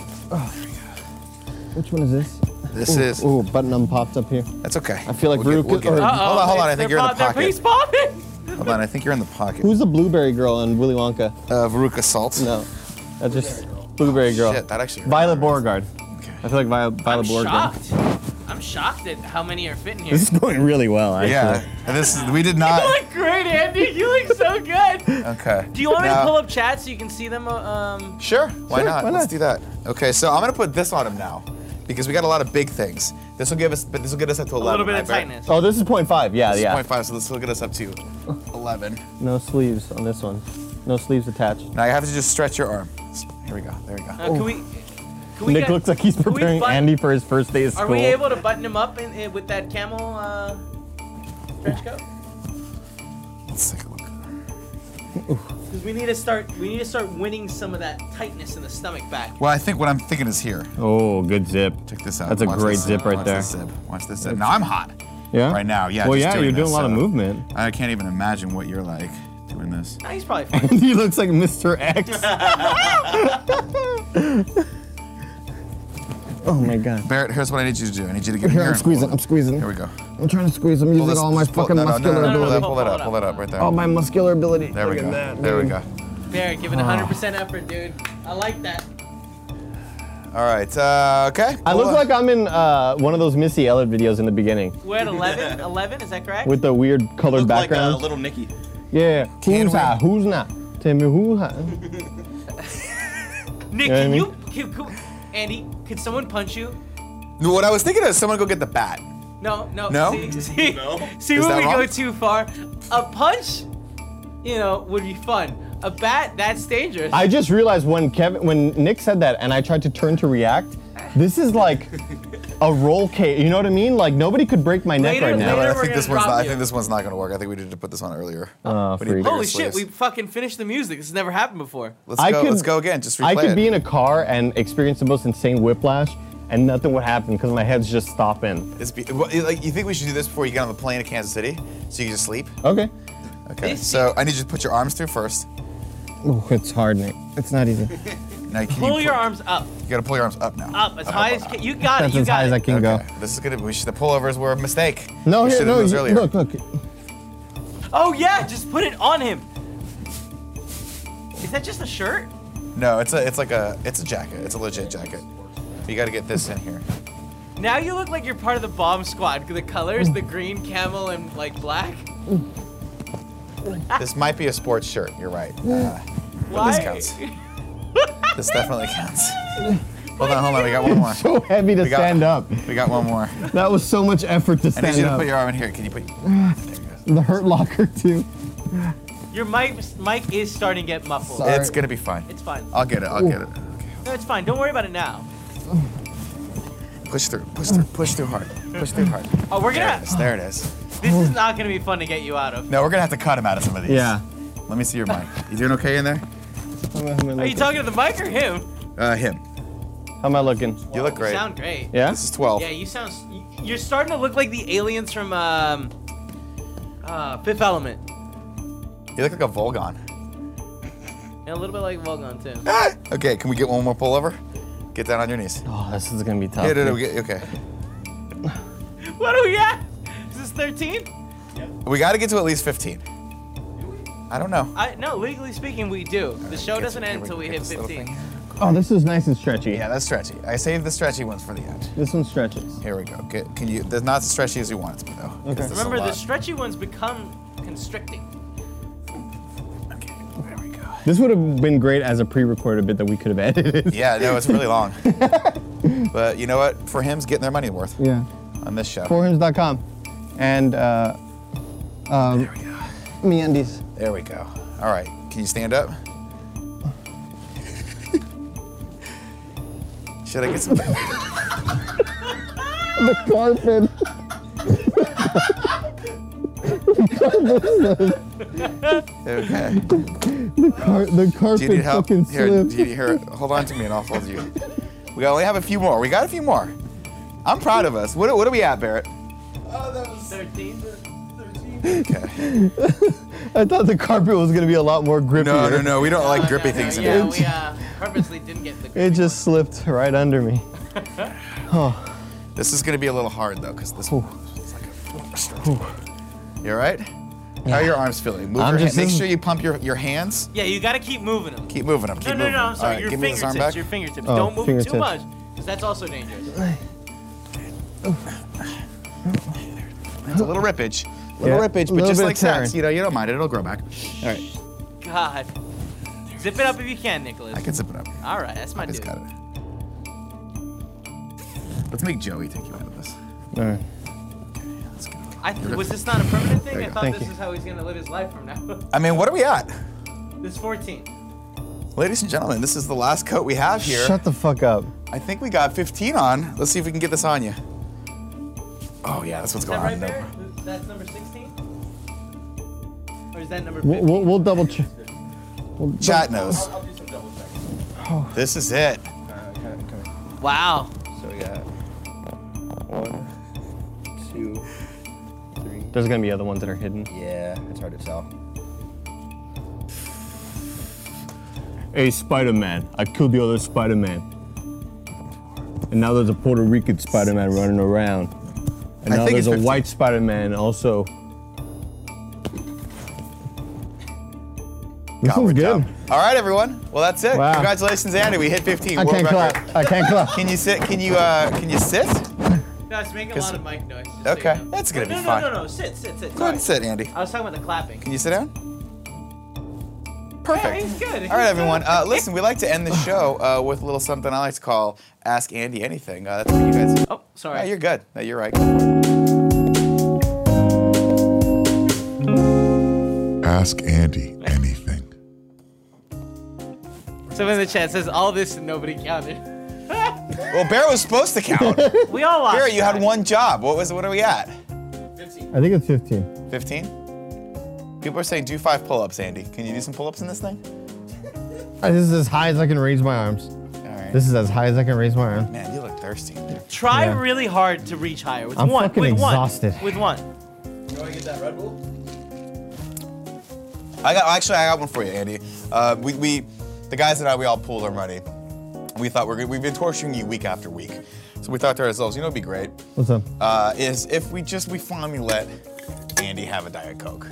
B: Which one is this?
A: This is.
B: Ooh, button unpopped up here.
A: That's okay. I
B: feel like
A: we'll
B: Rue
A: get, we'll
B: could-
A: get it.
B: or-
D: Uh-oh,
A: Hold on, hold on.
D: it's-
A: I think
D: they're
A: you're in the
D: pop- they're
A: pocket.
D: pre-spawned.
A: Hold on, I think you're in the pocket.
B: Who's the blueberry girl in Willy Wonka?
A: Uh, Veruca Salt.
B: No, that's just blueberry girl.
A: Shit, that actually. hurt.
B: Violet Beauregard.
A: Okay.
B: I feel like Vi-
D: I'm
B: Violet Beauregard.
D: shocked. I'm shocked at how many are fitting here.
B: This is going really well, actually.
A: Yeah, and this is, we did
D: You
A: not.
D: look great, Andy. You look so good.
A: Okay.
D: Do you want me to
A: Now-
D: pull up chat so you can see them? uh, Um,
A: Sure. Why
B: Sure,
A: not?
B: why
A: Let's
B: not?
A: do that. Okay, so I'm gonna put this on him now, because we got a lot of big things. This will give us, but this will get us up to 11.
D: A little bit
A: right,
D: of
A: Barry?
D: tightness.
B: Oh, this is 0.5. Yeah,
A: This is
B: yeah.
A: 0.5, so this will get us up to 11.
B: No sleeves on this one. No sleeves attached.
A: Now you have to just stretch your arm. Here we go. There we go.
D: Uh, can we? Can we
B: Oh. Nick
D: get-
B: looks like he's
D: can we
B: preparing
D: button-
B: Andy for his first day of school.
D: Are we able to button him up in, in- with that camel uh, trench coat?
A: Let's take a look.
D: Because we need to start. We need to start winning some of that tightness in the stomach back.
A: Well, I think what I'm thinking is here.
J: Oh, good zip.
A: Check this out.
J: That's a
A: Watch
J: great
A: this.
J: zip right
A: Watch
J: there.
A: This zip. Watch this zip. Now I'm hot
B: Yeah.
A: right now. Yeah.
B: Well,
A: just
B: yeah,
A: doing
B: you're doing
A: this, uh,
B: a lot of
A: so
B: movement.
A: I can't even imagine what you're like doing this.
D: Nah, he's probably fine.
B: he looks like Mr. X. oh my god.
A: Barrett, here's what I need you to do. I need you to get in
B: Here,
A: here.
B: I'm
A: and pull
B: squeezing.
A: it.
B: I'm squeezing.
A: Here we go.
B: I'm trying to squeeze. I'm using
A: Pull this-
B: all my
A: just pull-
B: fucking
A: no, no,
B: muscular
A: no, no,
B: ability.
A: Pull that up. Pull that up. Right there.
B: All my muscular ability.
A: There we
B: Look
A: go.
B: at that,
A: there we
B: dude.
A: go.
D: Barry giving 100% effort, dude. I like that.
A: All right. Uh, okay.
B: I
A: Pull
B: look
A: up.
B: like I'm in uh, one of those Missy Elliott videos in the beginning
D: We're at 11. 11, is that correct?
B: with the weird colored
C: Look like
B: background.
C: a little Nicky.
B: yeah.
A: Can
B: Who's
A: we-
B: high? Who's not? Tell me who's high.
D: Nick,
B: Yeah, I
D: can
B: mean-
D: you? Can, can, Andy, could someone punch you?
A: uh, What I was thinking is someone go get the bat.
D: No, no.
A: No?
D: See, see,
C: No?
D: see
A: Is
D: when
A: that
D: we go
A: wrong?
D: too far. A punch, you know, would be fun. A bat, that's dangerous.
B: I just realized when Kevin, when Nick said that, and I tried to turn to react. This is like a roll cage. You know what I mean? Like nobody could break my neck
D: Later-
B: right now.
A: No,
D: later
A: I
D: we're
A: think this
D: gonna
A: one's.
D: drop
A: Not, I
D: you.
A: think this one's not gonna work. I think we need to put this on earlier. We
B: Oh,
A: need
B: freak.
A: bigger
D: Holy shit,
A: sleeves.
D: we fucking finished the music. This has never happened before.
A: Let's
B: I
A: go.
B: could-
A: let's go again. Just replay
B: I could
A: it.
B: be in a car and experience the most insane whiplash, and nothing would happen because my head's just stopping.
A: It's be, well, it- like, you think we should do this before you get on the plane to Kansas City, so you can just sleep?
B: Okay.
A: Okay.
D: This-
A: So I need you to put your arms through first.
B: Ooh, it's hard, Nick. It's not easy.
A: Now, can you
D: Pull your
A: put-
D: arms up,
A: You gotta pull your arms up now.
D: up as high as you can. You got
B: That's
D: it. You
B: as
D: got
B: high
D: it.
B: as I can
A: Okay. This is gonna. We should. The pullovers were a mistake.
B: go. No,
A: we
B: here,
A: should've
B: no.
A: done this
B: you-
A: earlier.
B: Look, look.
D: Oh yeah, just put it on him. Is that just a shirt?
A: No, it's a. It's like a. It's a jacket. It's a legit jacket. You gotta get this in here.
D: Now you look like you're part of the bomb squad. The colors, the green, camel, and like black.
A: This might be a sports shirt. You're right. Uh,
D: Why?
A: counts. this definitely counts. Hold on, hold on. We got one more.
B: So heavy to
A: We got-
B: stand up.
A: We got one more.
B: That was so much effort to
A: I need
B: stand
A: you to
B: up.
A: put your arm in here. Can you put?
B: the Hurt Locker too.
D: Your mic, mic is starting to get muffled.
B: Sorry.
A: It's gonna be fine.
D: It's fine.
A: I'll get it. I'll get it.
D: No, it's fine. Don't worry about it now.
A: Push through. Push through. Push through hard. Push through hard.
D: Oh, we're
A: There it
D: gonna.
A: is. There it is.
D: This is not gonna be fun to get you out of.
A: No, we're gonna have to cut him out of some of these.
B: Yeah.
A: Let me see your mic. You doing okay in there?
D: Are you talking to the mic or him?
A: Uh, him.
B: How am I looking?
A: You look great.
D: You sound great.
B: Yeah.
A: This is 12.
D: Yeah, you sound. s- y- You're starting to look like the aliens from um, uh, Fifth Element.
A: You look like a Volgon.
D: And a little bit like Volgon too.
A: Ah! Okay, can we get one more pullover? Get down on your knees.
B: Oh, this is gonna be tough.
A: Yeah, no, no, we get, okay.
D: What are we at? Is this 13?
A: We gotta get to at least 15. I don't know.
D: I, no, legally speaking, we do. The show
A: Get
D: doesn't
A: to-
D: end
A: here
D: until we
A: get
D: hit
A: this little
D: 15.
A: thing.
B: Oh, this is nice and stretchy.
A: Yeah, that's stretchy. I saved the stretchy ones for the end.
B: This one stretches.
A: Here we go. Get, can you? They're not as stretchy as you want it to be, though. 'cause this is a
D: Remember, the
A: lot.
D: stretchy ones become constricting.
A: Okay, there we go.
B: This would have been great as a pre-recorded bit that we could have edited.
A: Yeah, no, it's really long. but you know what? For him's getting their money worth
B: Yeah.
A: on this show.
B: Forhims.com and uh, um,
A: There we go.
B: me undies.
A: There we go. All right. Can you stand up? Should I get some?
B: The carpet.
A: Okay.
B: The, car- the carpet
A: Do you need help?
B: fucking
A: Here,
B: slipped.
A: do you, here, hold on to me, and I'll hold you. We only have a few more. We got a few more. I'm proud of us. What, what are we at, Barrett?
D: 13?
A: Okay.
B: I thought the carpet was gonna be a lot more grippy.
A: No, no, no. We don't like
D: No,
A: grippy
D: no,
A: things in
D: Yeah,
A: here.
D: we uh, purposely didn't get the.
B: It just slipped right under me.
A: This is gonna be a little hard though, because this is like a stretch. You all right? How are your arms feeling? Move
B: I'm
A: your hand.
B: just
A: Make
B: in-
A: sure you pump your, your hands.
D: Yeah, you gotta keep moving them.
A: Keep moving them. Keep
D: No, no,
A: moving
D: no, I'm
A: them.
D: sorry.
A: All right,
D: your
A: give me this
D: fingertips.
A: arm back.
D: Your fingertips.
B: Oh,
D: Don't move
B: fingertips.
D: too much, because that's also dangerous.
A: It's a little rippage. Little
B: Yeah.
A: rippage, but
B: Little
A: just
B: bit of
A: like sex,
B: tearing.
A: you know, you don't mind it. It'll grow back. All right,
D: God. Zip it up if you can, Nicholas.
A: I can zip it up.
D: All right, that's my
A: I just
D: dude.
A: got it. Let's make Joey take you out of this.
H: All right.
D: I th- was this not a permanent thing? I thought
H: Thank
D: this
H: you.
D: is how he's gonna live his life from now.
A: I mean, what are we at?
D: this is 14.
A: Ladies and gentlemen, this is the last coat we have here.
H: Shut the fuck up.
A: I think we got 15 on. Let's see if we can get this on you. Oh yeah, that's what's
D: Is that
A: going on.
D: right there? That's number 16. Or is that number
H: We'll,
D: 15?
H: we'll, we'll double check. We'll dou-
A: Chat knows. This is it.
D: Wow.
F: So we got one, two, three.
B: There's gonna be other ones that are hidden.
F: Yeah, it's hard to tell.
B: Hey, Spider Man, I killed the other Spider Man. And now there's a Puerto Rican Spider Man running around. And
A: I
B: now
A: think
B: there's
A: it's
B: a
A: 15.
B: white Spider Man also.
H: This
A: God,
H: one's
A: we're
H: good.
A: dumb. All right, everyone. Well, that's it.
H: Wow.
A: Congratulations, Andy. We hit 15.
H: I
A: World
H: can't
A: record.
H: clap. I can't clap.
A: Can you sit? Can you uh? Can you sit?
D: No, it's making a lot of mic noise. just so
A: Okay,
D: you know. Oh,
A: that's gonna be
D: no,
A: fine.
D: No, no, no, sit, sit, sit.
A: Go ahead and
D: Sorry.
A: sit, Andy.
D: I was talking about the clapping.
A: Can you sit down? Perfect.
D: Yeah, he's good.
A: All right,
D: He's
A: everyone.
D: good.
A: Uh, listen, we like to end the show uh, with a little something I like to call "Ask Andy Anything." Uh, that's for you guys.
D: Oh, sorry.
A: Yeah, you're good. No, you're right.
K: Ask Andy anything.
D: Someone in the chat says all this and nobody counted.
A: Well, Bear was supposed to count.
D: We all lost.
A: Bear, you had one job. What was? What are we at?
H: I think it's 15.
A: 15? People are saying do five pull-ups, Andy. Can you do some pull-ups in this thing?
H: Uh, This is as high as I can raise my arms.
A: All right.
H: This is as high as I can raise my arm.
A: Man, you look thirsty.
D: Try
H: Yeah.
D: really hard to reach higher with
H: I'm
D: one.
H: fucking
D: with
H: exhausted.
D: one. With one.
A: I got actually I got one for you, Andy. Uh, we, we the guys and I we all pooled our money. We thought we're good. we've been torturing you week after week. So we thought to ourselves, you know, it'd be great
H: What's up?
A: uh, is if we just we finally let Andy have a diet coke.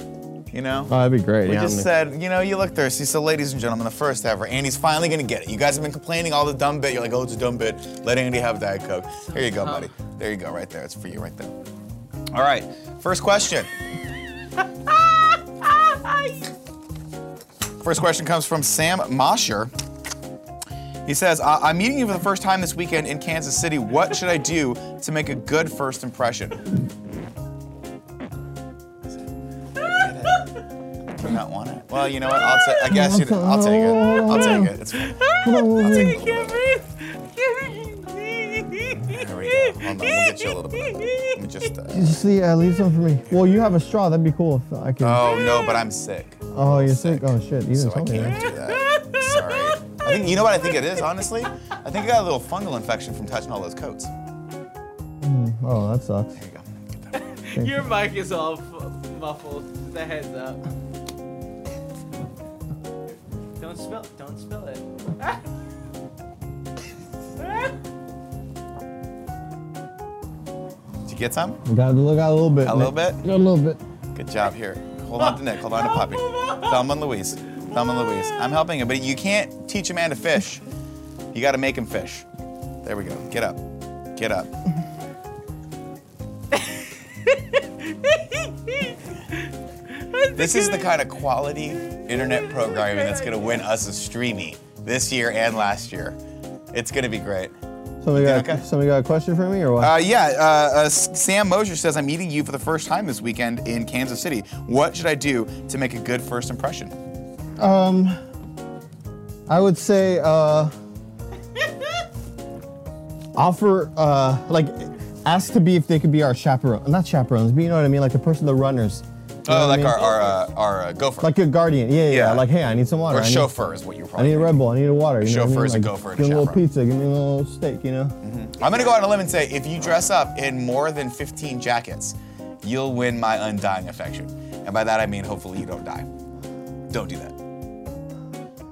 A: You know.
H: Oh, that'd be great.
A: We
H: yeah,
A: just
H: I'm-
A: said, you know, you look thirsty. So, ladies and gentlemen, the first ever, Andy's finally gonna get it. You guys have been complaining all the dumb bit. You're like, oh, it's a dumb bit. Let Andy have Diet Coke. Here you go, buddy. There you go, right there. It's for you, right there. All right, first question. First question comes from Sam Mosher. He says, I- I'm meeting you for the first time this weekend in Kansas City. What should I do to make a good first impression? Do you not want it? Well, you know what? I'll ta- I guess you I'll take it. I'll take it. It's fine. I'll take a little bit. There we go. Hold on, we'll get you a little bit. Let me just. Uh,
H: Just see, uh, leave some for me. Well, you have a straw. That'd be cool if I could.
A: oh no, but I'm sick.
H: oh, you're sick. Oh shit! You didn't
A: so I
H: tell me
A: can't
H: that.
A: do that. Sorry. I think you know what I think it is. Honestly, I think I got a little fungal infection from touching all those coats.
H: Oh, that sucks.
A: There you go. Get that one.
D: Your mic is all f- muffled. Just a heads up. Don't spill. Don't spill it.
A: Did you get some?
H: We gotta look out a little bit.
A: A little
H: Nick.
A: bit?
H: Got a little bit.
A: Good job here. Hold on to Nick. Hold on to Poppy. Thelma and Louise. Thelma and Louise. I'm helping him, but you can't teach a man to fish. You got to make him fish. There we go. Get up. Get up. this is the kind of quality internet programming that's going to win us a streamy this year and last year. It's going to be great.
H: Somebody got,
A: okay?
H: somebody got a question for me or what?
A: Uh, yeah, uh, uh, S- Sam Mosher says, I'm meeting you for the first time this weekend in Kansas City. What should I do to make a good first impression?
H: I would say uh, offer uh, like ask to be if they could be our chaperone, not chaperones, but you know what I mean, like a person, the runners. You know
A: Oh,
H: what I
A: like
H: mean?
A: our our, uh, our uh, gopher.
H: like a guardian. Yeah, yeah, yeah.
A: Yeah.
H: Like hey, I need some water.
A: or
H: I need-
A: chauffeur is what you
H: I
A: probably.
H: need a Red Bull. I need a water. You know what I
A: Chauffeur
H: mean?
A: is a
H: Like,
A: gopher and a
H: Give me a little
A: chaperone. Mm-hmm.
H: pizza. Give me a little steak. You know.
A: I'm gonna go out on a limb and say, if you dress up in more than 15 jackets, you'll win my undying affection. And by that I mean, hopefully you don't die. Don't do that.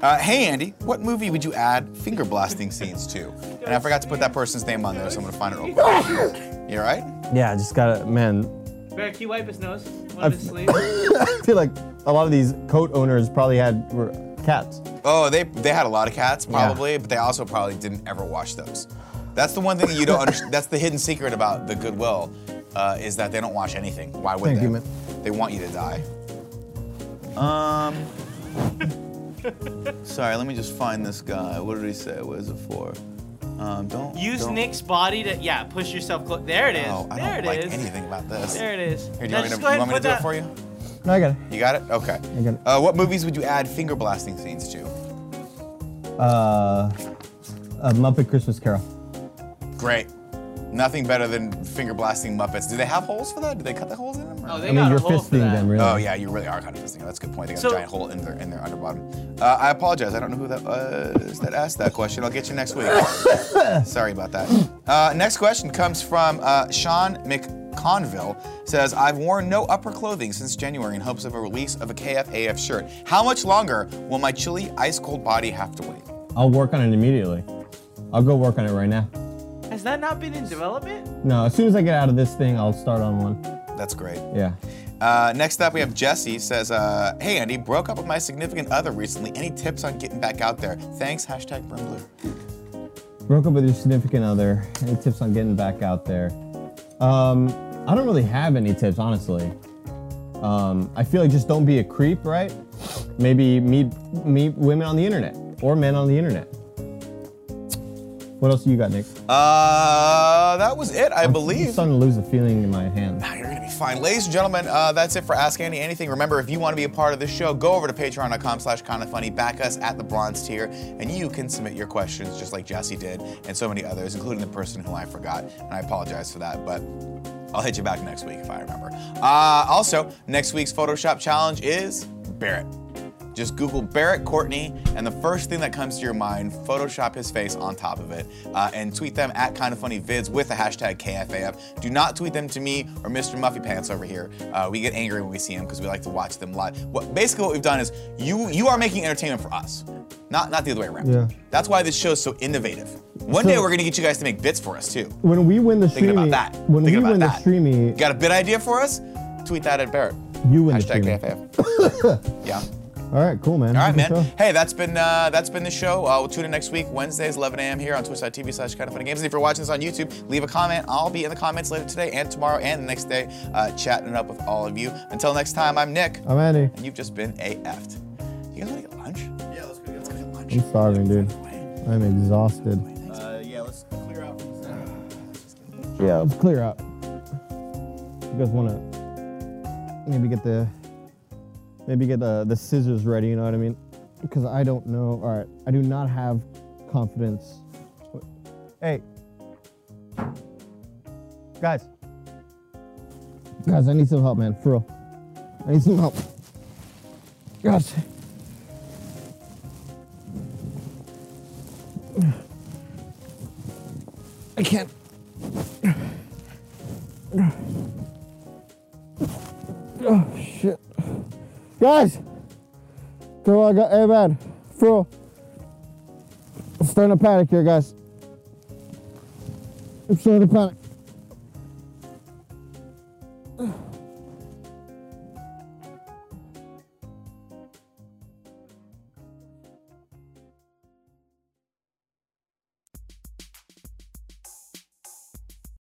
A: Uh, hey Andy, what movie would you add finger blasting scenes to? And I forgot to put that person's name on there, so I'm gonna find it real quick. You all right?
H: Yeah, I just gotta man.
D: Bear, can you wipe his nose? One of his sleeves.
H: I feel like a lot of these coat owners probably had were cats.
A: Oh, they they had a lot of cats probably, but they also probably didn't ever wash those. That's the one thing that you don't understand. That's the hidden secret about the Goodwill, uh, is that they don't wash anything. Why would
H: Thank
A: they?
H: you, man.
A: They want you to die. Um. sorry, let me just find this guy. What did he say? What is it for? Um, don't
D: Use
A: don't-
D: Nick's body to yeah, push yourself close. There it is.
A: Oh, I
D: there
A: don't
D: it is.
A: like anything about this.
D: There it is.
A: Here, do you
D: Now
A: want me
D: just
A: to,
D: go ahead
A: you want me to
D: and
A: do
D: put
A: it for you?
B: No, I got it.
A: You got it? Okay. I
B: got it.
A: Uh, what movies would you add finger blasting scenes to?
B: Uh, a Muppet Christmas Carol.
A: Great. Nothing better than finger blasting Muppets. Do they have holes for that? Do they cut the holes in them? or-
D: that. Oh, they
B: I mean,
D: got
B: you're
D: a hole for
B: fisting
D: that.
B: them, really.
A: Oh yeah, you really are kind of missing. it. That's a good point. They got
D: So-
A: a giant hole in their in their underbottom. Uh, I apologize. I don't know who that was that asked that question. I'll get you next week. Sorry about that. Uh, next question comes from uh, Sean McConville. Says I've worn no upper clothing since January in hopes of a release of a KFAF shirt. How much longer will my chilly, ice cold body have to wait?
B: I'll work on it immediately. I'll go work on it right now.
D: Has that not been in development?
B: No, as soon as I get out of this thing, I'll start on one.
A: That's great.
B: Yeah.
A: Uh, next up, we have Jesse says, uh, "Hey Andy, broke up with my significant other recently. Any tips on getting back out there? Thanks." Hashtag burn blue.
B: Broke up with your significant other. Any tips on getting back out there? Um, I don't really have any tips, honestly. Um, I feel like just don't be a creep, right? Maybe meet meet women on the internet or men on the internet. What else you got, Nick?
A: Uh, that was it, I
B: I'm
A: believe.
B: starting to lose the feeling in my hand.
A: You're gonna be fine, ladies and gentlemen. Uh, that's it for Ask Andy Anything. Remember, if you want to be a part of this show, go over to Patreon.com/slash Kind of Funny, back us at the bronze tier, and you can submit your questions just like Jesse did and so many others, including the person who I forgot, and I apologize for that, but. I'll hit you back next week if I remember. Uh, also, next week's Photoshop challenge is Barrett. Just Google Barrett Courtney, and the first thing that comes to your mind, Photoshop his face on top of it, uh, and tweet them at Kind of Funny Vids with the hashtag KFAF. Do not tweet them to me or Mr. Muffy Pants over here. Uh, we get angry when we see them because we like to watch them live. What basically what we've done is you you are making entertainment for us, not not the other way around.
B: Yeah.
A: That's why this show's so innovative. One
B: So-
A: day we're gonna get you guys to make bits for us too.
B: When we win the
A: Thinking
B: streamy,
A: about that.
B: when
A: Thinking
B: we
A: about
B: win
A: that.
B: the streamy,
A: Got a bit idea for us? Tweet that at Barrett.
B: you win the
A: Hashtag
B: streamy.
A: KFAF. yeah.
B: All right, cool, man.
A: All right, man.
B: Good show.
A: Hey, that's been uh, that's been the show. Uh, we'll tune in next week, Wednesdays, 11 a.m. here on twitch.tv slash kind of funny games. And if you're watching this on YouTube, leave a comment. I'll be in the comments later today and tomorrow and the next day, uh, chatting it up with all of you. Until next time, I'm Nick,
B: I'm Andy.
A: and you've just been AF'd. You guys want to get lunch? Yeah, let's go. Let's go get lunch.
B: I'm starving, dude. I'm exhausted.
L: Uh, yeah, let's clear out.
B: Yeah, let's clear out. You guys want to maybe get the maybe get the the scissors ready. You know what I mean? Because I don't know. All right, I do not have confidence. Hey, guys, guys, I need some help, man. For real, I need some help. Guys. I can't. Oh shit. Guys! Girl, I got hey man. For real. I'm starting to panic here, guys. I'm starting to panic.